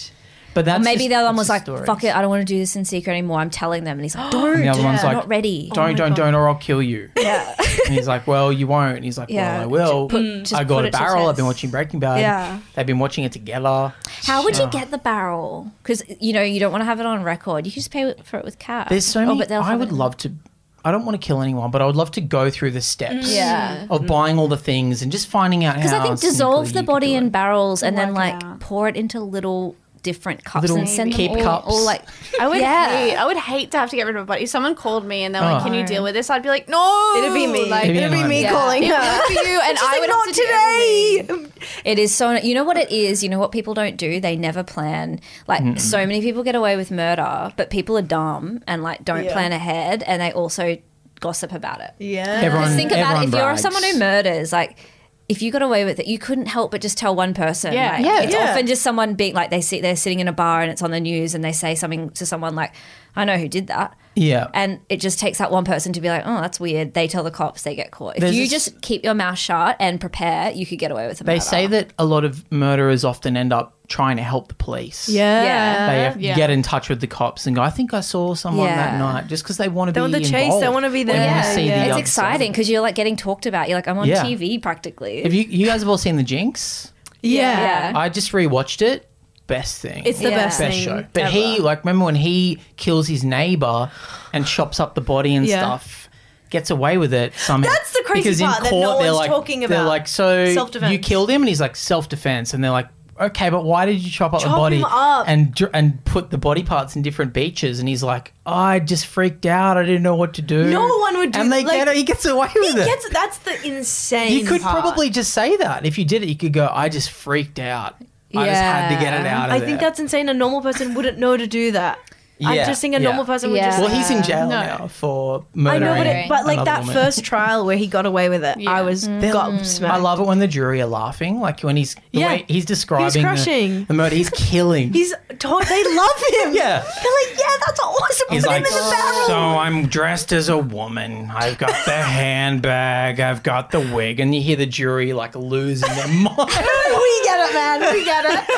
[SPEAKER 3] But that's
[SPEAKER 5] Maybe
[SPEAKER 3] just-
[SPEAKER 5] the other one
[SPEAKER 3] that's
[SPEAKER 5] was
[SPEAKER 3] the
[SPEAKER 5] like,
[SPEAKER 3] stories.
[SPEAKER 5] fuck it, I don't want to do this in secret anymore. I'm telling them. And he's like, don't.
[SPEAKER 3] the other one's
[SPEAKER 5] I'm
[SPEAKER 3] like,
[SPEAKER 5] not ready.
[SPEAKER 3] Don't, don't, don't, or I'll kill you.
[SPEAKER 5] Yeah.
[SPEAKER 3] And he's like, well, you won't. And he's like,
[SPEAKER 5] Yeah.
[SPEAKER 3] well, I will.
[SPEAKER 5] just
[SPEAKER 3] I got
[SPEAKER 5] put
[SPEAKER 3] a
[SPEAKER 5] it to
[SPEAKER 3] barrel. I've
[SPEAKER 5] test.
[SPEAKER 3] been watching Breaking Bad.
[SPEAKER 5] Yeah.
[SPEAKER 3] They've been watching it together.
[SPEAKER 5] How would you get the barrel? Because, you know, you don't want to have it on record. You can just pay wi- for it with cash.
[SPEAKER 3] There's so
[SPEAKER 5] Oh,
[SPEAKER 3] many.
[SPEAKER 5] but they'll
[SPEAKER 3] I
[SPEAKER 5] have
[SPEAKER 3] would
[SPEAKER 5] it-
[SPEAKER 3] love to. I don't want to kill anyone, but I would love to go through the steps
[SPEAKER 5] Mm. Yeah.
[SPEAKER 3] of buying all the things and just finding out how.
[SPEAKER 5] Because I think dissolve the body in barrels and then,
[SPEAKER 4] Work it
[SPEAKER 5] like, pour it into little different cups
[SPEAKER 3] Little
[SPEAKER 5] and send
[SPEAKER 3] keep
[SPEAKER 5] them all,
[SPEAKER 3] cups.
[SPEAKER 5] all, like,
[SPEAKER 4] I would
[SPEAKER 5] Yeah.
[SPEAKER 4] hate. I would hate to have to get rid of a body. If someone called me and they're like,
[SPEAKER 3] Oh.
[SPEAKER 4] "Can you deal with this?" I'd be like, "No."
[SPEAKER 2] It'd be me.
[SPEAKER 4] Like,
[SPEAKER 3] Maybe
[SPEAKER 2] It'd be
[SPEAKER 3] not.
[SPEAKER 2] me
[SPEAKER 3] Yeah.
[SPEAKER 2] calling
[SPEAKER 4] it'd
[SPEAKER 2] her.
[SPEAKER 4] be for you, and I
[SPEAKER 2] I
[SPEAKER 4] would
[SPEAKER 2] not
[SPEAKER 4] have to do
[SPEAKER 2] today.
[SPEAKER 5] It is so. You know what it is. You know what people don't do. They never plan. Like so many people get away with murder, but people are dumb and like don't
[SPEAKER 2] Yeah.
[SPEAKER 5] plan ahead, and they also gossip about it.
[SPEAKER 2] Yeah.
[SPEAKER 3] Everyone,
[SPEAKER 5] Just think about
[SPEAKER 3] everyone
[SPEAKER 5] it. if you're
[SPEAKER 3] brags.
[SPEAKER 5] someone who murders, like. If you got away with it, you couldn't help but just tell one person.
[SPEAKER 4] Yeah.
[SPEAKER 5] like,
[SPEAKER 4] Yeah.
[SPEAKER 5] It's
[SPEAKER 2] Yeah.
[SPEAKER 5] often just someone being like they see they're sitting in a bar and it's on the news and they say something to someone like, "I know who did that,"
[SPEAKER 3] yeah,
[SPEAKER 5] and it just takes that one person to be like, "Oh, that's weird." They tell the cops, they get caught. If
[SPEAKER 3] There's
[SPEAKER 5] you
[SPEAKER 3] this-
[SPEAKER 5] just keep your mouth shut and prepare, you could get away with it.
[SPEAKER 3] they say that a lot of murderers often end up trying to help the police.
[SPEAKER 5] Yeah.
[SPEAKER 3] They have-
[SPEAKER 4] yeah.
[SPEAKER 3] get in touch with the cops and go, I think I saw someone that
[SPEAKER 5] Yeah.
[SPEAKER 3] night just because they want to be
[SPEAKER 2] They want the chase. They
[SPEAKER 3] involved.
[SPEAKER 2] want to be there.
[SPEAKER 3] They want to see the
[SPEAKER 5] it's
[SPEAKER 3] other
[SPEAKER 5] exciting because you're like getting talked about. You're like, I'm on
[SPEAKER 3] Yeah.
[SPEAKER 5] TV practically.
[SPEAKER 3] side. Have you, you guys have all seen The Jinx?
[SPEAKER 2] Yeah.
[SPEAKER 5] yeah.
[SPEAKER 3] I just rewatched it. Best thing.
[SPEAKER 2] It's the
[SPEAKER 5] Yeah.
[SPEAKER 2] best,
[SPEAKER 3] best
[SPEAKER 2] thing.
[SPEAKER 3] show. But he, like, remember when he kills his neighbor and chops up the body and
[SPEAKER 2] Yeah.
[SPEAKER 3] stuff, gets away with it somehow.
[SPEAKER 2] That's the crazy part that no
[SPEAKER 3] they're
[SPEAKER 2] one's
[SPEAKER 3] like,
[SPEAKER 2] talking
[SPEAKER 3] They're
[SPEAKER 2] about.
[SPEAKER 3] like, so you
[SPEAKER 2] Self-defense.
[SPEAKER 3] killed him, and he's like, self defense, and they're like. Okay, but why did you chop up the
[SPEAKER 2] Chop
[SPEAKER 3] body
[SPEAKER 2] him up.
[SPEAKER 3] and dr- and put the body parts in different beaches? And he's like, I just freaked out. I didn't know what to do.
[SPEAKER 2] No one would do-
[SPEAKER 3] And they
[SPEAKER 2] like,
[SPEAKER 3] get it. He gets away with
[SPEAKER 2] He
[SPEAKER 3] it.
[SPEAKER 2] gets, that's the insane.
[SPEAKER 3] you could
[SPEAKER 2] part.
[SPEAKER 3] probably just say that if you did it. You could go, I just freaked out. I just had to get it
[SPEAKER 5] Yeah.
[SPEAKER 3] out. Of
[SPEAKER 2] I think
[SPEAKER 3] there."
[SPEAKER 2] that's insane. A normal person wouldn't know to do that. I'm
[SPEAKER 3] Yeah.
[SPEAKER 2] just saying a
[SPEAKER 3] Yeah.
[SPEAKER 2] normal person would
[SPEAKER 1] Yeah.
[SPEAKER 2] just.
[SPEAKER 3] Well, he's in jail now for
[SPEAKER 2] I
[SPEAKER 3] murdering.
[SPEAKER 2] know, but it, but like
[SPEAKER 3] another
[SPEAKER 2] that
[SPEAKER 3] woman.
[SPEAKER 2] first trial where he got away with it, I was gobsmacked.
[SPEAKER 3] Mm. I love it when the jury are laughing, like when he's the
[SPEAKER 2] Yeah.
[SPEAKER 3] way he's describing the-
[SPEAKER 2] crushing.
[SPEAKER 3] The, murder. He's killing.
[SPEAKER 2] He's told they love him.
[SPEAKER 3] Yeah.
[SPEAKER 2] they're like, yeah, that's awesome.
[SPEAKER 3] He's
[SPEAKER 2] Put him
[SPEAKER 3] like,
[SPEAKER 2] in the barrel.
[SPEAKER 3] so I'm dressed as a woman. I've got the handbag. I've got the wig, and you hear the jury like losing their mind.
[SPEAKER 2] we get it, man. We get it.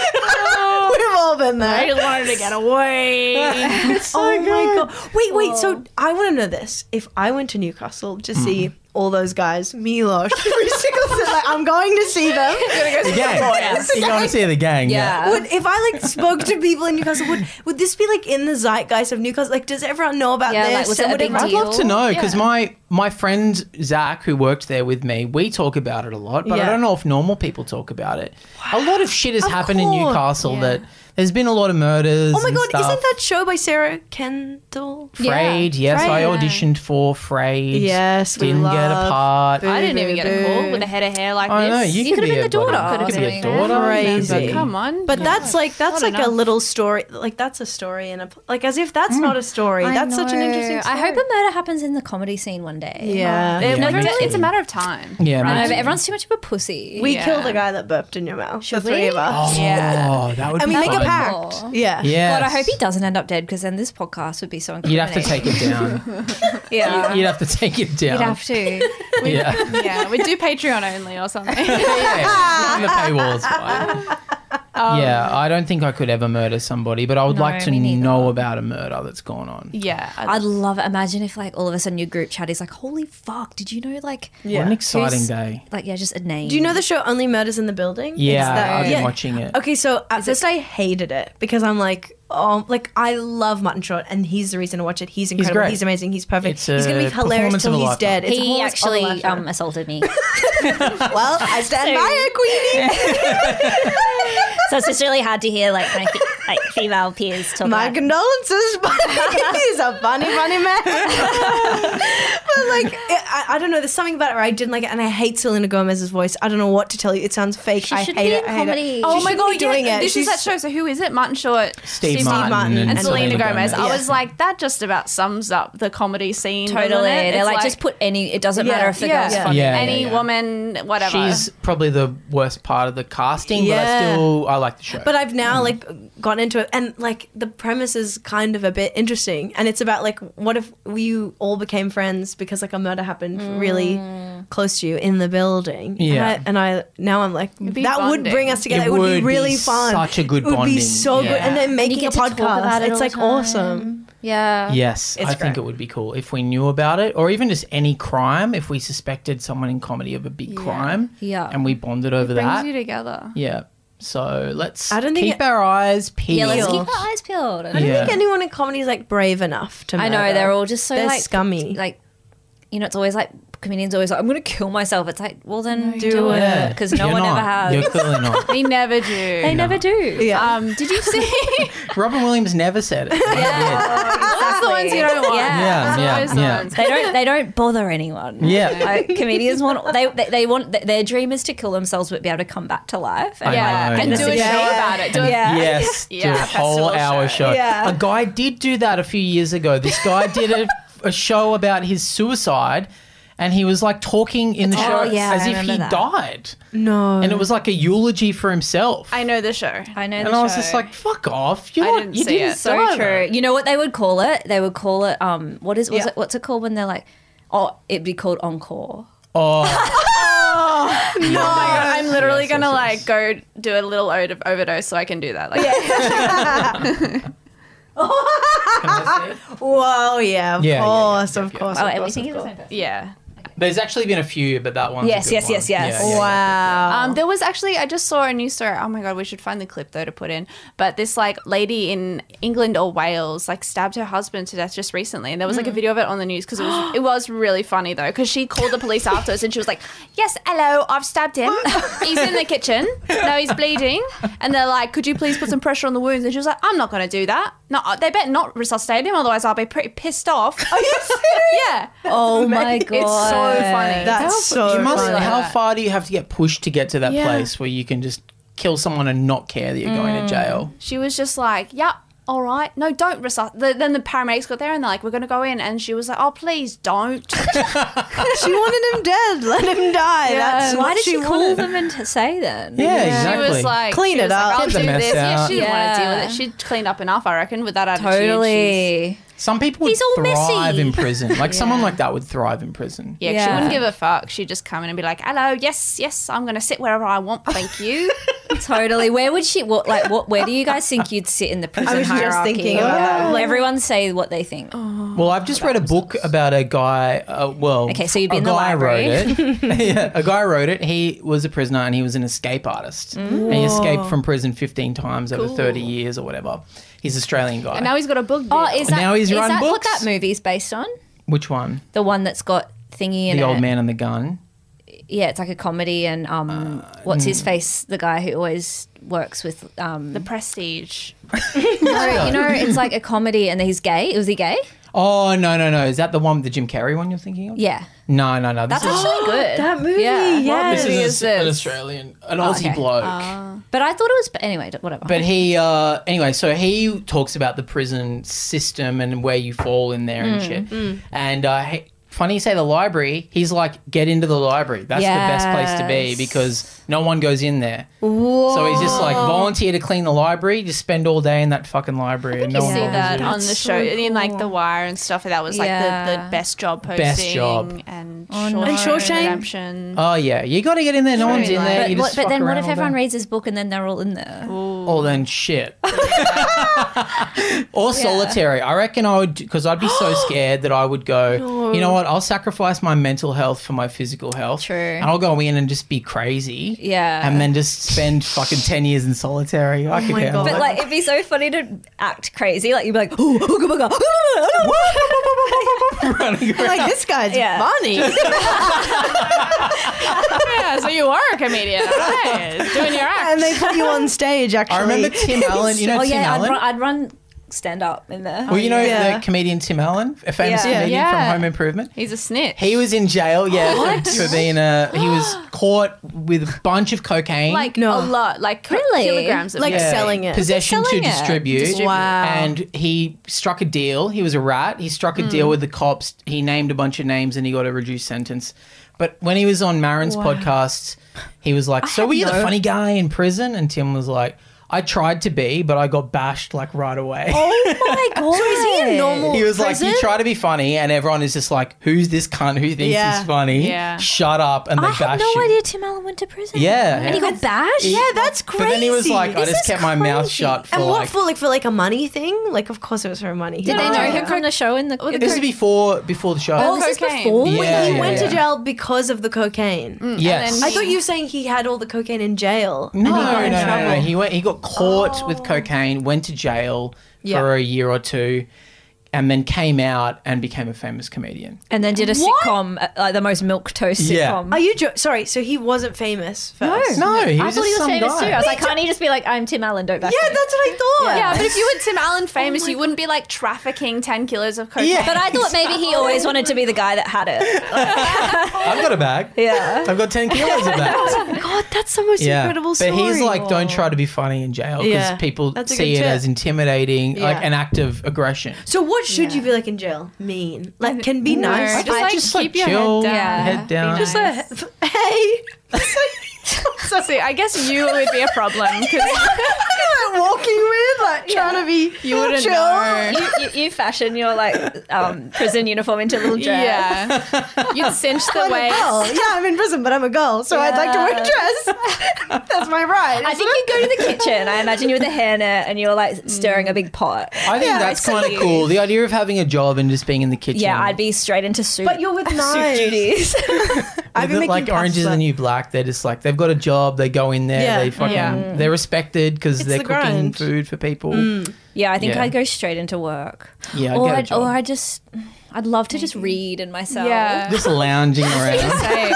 [SPEAKER 2] We've all been there.
[SPEAKER 4] I just wanted to get away.
[SPEAKER 2] oh my god! Wait, wait. So I want to know this. If I went to Newcastle to see all those guys, Milos, every single like, I'm going to see them.
[SPEAKER 3] The gang. You going to see the gang?
[SPEAKER 5] yeah.
[SPEAKER 2] Would, if I like spoke to people in Newcastle, would would this be like in the zeitgeist of Newcastle? Like, does everyone know about
[SPEAKER 5] Yeah,
[SPEAKER 2] this?
[SPEAKER 5] like, was it
[SPEAKER 2] And
[SPEAKER 5] a
[SPEAKER 2] would
[SPEAKER 5] big
[SPEAKER 3] I'd
[SPEAKER 5] deal?
[SPEAKER 3] love to know because my my friend Zach, who worked there with me, we talk about it a lot, but I
[SPEAKER 2] Yeah.
[SPEAKER 3] don't know if normal people talk about it. A lot of shit has happened in
[SPEAKER 2] course.
[SPEAKER 3] Newcastle that there's been a lot of murders.
[SPEAKER 2] Oh my
[SPEAKER 3] and
[SPEAKER 2] god!
[SPEAKER 3] stuff.
[SPEAKER 2] Isn't that show by Sarah Kendall?
[SPEAKER 5] Oh
[SPEAKER 3] Frayed? Yes, I
[SPEAKER 2] Frayed.
[SPEAKER 3] auditioned for Frayed.
[SPEAKER 2] Yes, we
[SPEAKER 3] didn't get a
[SPEAKER 2] love
[SPEAKER 3] part.
[SPEAKER 4] I didn't even get a call with a head of hair like
[SPEAKER 3] Oh, I know
[SPEAKER 4] this.
[SPEAKER 3] you, could
[SPEAKER 5] could've
[SPEAKER 3] be
[SPEAKER 5] been
[SPEAKER 3] a
[SPEAKER 5] the daughter.
[SPEAKER 3] daughter. You could be a
[SPEAKER 5] Could've
[SPEAKER 3] daughter.
[SPEAKER 2] been Crazy.
[SPEAKER 3] Come
[SPEAKER 4] Come on.
[SPEAKER 2] But that's like that's
[SPEAKER 4] Not
[SPEAKER 2] like a
[SPEAKER 4] enough.
[SPEAKER 2] little story. Like that's a story and a like as if that's not a story. that's such an interesting. story.
[SPEAKER 5] Mm. I hope a murder happens in the comedy scene one day.
[SPEAKER 2] Yeah.
[SPEAKER 4] It
[SPEAKER 3] Yeah,
[SPEAKER 4] never-
[SPEAKER 3] me
[SPEAKER 4] it's
[SPEAKER 3] too.
[SPEAKER 4] a matter of time.
[SPEAKER 3] Yeah,
[SPEAKER 5] I know,
[SPEAKER 3] man.
[SPEAKER 5] but everyone's too much of a pussy.
[SPEAKER 2] We
[SPEAKER 4] Yeah.
[SPEAKER 2] kill the guy that burped in your mouth. the three
[SPEAKER 5] we?
[SPEAKER 2] of us.
[SPEAKER 3] Oh, that would
[SPEAKER 2] And
[SPEAKER 3] be
[SPEAKER 2] we make a
[SPEAKER 3] fun.
[SPEAKER 2] pact.
[SPEAKER 5] Cool.
[SPEAKER 2] Yeah.
[SPEAKER 3] Yes.
[SPEAKER 5] God, I hope he doesn't end up dead because then this podcast would be so
[SPEAKER 3] You'd
[SPEAKER 5] incriminating.
[SPEAKER 3] have to take it down.
[SPEAKER 5] Yeah.
[SPEAKER 3] You'd have to take it down.
[SPEAKER 5] You'd have to.
[SPEAKER 3] yeah.
[SPEAKER 4] yeah, we do Patreon only or something.
[SPEAKER 3] yeah, the paywall's fine. yeah, I don't think I could ever murder somebody, but I would
[SPEAKER 5] No,
[SPEAKER 3] like to
[SPEAKER 5] me neither.
[SPEAKER 3] know about a murder that's gone on.
[SPEAKER 4] yeah. I-
[SPEAKER 5] I'd love it. Imagine if, like, all of a sudden your group chat is like, holy fuck, did you know, like,
[SPEAKER 3] What an
[SPEAKER 2] yeah.
[SPEAKER 3] exciting
[SPEAKER 5] Who's-
[SPEAKER 3] day.
[SPEAKER 5] like, yeah, just a name?
[SPEAKER 2] Do you know the show Only Murders in the Building? It's
[SPEAKER 3] Yeah,
[SPEAKER 2] that-
[SPEAKER 3] I've been
[SPEAKER 2] yeah.
[SPEAKER 3] watching it.
[SPEAKER 2] Okay, so at first I hated it because I'm like, oh, like I love Martin Short, and he's the reason to watch it. He's incredible.
[SPEAKER 3] great.
[SPEAKER 2] He's, amazing. He's perfect.
[SPEAKER 3] It's
[SPEAKER 2] he's gonna
[SPEAKER 3] a
[SPEAKER 2] be hilarious
[SPEAKER 3] performance of
[SPEAKER 2] till
[SPEAKER 3] a
[SPEAKER 2] he's
[SPEAKER 3] lifetime.
[SPEAKER 2] dead. It's a
[SPEAKER 5] He
[SPEAKER 2] performance of a
[SPEAKER 5] actually
[SPEAKER 2] lifetime.
[SPEAKER 5] um, assaulted me.
[SPEAKER 2] well, I stand by it, Queenie.
[SPEAKER 5] so it's just really hard to hear, like, my fe- like female peers talk
[SPEAKER 2] My
[SPEAKER 5] about
[SPEAKER 2] condolences, but he's a funny, funny man. but but like, it, I, I don't know. There's something about it where I didn't like it, and I hate Selena Gomez's voice. I don't know what to tell you. It sounds fake.
[SPEAKER 5] She
[SPEAKER 2] I
[SPEAKER 5] should
[SPEAKER 2] hate
[SPEAKER 5] be
[SPEAKER 2] it.
[SPEAKER 5] in
[SPEAKER 2] I hate it.
[SPEAKER 5] comedy.
[SPEAKER 2] She
[SPEAKER 5] Oh
[SPEAKER 2] should be doing it.
[SPEAKER 4] This
[SPEAKER 2] She's
[SPEAKER 4] is that show. So who is it? Martin Short,
[SPEAKER 3] Steve, Martin, and,
[SPEAKER 4] and
[SPEAKER 2] Selena
[SPEAKER 4] Selena Gomez.
[SPEAKER 2] Gomez.
[SPEAKER 4] I was like, that just about sums up the comedy scene. doesn't
[SPEAKER 5] Totally.
[SPEAKER 4] it?
[SPEAKER 5] They're
[SPEAKER 4] It's
[SPEAKER 5] like, just put any, it doesn't matter if the
[SPEAKER 4] yeah,
[SPEAKER 5] girl's
[SPEAKER 4] yeah.
[SPEAKER 5] funny.
[SPEAKER 3] Yeah,
[SPEAKER 4] any
[SPEAKER 3] yeah, yeah.
[SPEAKER 4] woman, whatever.
[SPEAKER 3] She's probably the worst part of the casting,
[SPEAKER 2] Yeah.
[SPEAKER 3] but I still I like the show.
[SPEAKER 2] But uh, I've now like gotten into it, and like the premise is kind of a bit interesting, and it's about like what if we all became friends because like a murder happened really close to you in the building.
[SPEAKER 3] Yeah.
[SPEAKER 2] and I, and I now I'm like that
[SPEAKER 4] be
[SPEAKER 2] would
[SPEAKER 4] bonding.
[SPEAKER 2] bring us together. It,
[SPEAKER 3] It
[SPEAKER 2] would, be
[SPEAKER 3] would be
[SPEAKER 2] really fun.
[SPEAKER 3] such a good
[SPEAKER 2] It would
[SPEAKER 3] bonding.
[SPEAKER 2] be so good,
[SPEAKER 3] Yeah.
[SPEAKER 2] and then
[SPEAKER 5] And you
[SPEAKER 2] making
[SPEAKER 5] get
[SPEAKER 2] a
[SPEAKER 5] to talk about
[SPEAKER 2] podcast.
[SPEAKER 5] it
[SPEAKER 2] it's
[SPEAKER 5] all
[SPEAKER 2] like
[SPEAKER 5] the
[SPEAKER 2] awesome.
[SPEAKER 5] Yeah.
[SPEAKER 3] yes,
[SPEAKER 2] It's
[SPEAKER 3] I think
[SPEAKER 2] great.
[SPEAKER 3] it would be cool if we knew about it, or even just any crime. If we suspected someone in comedy of a big crime,
[SPEAKER 5] Yeah.
[SPEAKER 3] and we bonded over
[SPEAKER 4] brings
[SPEAKER 3] that,
[SPEAKER 4] you together.
[SPEAKER 3] yeah. So let's
[SPEAKER 2] I don't think
[SPEAKER 3] keep
[SPEAKER 2] it-
[SPEAKER 3] our eyes peeled.
[SPEAKER 5] Yeah, let's
[SPEAKER 2] Peeled.
[SPEAKER 5] keep our eyes peeled.
[SPEAKER 2] I don't
[SPEAKER 3] Yeah.
[SPEAKER 2] think anyone in comedy is like brave enough to.
[SPEAKER 5] I know
[SPEAKER 2] murder.
[SPEAKER 5] they're all just so
[SPEAKER 2] They're
[SPEAKER 5] like
[SPEAKER 2] scummy.
[SPEAKER 5] Like, you know, it's always like comedians always like, I'm going to kill myself. It's like, well, then do, it because no
[SPEAKER 3] You're
[SPEAKER 5] one
[SPEAKER 3] not.
[SPEAKER 5] ever has.
[SPEAKER 3] You're clearly not.
[SPEAKER 4] They never do.
[SPEAKER 5] They never do.
[SPEAKER 2] Yeah.
[SPEAKER 4] Um, did you see?
[SPEAKER 3] Robin Williams never said it. yeah.
[SPEAKER 4] That's the ones you don't want.
[SPEAKER 5] Yeah.
[SPEAKER 4] That's
[SPEAKER 3] Yeah,
[SPEAKER 4] always
[SPEAKER 3] yeah,
[SPEAKER 4] the
[SPEAKER 3] yeah.
[SPEAKER 4] ones.
[SPEAKER 5] They don't. They don't bother anyone.
[SPEAKER 3] Yeah.
[SPEAKER 5] like, comedians want they, they they want their dream is to kill themselves, but be able to come back to life. And,
[SPEAKER 3] I
[SPEAKER 4] Yeah,
[SPEAKER 3] know,
[SPEAKER 4] and
[SPEAKER 3] yeah.
[SPEAKER 4] do a
[SPEAKER 5] Yeah.
[SPEAKER 4] show about it. Do a
[SPEAKER 5] Yeah.
[SPEAKER 3] Yes, do
[SPEAKER 4] Yeah,
[SPEAKER 3] a whole
[SPEAKER 4] festival
[SPEAKER 3] hour
[SPEAKER 4] show.
[SPEAKER 3] show.
[SPEAKER 5] Yeah.
[SPEAKER 3] A guy did do that a few years ago. This guy did a, a show about his suicide, and he was like talking in the
[SPEAKER 5] Oh,
[SPEAKER 3] show
[SPEAKER 5] yeah,
[SPEAKER 3] as
[SPEAKER 5] I
[SPEAKER 3] if he
[SPEAKER 5] remember that. Mm.
[SPEAKER 3] died,
[SPEAKER 2] no,
[SPEAKER 3] and it was like a eulogy for himself.
[SPEAKER 4] I know the show.
[SPEAKER 5] I know.
[SPEAKER 3] and
[SPEAKER 5] the
[SPEAKER 3] I was
[SPEAKER 5] show.
[SPEAKER 3] just like, "Fuck off! You're
[SPEAKER 4] I
[SPEAKER 3] not-
[SPEAKER 4] didn't
[SPEAKER 3] you
[SPEAKER 4] see
[SPEAKER 3] didn't
[SPEAKER 4] it.
[SPEAKER 5] so
[SPEAKER 3] die.
[SPEAKER 5] true. You know what they would call it? They would call it um. What is was
[SPEAKER 2] Yeah.
[SPEAKER 5] it? What's it called when they're like, oh, it'd be called encore.
[SPEAKER 3] Oh,
[SPEAKER 4] Oh my god, I'm literally
[SPEAKER 3] Yes,
[SPEAKER 4] gonna
[SPEAKER 3] yes,
[SPEAKER 4] like
[SPEAKER 3] yes.
[SPEAKER 4] go do a little ode of overdose so I can do that. Like,
[SPEAKER 2] whoa, yeah, of
[SPEAKER 3] Yeah, yeah, yeah,
[SPEAKER 2] course, of course.
[SPEAKER 5] Oh,
[SPEAKER 2] of
[SPEAKER 5] are we
[SPEAKER 2] course,
[SPEAKER 5] thinking
[SPEAKER 2] of
[SPEAKER 5] of the
[SPEAKER 2] course.
[SPEAKER 5] same person?
[SPEAKER 4] yeah.
[SPEAKER 3] there's actually been a few, but that one.
[SPEAKER 5] Yes, yes, yes, yes.
[SPEAKER 2] Wow.
[SPEAKER 4] Um, there was actually I just saw a news story. Oh my god, we should find the clip though to put in. But this like lady in England or Wales like stabbed her husband to death just recently, and there was like a video of it on the news because it was it was really funny though because she called the police afterwards and she was like, "Yes, hello, I've stabbed him. he's in the kitchen. No, he's bleeding." And they're like, "Could you please put some pressure on the wounds?" And she was like, "I'm not going to do that. No, uh, they better not resuscitate him, otherwise I'll be pretty pissed off." Are you serious? Yeah,
[SPEAKER 5] Oh my god!
[SPEAKER 4] it's so funny.
[SPEAKER 2] That's so
[SPEAKER 3] You must,
[SPEAKER 2] funny.
[SPEAKER 3] how far do you have to get pushed to get to that
[SPEAKER 4] Yeah.
[SPEAKER 3] place where you can just kill someone and not care that you're going
[SPEAKER 5] Mm.
[SPEAKER 3] to jail?
[SPEAKER 4] she was just like, "Yep, all right, no, don't resuscitate." The, then the paramedics got there and they're like, "We're gonna go in," and she was like, "Oh, please don't."
[SPEAKER 2] she wanted him dead. Let him die. That's
[SPEAKER 5] Um, Why
[SPEAKER 2] what
[SPEAKER 5] did she, call
[SPEAKER 2] wanted.
[SPEAKER 5] them and t- say then?
[SPEAKER 3] Yeah,
[SPEAKER 4] She
[SPEAKER 3] exactly.
[SPEAKER 4] was like,
[SPEAKER 2] Clean
[SPEAKER 4] she
[SPEAKER 2] it
[SPEAKER 4] was like,
[SPEAKER 2] up.
[SPEAKER 4] I'll
[SPEAKER 2] Get
[SPEAKER 3] the
[SPEAKER 4] do
[SPEAKER 3] mess
[SPEAKER 4] this. Yeah,
[SPEAKER 3] out.
[SPEAKER 4] she didn't want to deal
[SPEAKER 5] Yeah.
[SPEAKER 4] with it. She'd cleaned up enough, I reckon, with that attitude. she's-
[SPEAKER 5] Totally.
[SPEAKER 3] Some people would
[SPEAKER 5] He's all
[SPEAKER 3] thrive
[SPEAKER 5] messy.
[SPEAKER 3] in prison. Like someone like that would thrive in prison.
[SPEAKER 4] Yeah, she
[SPEAKER 5] Yeah.
[SPEAKER 4] wouldn't give a fuck. She'd just come in and be like, "Hello, yes, yes, I'm gonna sit wherever I want, thank you."
[SPEAKER 5] Totally. Where would she? What like what? Where do you guys think you'd sit in the prison
[SPEAKER 2] was just
[SPEAKER 5] hierarchy?
[SPEAKER 2] thinking about that. Oh.
[SPEAKER 5] Let Everyone say what they think.
[SPEAKER 3] Well, I've just read a book about a guy. Uh, well,
[SPEAKER 5] Okay, so you'd be
[SPEAKER 3] a
[SPEAKER 5] in the
[SPEAKER 3] guy
[SPEAKER 5] library.
[SPEAKER 3] wrote it. yeah, a guy wrote it. He was a prisoner and he was an escape artist. And he escaped from prison 15 times over 30 years or whatever. He's Australian guy.
[SPEAKER 4] and now he's got a book. Deal.
[SPEAKER 5] Oh, is that,
[SPEAKER 3] now he's
[SPEAKER 5] is
[SPEAKER 3] writing
[SPEAKER 5] that what
[SPEAKER 3] books.
[SPEAKER 5] that movie's based on?
[SPEAKER 3] Which one?
[SPEAKER 5] The one that's got thingy in
[SPEAKER 3] The
[SPEAKER 5] it.
[SPEAKER 3] old man and the gun.
[SPEAKER 5] Yeah, it's like a comedy and um,
[SPEAKER 2] Uh,
[SPEAKER 5] what's his
[SPEAKER 2] hmm.
[SPEAKER 5] face? The guy who always works with um.
[SPEAKER 4] the prestige.
[SPEAKER 5] no, you know, it's like a comedy and he's gay. Was he gay?
[SPEAKER 3] Oh no no no! Is that the one, the Jim Carrey one you're thinking of?
[SPEAKER 5] Yeah,
[SPEAKER 3] No no no. This
[SPEAKER 5] that's actually good.
[SPEAKER 2] That movie,
[SPEAKER 5] Yeah.
[SPEAKER 2] yeah.
[SPEAKER 3] is,
[SPEAKER 4] movie
[SPEAKER 3] this
[SPEAKER 4] is
[SPEAKER 3] is an- an
[SPEAKER 4] this?
[SPEAKER 3] Australian, an Aussie
[SPEAKER 5] okay. Uh.
[SPEAKER 3] bloke.
[SPEAKER 5] But I thought it was. But anyway, d- whatever.
[SPEAKER 3] But he, uh, anyway, so he talks about the prison system and where you fall in there
[SPEAKER 5] Mm,
[SPEAKER 3] and shit. And uh, he, funny you say the library, he's like, get into the library. That's the best place to be
[SPEAKER 5] Yes.
[SPEAKER 3] because no one goes in there. So he's just like, volunteer to clean the library, just spend all day in that fucking library and no
[SPEAKER 4] you
[SPEAKER 3] one
[SPEAKER 4] see
[SPEAKER 3] bothers
[SPEAKER 4] that
[SPEAKER 3] you.
[SPEAKER 4] on the show in like The Wire and stuff. That was like the,
[SPEAKER 5] Yeah. Oh,
[SPEAKER 4] the best job posting
[SPEAKER 3] Best job.
[SPEAKER 4] and
[SPEAKER 5] no.
[SPEAKER 4] Shawshank
[SPEAKER 5] And
[SPEAKER 2] Shawshank?
[SPEAKER 4] Redemption.
[SPEAKER 3] Oh yeah, you got to get in there. No one's in there.
[SPEAKER 5] But,
[SPEAKER 3] you
[SPEAKER 5] what-
[SPEAKER 3] just
[SPEAKER 5] but
[SPEAKER 3] fuck
[SPEAKER 5] then what
[SPEAKER 3] around
[SPEAKER 5] if
[SPEAKER 3] all day.
[SPEAKER 5] everyone reads his book and then they're all in there?
[SPEAKER 3] Oh, then shit. or solitary. I reckon I would, because I'd be so scared that I would go, you know what, I'll sacrifice my mental health for my physical health.
[SPEAKER 5] True.
[SPEAKER 3] And I'll go in and just be crazy.
[SPEAKER 5] Yeah.
[SPEAKER 3] And then just spend fucking 10 years in solitary. I could
[SPEAKER 2] my
[SPEAKER 3] care
[SPEAKER 2] God.
[SPEAKER 3] less.
[SPEAKER 5] But like, it'd be so funny to act crazy. Like, you'd be like, oh, ooga booga, ooga booga."
[SPEAKER 2] Like this guy's
[SPEAKER 5] Yeah.
[SPEAKER 2] funny.
[SPEAKER 4] yeah, so you are a comedian. Right. Doing your act.
[SPEAKER 2] and they put you on stage. Actually,
[SPEAKER 3] I remember Tim Allen, you know
[SPEAKER 5] oh
[SPEAKER 3] Tim
[SPEAKER 5] yeah, I'd
[SPEAKER 3] Allen?
[SPEAKER 5] run, I'd run stand up in there.
[SPEAKER 3] Well, you know
[SPEAKER 2] yeah.
[SPEAKER 3] the comedian Tim Allen, a famous
[SPEAKER 4] Yeah.
[SPEAKER 3] comedian
[SPEAKER 4] Yeah.
[SPEAKER 3] from Home Improvement.
[SPEAKER 4] He's a snitch.
[SPEAKER 3] He was in jail, yeah, for, for being a. He was caught with a bunch of cocaine,
[SPEAKER 4] like
[SPEAKER 2] No.
[SPEAKER 4] a lot, like
[SPEAKER 5] Really?
[SPEAKER 4] kilograms of
[SPEAKER 2] Like
[SPEAKER 4] it.
[SPEAKER 3] Yeah.
[SPEAKER 2] selling it.
[SPEAKER 3] possession
[SPEAKER 4] Selling
[SPEAKER 3] to
[SPEAKER 4] it.
[SPEAKER 3] distribute.
[SPEAKER 4] Distribute.
[SPEAKER 2] Wow.
[SPEAKER 3] And he struck a deal. He was a rat. He struck a deal with the cops. He named a bunch of names and he got a reduced sentence. But when he was on Marin's podcast, he was like, "So were you the funny guy in prison?" And Tim was like, "I tried to be, but I got bashed like right away."
[SPEAKER 5] Oh my god!
[SPEAKER 2] is he a normal-
[SPEAKER 3] he was
[SPEAKER 2] prison?
[SPEAKER 3] like, "You try to be funny, and everyone is just like, who's this cunt who thinks
[SPEAKER 2] Yeah.
[SPEAKER 3] he's funny?
[SPEAKER 4] Yeah.
[SPEAKER 3] Shut up!" And they
[SPEAKER 5] I
[SPEAKER 3] bash
[SPEAKER 5] had no
[SPEAKER 3] you.
[SPEAKER 5] idea Tim Allen went to prison.
[SPEAKER 3] Yeah.
[SPEAKER 5] and he got bashed.
[SPEAKER 2] Yeah, that's crazy.
[SPEAKER 3] But then he was like, "I
[SPEAKER 5] This
[SPEAKER 3] just
[SPEAKER 5] is
[SPEAKER 3] kept my mouth
[SPEAKER 5] crazy.
[SPEAKER 3] shut for
[SPEAKER 2] and what
[SPEAKER 3] like."
[SPEAKER 2] for? Like for like a money thing? Like, of course it was for money.
[SPEAKER 5] Did they
[SPEAKER 4] Oh,
[SPEAKER 5] know
[SPEAKER 4] yeah.
[SPEAKER 5] him from the show in the? in
[SPEAKER 3] this is
[SPEAKER 5] the-
[SPEAKER 3] before before the show.
[SPEAKER 5] Oh, this
[SPEAKER 4] Cocaine.
[SPEAKER 5] is before.
[SPEAKER 3] Yeah.
[SPEAKER 2] Wait, he went to jail because of the cocaine.
[SPEAKER 3] Yes.
[SPEAKER 4] And then
[SPEAKER 2] I thought you were saying he had all the cocaine in jail. and
[SPEAKER 3] No,
[SPEAKER 2] he got
[SPEAKER 3] no,
[SPEAKER 2] in
[SPEAKER 3] no,
[SPEAKER 2] trouble.
[SPEAKER 3] no, no. He went. He got caught with cocaine. Went to jail
[SPEAKER 2] Yeah.
[SPEAKER 3] for a year or two, and then came out and became a famous comedian.
[SPEAKER 5] and then did a
[SPEAKER 4] What?
[SPEAKER 5] sitcom, uh, like the most milk toast
[SPEAKER 3] Yeah.
[SPEAKER 5] sitcom.
[SPEAKER 2] Are you jo- sorry? So he wasn't famous first.
[SPEAKER 3] No, he
[SPEAKER 5] I
[SPEAKER 3] was
[SPEAKER 5] thought
[SPEAKER 3] just
[SPEAKER 5] he was
[SPEAKER 3] some
[SPEAKER 5] famous
[SPEAKER 3] guy.
[SPEAKER 5] too. I was like, can't he just be like, I'm Tim Allen, don't back
[SPEAKER 2] Yeah,
[SPEAKER 5] me."
[SPEAKER 2] that's what I thought.
[SPEAKER 4] Yeah, but if you were Tim
[SPEAKER 5] Oh
[SPEAKER 4] Allen famous, you wouldn't be like trafficking 10 kilos of cocaine.
[SPEAKER 3] Yeah.
[SPEAKER 5] But I thought maybe he always wanted to be the guy that had it.
[SPEAKER 3] I've got a bag.
[SPEAKER 5] Yeah.
[SPEAKER 3] I've got ten kilos of that.
[SPEAKER 2] God, that's the most
[SPEAKER 3] yeah,
[SPEAKER 2] incredible
[SPEAKER 3] but
[SPEAKER 2] story.
[SPEAKER 3] he's like, don't try to be funny in jail because
[SPEAKER 2] Yeah.
[SPEAKER 3] people
[SPEAKER 2] That's a
[SPEAKER 3] see it
[SPEAKER 2] good tip.
[SPEAKER 3] as intimidating, like
[SPEAKER 2] Yeah.
[SPEAKER 3] an act of aggression.
[SPEAKER 2] So what should you be like in jail? Mean? Like, can be nice.
[SPEAKER 4] Just, like, keep your head down. Yeah.
[SPEAKER 3] head down.
[SPEAKER 4] Be nice.
[SPEAKER 2] So, hey,
[SPEAKER 4] So, see, I guess you would be a problem because
[SPEAKER 2] like walking weird, like trying to be.
[SPEAKER 4] you wouldn't
[SPEAKER 2] Chill.
[SPEAKER 4] know.
[SPEAKER 5] you, you, you fashion your like um, prison uniform into a little dress.
[SPEAKER 4] Yeah. You'd cinch the
[SPEAKER 2] I'm a girl.
[SPEAKER 4] waist.
[SPEAKER 2] Yeah, I'm in prison, but I'm a girl, so I'd like to wear a dress. That's my right.
[SPEAKER 5] I think you go to the kitchen. I imagine you with a hairnet and you're like stirring a big pot.
[SPEAKER 3] I think that's kind of cool. The idea of having a job and just being in the kitchen.
[SPEAKER 5] Yeah, I'd be straight into soup.
[SPEAKER 2] But you're with knives.
[SPEAKER 5] Suit duties.
[SPEAKER 2] I've been
[SPEAKER 3] With it,
[SPEAKER 2] making
[SPEAKER 3] like Orange is
[SPEAKER 2] pasta.
[SPEAKER 3] the New Black, they're just like they've got a job. They go in there.
[SPEAKER 2] Yeah.
[SPEAKER 3] They fucking
[SPEAKER 4] Yeah.
[SPEAKER 3] they're respected because
[SPEAKER 2] It's
[SPEAKER 3] they're
[SPEAKER 2] the
[SPEAKER 3] cooking
[SPEAKER 2] grind.
[SPEAKER 3] food for people.
[SPEAKER 5] yeah, I think
[SPEAKER 3] Yeah.
[SPEAKER 5] I'd go straight into work.
[SPEAKER 3] Yeah, I'd
[SPEAKER 5] or
[SPEAKER 3] get a
[SPEAKER 5] I'd,
[SPEAKER 3] job.
[SPEAKER 5] or I just, I'd love to just read and myself.
[SPEAKER 4] Yeah.
[SPEAKER 3] Just lounging around.
[SPEAKER 4] Say,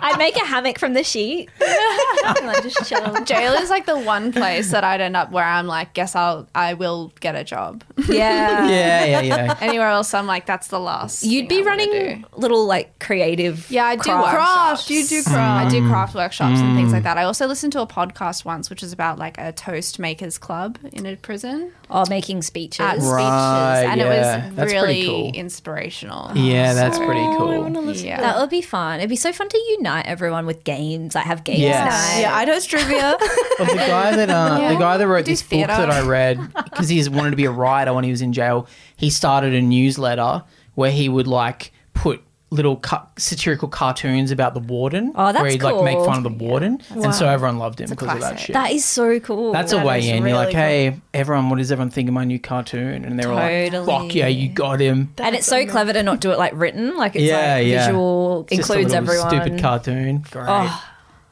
[SPEAKER 5] I'd make a hammock from the sheet. and I'd just chill.
[SPEAKER 4] jail is like the one place that I'd end up where I'm like, guess I'll, I will get a job.
[SPEAKER 5] Yeah.
[SPEAKER 3] yeah, yeah, yeah.
[SPEAKER 4] Anywhere else, I'm like, that's the last.
[SPEAKER 5] You'd
[SPEAKER 4] thing
[SPEAKER 5] be
[SPEAKER 4] I wanna
[SPEAKER 5] running
[SPEAKER 4] do.
[SPEAKER 5] little like creative.
[SPEAKER 4] Yeah, I do
[SPEAKER 5] crafts.
[SPEAKER 4] workshops.
[SPEAKER 2] You do
[SPEAKER 4] craft. I do
[SPEAKER 3] Mm.
[SPEAKER 4] craft workshops and things like that. I also listened to a podcast once, which is about like a toast makers club in a prison
[SPEAKER 5] Or making speeches.
[SPEAKER 4] at speeches,
[SPEAKER 3] Right,
[SPEAKER 4] and
[SPEAKER 3] yeah.
[SPEAKER 4] it was
[SPEAKER 3] That's pretty
[SPEAKER 4] really
[SPEAKER 3] cool.
[SPEAKER 4] inspirational.
[SPEAKER 3] Yeah, that's pretty cool.
[SPEAKER 4] Yeah.
[SPEAKER 5] That would be fun. It'd be so fun to unite everyone with games. Like have games
[SPEAKER 3] Yes.
[SPEAKER 5] night.
[SPEAKER 2] Yeah, I'd host trivia.
[SPEAKER 3] Well, the guy that uh, the guy that wrote
[SPEAKER 4] Do
[SPEAKER 3] this book
[SPEAKER 4] theatre.
[SPEAKER 3] that I read because he wanted to be a writer when he was in jail, he started a newsletter where he would like put little ca- satirical cartoons about the warden.
[SPEAKER 5] Oh, that's
[SPEAKER 3] Where he'd like make
[SPEAKER 5] cool.
[SPEAKER 3] fun of the warden, and so everyone loved him because of that
[SPEAKER 4] classic.
[SPEAKER 3] shit.
[SPEAKER 5] That is so cool.
[SPEAKER 3] That's a way in. You're like, hey, everyone, what does everyone think of my new cartoon? And they were
[SPEAKER 5] Totally.
[SPEAKER 3] like, fuck yeah, you got him.
[SPEAKER 5] and it's so clever to not do it like written. Like it's
[SPEAKER 3] Yeah,
[SPEAKER 5] like
[SPEAKER 3] yeah.
[SPEAKER 5] visual,
[SPEAKER 3] It's just a
[SPEAKER 5] includes
[SPEAKER 3] little
[SPEAKER 5] everyone. Oh.
[SPEAKER 3] Stupid cartoon. Great.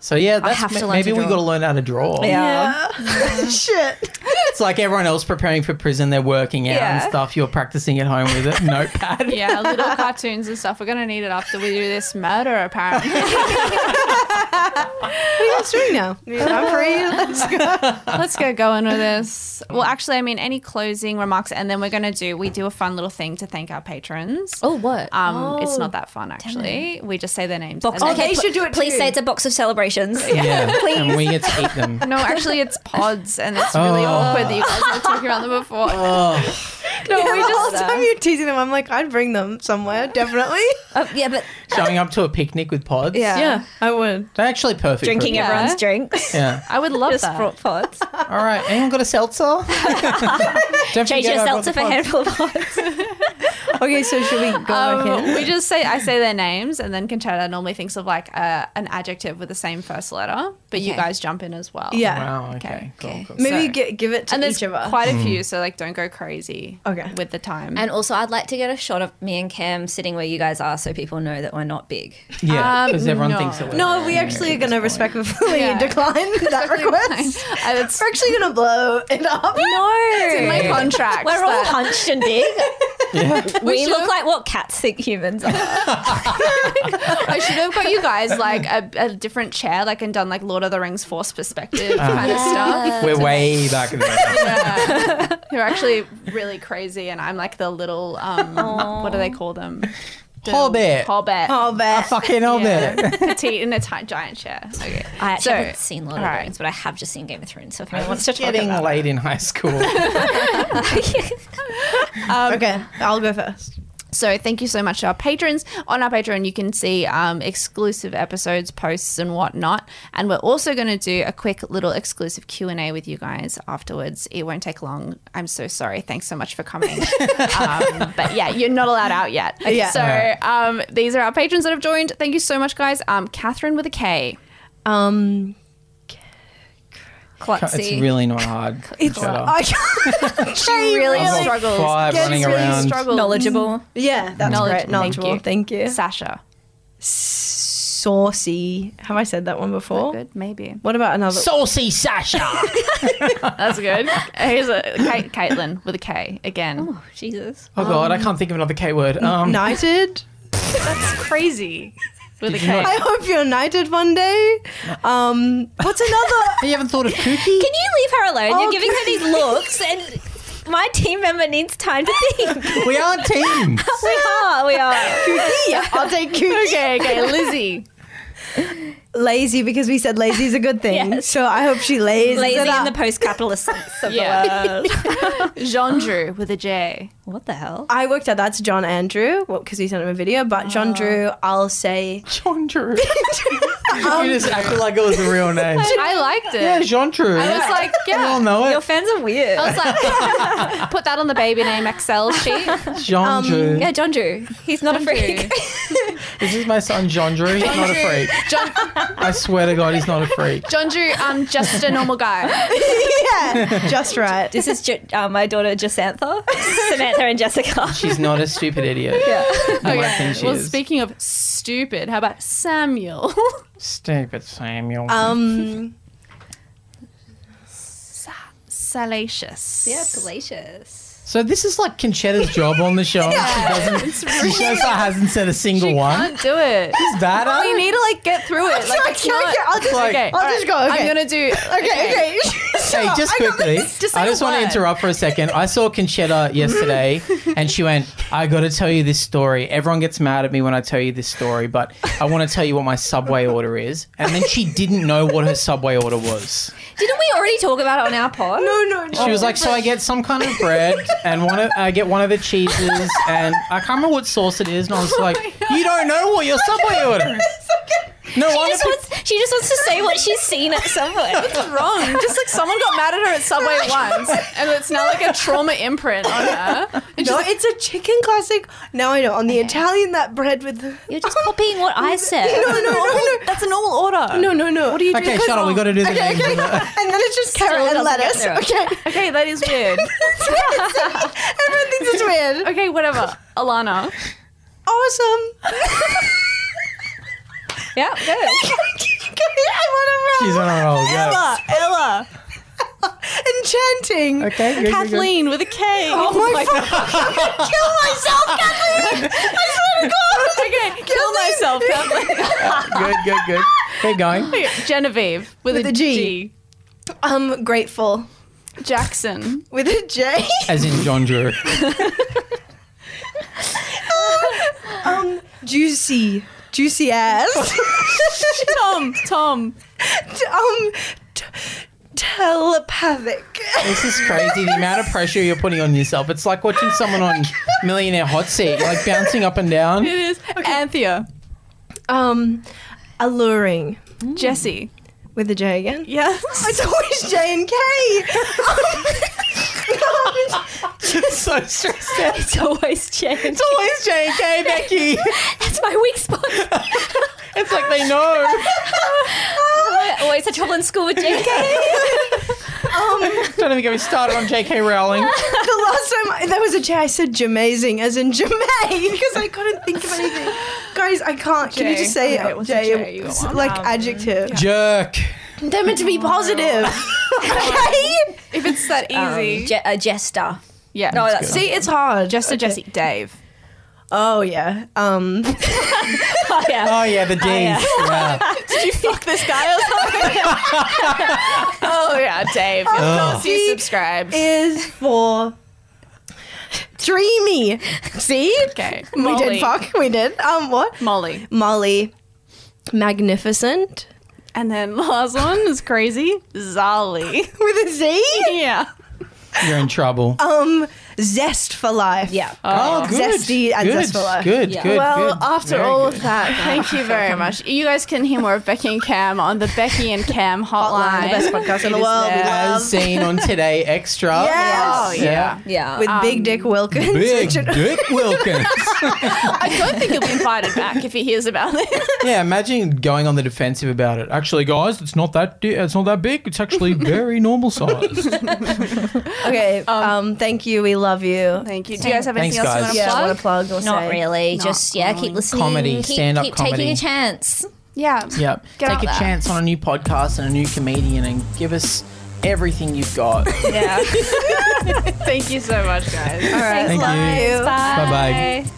[SPEAKER 3] So yeah, that's
[SPEAKER 5] have to
[SPEAKER 3] ma-
[SPEAKER 5] learn
[SPEAKER 3] maybe
[SPEAKER 5] to
[SPEAKER 3] we
[SPEAKER 5] draw.
[SPEAKER 3] got to learn how to draw.
[SPEAKER 5] Yeah.
[SPEAKER 2] Shit.
[SPEAKER 3] It's like everyone else preparing for prison, they're working out and
[SPEAKER 5] Yeah.
[SPEAKER 3] stuff. You're practicing at home with a notepad.
[SPEAKER 4] Yeah, little cartoons and stuff. We're gonna need it after we do this murder, apparently.
[SPEAKER 2] What are you guys doing now? I'm free. Let's go.
[SPEAKER 4] Let's go going with this. Well, actually, I mean, any closing remarks, and then we're gonna do we do a fun little thing to thank our patrons.
[SPEAKER 5] Oh what?
[SPEAKER 4] Um, it's not that fun actually. We just say their names.
[SPEAKER 5] box.
[SPEAKER 4] and then-
[SPEAKER 5] okay,
[SPEAKER 2] they should do it
[SPEAKER 5] Please
[SPEAKER 2] too.
[SPEAKER 5] say it's a box of celebrations.
[SPEAKER 3] Yeah. And we get to eat them.
[SPEAKER 4] No, actually, it's pods, and it's really
[SPEAKER 3] Oh.
[SPEAKER 4] awkward that you guys were talking about them before.
[SPEAKER 3] Oh,
[SPEAKER 4] No, we
[SPEAKER 2] the whole
[SPEAKER 4] just
[SPEAKER 2] time you're teasing them, I'm like, I'd bring them somewhere, definitely.
[SPEAKER 5] Oh, yeah, but
[SPEAKER 3] showing up to a picnic with pods.
[SPEAKER 5] yeah,
[SPEAKER 2] I would.
[SPEAKER 3] They're actually perfect. for
[SPEAKER 5] drinking
[SPEAKER 3] it.
[SPEAKER 4] Yeah.
[SPEAKER 5] everyone's drinks.
[SPEAKER 3] Yeah.
[SPEAKER 4] I would love
[SPEAKER 5] Just
[SPEAKER 4] that.
[SPEAKER 5] brought pods.
[SPEAKER 3] All right. Anyone got a seltzer? Don't
[SPEAKER 5] Change
[SPEAKER 3] forget
[SPEAKER 5] your
[SPEAKER 3] I brought
[SPEAKER 5] seltzer
[SPEAKER 3] the
[SPEAKER 5] for a
[SPEAKER 3] pods.
[SPEAKER 5] handful of pods.
[SPEAKER 2] Okay, so should we go back
[SPEAKER 4] Um,
[SPEAKER 2] in?
[SPEAKER 4] we just say I say their names, and then Conchata normally thinks of like a, an adjective with the same first letter, but you
[SPEAKER 5] Okay.
[SPEAKER 4] guys jump in as well.
[SPEAKER 2] Yeah.
[SPEAKER 3] Wow. Okay.
[SPEAKER 4] Okay,
[SPEAKER 3] Cool, cool.
[SPEAKER 2] Maybe
[SPEAKER 4] so-
[SPEAKER 2] gi- give it to
[SPEAKER 4] and there's
[SPEAKER 2] each of us.
[SPEAKER 4] quite a few, so like don't go crazy.
[SPEAKER 2] Okay.
[SPEAKER 4] with the time.
[SPEAKER 5] And also, I'd like to get a shot of me and Cam sitting where you guys are, so people know that we're not big.
[SPEAKER 3] Yeah, because
[SPEAKER 4] Um,
[SPEAKER 3] everyone
[SPEAKER 4] no.
[SPEAKER 3] thinks that we're
[SPEAKER 2] no, we
[SPEAKER 3] Yeah,
[SPEAKER 2] actually are
[SPEAKER 3] at
[SPEAKER 2] going to
[SPEAKER 3] this point.
[SPEAKER 2] respectfully
[SPEAKER 4] Yeah.
[SPEAKER 2] decline that request.
[SPEAKER 4] And it's
[SPEAKER 2] We're actually going to blow it up.
[SPEAKER 5] No,
[SPEAKER 4] in my contract.
[SPEAKER 5] we're all
[SPEAKER 4] that-
[SPEAKER 5] hunched and big. we look like what cats think humans are.
[SPEAKER 4] I should have got you guys like a, a different chair, like and done like Lord of the Rings force perspective kind of stuff.
[SPEAKER 3] We're way back there.
[SPEAKER 4] Yeah. You're actually really crazy, and I'm like the little um, what do they call them? The
[SPEAKER 3] Hobbit.
[SPEAKER 4] Hobbit.
[SPEAKER 2] Oh, bet.
[SPEAKER 3] Fucking Hobbit.
[SPEAKER 4] Yeah. Petite in a ti- giant chair. Okay.
[SPEAKER 5] I actually
[SPEAKER 4] So-
[SPEAKER 5] haven't seen Lord of the
[SPEAKER 4] alright.
[SPEAKER 5] Rings, but I have just seen Game of Thrones. So if anyone
[SPEAKER 3] I was
[SPEAKER 5] wants to talk
[SPEAKER 3] getting
[SPEAKER 5] about
[SPEAKER 3] late in high school.
[SPEAKER 2] okay, I'll go first.
[SPEAKER 4] So thank you so much to our patrons. On our Patreon, you can see um, exclusive episodes, posts, and whatnot. And we're also going to do a quick little exclusive Q and A with you guys afterwards. It won't take long. I'm so sorry. Thanks so much for coming. um, but yeah, you're not allowed out yet.
[SPEAKER 2] Yeah.
[SPEAKER 4] So um, these are our patrons that have joined. Thank you so much, guys. Um, Catherine with a K.
[SPEAKER 2] Um,
[SPEAKER 3] it's
[SPEAKER 5] Klotzy.
[SPEAKER 3] really not hard. It's
[SPEAKER 2] I she really,
[SPEAKER 3] I've got five running around.
[SPEAKER 5] knowledgeable.
[SPEAKER 2] yeah, that's
[SPEAKER 4] Knowledge-
[SPEAKER 2] great. Knowledgeable. Thank
[SPEAKER 4] thank you.
[SPEAKER 2] you.
[SPEAKER 4] Mm-hmm. Sasha.
[SPEAKER 2] Saucy. Have I said that one before?
[SPEAKER 4] Good, maybe.
[SPEAKER 2] What about another?
[SPEAKER 3] Saucy Sasha.
[SPEAKER 4] That's good. Here's a Kate, Caitlin with a K again.
[SPEAKER 5] Oh, Jesus.
[SPEAKER 3] Oh god, I can't think of another K word. Um,
[SPEAKER 2] knighted.
[SPEAKER 4] That's Oh. crazy. With a
[SPEAKER 3] you
[SPEAKER 4] K.
[SPEAKER 3] not-
[SPEAKER 2] I hope you're knighted one day. Um, what's another?
[SPEAKER 3] You haven't thought of Kooky?
[SPEAKER 5] Can you leave her alone?
[SPEAKER 2] Oh,
[SPEAKER 5] You're giving her these looks, and my team member needs time to think.
[SPEAKER 3] we are teams.
[SPEAKER 5] we are. We are.
[SPEAKER 2] yeah, I'll take cookie.
[SPEAKER 4] Okay, okay, Lizzie.
[SPEAKER 2] Lazy because we said lazy is a good thing.
[SPEAKER 5] Yes.
[SPEAKER 2] So I hope she lays
[SPEAKER 5] Lazy
[SPEAKER 2] it
[SPEAKER 5] in
[SPEAKER 2] up.
[SPEAKER 5] the post-capitalist sense of the
[SPEAKER 4] Yeah.
[SPEAKER 5] word.
[SPEAKER 4] Jean-Drew with a J.
[SPEAKER 5] What the hell?
[SPEAKER 2] I worked out that's John Andrew because he sent him a video, but John Drew, I'll say
[SPEAKER 3] John Drew. you just acted like it was a real name.
[SPEAKER 4] I liked it.
[SPEAKER 3] yeah, John Drew.
[SPEAKER 4] I was like,
[SPEAKER 3] We all
[SPEAKER 4] yeah.
[SPEAKER 3] know
[SPEAKER 5] Your
[SPEAKER 3] it.
[SPEAKER 5] fans are weird.
[SPEAKER 4] I was like, put that on the baby name Excel sheet.
[SPEAKER 3] John Drew.
[SPEAKER 5] Yeah, John Drew. He's not a freak.
[SPEAKER 3] This is my son, John Drew. He's not a freak.
[SPEAKER 4] John,
[SPEAKER 3] I swear to God, he's not a freak.
[SPEAKER 4] John Drew, um, just a normal guy.
[SPEAKER 2] yeah, just right.
[SPEAKER 5] this is Ju- uh, my daughter Jacantha, Samantha, and Jessica.
[SPEAKER 3] She's not a stupid idiot. Yeah. I think she
[SPEAKER 4] well,
[SPEAKER 3] is.
[SPEAKER 4] speaking of stupid, how about Samuel?
[SPEAKER 3] Stupid Samuel.
[SPEAKER 2] Um,
[SPEAKER 4] Salacious.
[SPEAKER 5] Yeah, salacious.
[SPEAKER 3] so this is like Conchetta's job on the show. She doesn't. She shows her hasn't said a single one.
[SPEAKER 4] Can't do it.
[SPEAKER 3] Is that
[SPEAKER 4] We
[SPEAKER 3] her?
[SPEAKER 4] need to like get through it. Like, it's
[SPEAKER 2] okay,
[SPEAKER 4] not-
[SPEAKER 2] okay, I'll just,
[SPEAKER 3] like-
[SPEAKER 4] okay,
[SPEAKER 2] I'll just go. Okay.
[SPEAKER 4] I'm gonna do.
[SPEAKER 2] okay, okay.
[SPEAKER 3] Hey, just quickly,
[SPEAKER 4] Just say
[SPEAKER 3] I just
[SPEAKER 4] a
[SPEAKER 3] want to
[SPEAKER 4] word.
[SPEAKER 3] interrupt for a second. I saw Conchetta yesterday, and she went, "I got to tell you this story. Everyone gets mad at me when I tell you this story, but I want to tell you what my Subway order is." And then she didn't know what her Subway order was.
[SPEAKER 5] Didn't we already talk about it on our pod?
[SPEAKER 2] No, no, no.
[SPEAKER 3] She was like, "So I get some kind of bread, and one of, I get one of the cheeses, and I can't remember what sauce it is." And I was like, "You don't know what your Subway order is." No
[SPEAKER 5] She
[SPEAKER 3] wonder
[SPEAKER 5] just, wants, she just wants to say what she's seen at Subway.
[SPEAKER 4] What's wrong? Just like someone got mad at her at Subway once, and it's now like a trauma imprint on her. And she's
[SPEAKER 2] No,
[SPEAKER 4] like,
[SPEAKER 2] it's a chicken classic. Now I know. On the Italian, that bread with the.
[SPEAKER 5] You're just copying what I said.
[SPEAKER 2] No, no, no, no.
[SPEAKER 4] that's a normal order.
[SPEAKER 2] No, no, no. What are you
[SPEAKER 3] Okay, shut up. We got to do the
[SPEAKER 2] Okay,
[SPEAKER 3] names
[SPEAKER 2] okay.
[SPEAKER 3] of
[SPEAKER 2] and
[SPEAKER 3] the-
[SPEAKER 2] then it's just carrot and
[SPEAKER 5] doesn't get
[SPEAKER 2] lettuce.
[SPEAKER 5] through it.
[SPEAKER 2] Okay.
[SPEAKER 4] Okay, that is weird.
[SPEAKER 2] Everyone thinks it's weird.
[SPEAKER 4] Okay, whatever. Alana.
[SPEAKER 2] Awesome.
[SPEAKER 5] yeah, good.
[SPEAKER 2] I
[SPEAKER 3] She's
[SPEAKER 2] want
[SPEAKER 3] on a roll. Go.
[SPEAKER 4] Ella. Ella.
[SPEAKER 2] to Enchanting.
[SPEAKER 3] Okay, good, good, good.
[SPEAKER 4] Kathleen with a K. Oh,
[SPEAKER 2] my Kill myself, Kathleen. I swear to God.
[SPEAKER 4] Okay, kill
[SPEAKER 2] Kathleen.
[SPEAKER 4] myself, Kathleen.
[SPEAKER 3] good, good, good. Keep going.
[SPEAKER 4] Genevieve with,
[SPEAKER 2] With
[SPEAKER 4] a
[SPEAKER 2] a G. I'm grateful
[SPEAKER 4] G. Jackson.
[SPEAKER 2] with a J.
[SPEAKER 3] As in John Drew.
[SPEAKER 2] Um, juicy, juicy ass.
[SPEAKER 4] Tom. Tom.
[SPEAKER 2] um, t- telepathic.
[SPEAKER 3] This is crazy. The amount of pressure you're putting on yourself. It's like watching someone on Millionaire Hot Seat, like bouncing up and down.
[SPEAKER 4] It is Anthea.
[SPEAKER 2] Um, alluring
[SPEAKER 4] Jesse.
[SPEAKER 2] with a J again.
[SPEAKER 4] Yes.
[SPEAKER 2] It's always J and K.
[SPEAKER 3] It's so stressed out.
[SPEAKER 5] It's always changed.
[SPEAKER 3] Always J and K, Becky.
[SPEAKER 5] That's my weak spot.
[SPEAKER 3] It's like they know.
[SPEAKER 5] I always had trouble in school with JK.
[SPEAKER 3] Don't even get me started on J.K. Rowling.
[SPEAKER 2] the last time I, there was a J, I said Jamazing, as in Jamay, because I couldn't think of anything. Guys, I can't. Can you
[SPEAKER 4] J.
[SPEAKER 2] just say
[SPEAKER 4] Okay,
[SPEAKER 2] it?
[SPEAKER 4] what's a
[SPEAKER 2] J,
[SPEAKER 4] J? You got one.
[SPEAKER 2] like adjective.
[SPEAKER 3] Jerk.
[SPEAKER 2] They're
[SPEAKER 5] Oh,
[SPEAKER 2] meant to be positive. okay.
[SPEAKER 4] If it's that easy.
[SPEAKER 5] Je- a uh, jester.
[SPEAKER 4] Yeah.
[SPEAKER 5] No, Um, that's
[SPEAKER 2] See, it's hard.
[SPEAKER 4] Just suggesting Oh, Dave.
[SPEAKER 2] Oh yeah. Um,
[SPEAKER 3] Oh yeah, the D's. yeah.
[SPEAKER 4] Did you fuck this guy or something? oh yeah, Dave. Of course you subscribed.
[SPEAKER 2] is for dreamy. See,
[SPEAKER 4] Okay.
[SPEAKER 2] we
[SPEAKER 4] Molly.
[SPEAKER 2] did fuck. We did. Um, what?
[SPEAKER 4] Molly.
[SPEAKER 2] Molly, magnificent
[SPEAKER 4] And then last one is crazy. Zali.
[SPEAKER 2] with a Z.
[SPEAKER 4] yeah.
[SPEAKER 3] You're in trouble.
[SPEAKER 2] Um, zest for life.
[SPEAKER 5] Yeah.
[SPEAKER 3] oh, good.
[SPEAKER 2] zesty and
[SPEAKER 3] good.
[SPEAKER 2] zestful.
[SPEAKER 3] Good,
[SPEAKER 5] Yeah.
[SPEAKER 3] good,
[SPEAKER 4] Well,
[SPEAKER 3] good.
[SPEAKER 4] after
[SPEAKER 3] Very
[SPEAKER 4] all
[SPEAKER 3] good.
[SPEAKER 4] of that, thank you very much. You guys can hear more of Becky and Cam on the Becky and Cam hotline.
[SPEAKER 2] Hotline, the best podcast in
[SPEAKER 4] It
[SPEAKER 2] the
[SPEAKER 4] is
[SPEAKER 2] world. We
[SPEAKER 4] there.
[SPEAKER 2] love-
[SPEAKER 3] as seen on Today Extra.
[SPEAKER 4] Oh,
[SPEAKER 2] Yes.
[SPEAKER 4] yeah.
[SPEAKER 5] Yeah.
[SPEAKER 2] With Big Dick Wilkins.
[SPEAKER 3] Big
[SPEAKER 2] which-
[SPEAKER 3] Dick Wilkins.
[SPEAKER 4] I don't think he'll be invited back if he hears about this.
[SPEAKER 3] yeah, imagine going on the defensive about it. Actually, guys, it's not that di- it's not that big. It's actually very normal size.
[SPEAKER 2] okay. Um, thank you. We love you.
[SPEAKER 4] Thank you. Do you guys have anything
[SPEAKER 3] Thanks,
[SPEAKER 4] else
[SPEAKER 3] guys.
[SPEAKER 4] you
[SPEAKER 2] Yeah,
[SPEAKER 4] want to
[SPEAKER 2] want
[SPEAKER 4] plug?
[SPEAKER 2] to plug or
[SPEAKER 5] Not
[SPEAKER 2] say?
[SPEAKER 5] really.
[SPEAKER 4] Not
[SPEAKER 5] just yeah,
[SPEAKER 4] really.
[SPEAKER 5] keep listening.
[SPEAKER 3] Comedy,
[SPEAKER 5] keep,
[SPEAKER 3] stand-up
[SPEAKER 5] keep
[SPEAKER 3] comedy.
[SPEAKER 5] taking a chance.
[SPEAKER 4] Yeah.
[SPEAKER 3] yep.
[SPEAKER 4] Get out
[SPEAKER 3] Take a
[SPEAKER 4] there.
[SPEAKER 3] chance on a new podcast and a new comedian and give us everything you've got.
[SPEAKER 4] Yeah. thank you so much, guys.
[SPEAKER 2] All right.
[SPEAKER 3] Thank you.
[SPEAKER 2] Love you.
[SPEAKER 3] Bye bye.
[SPEAKER 4] Bye.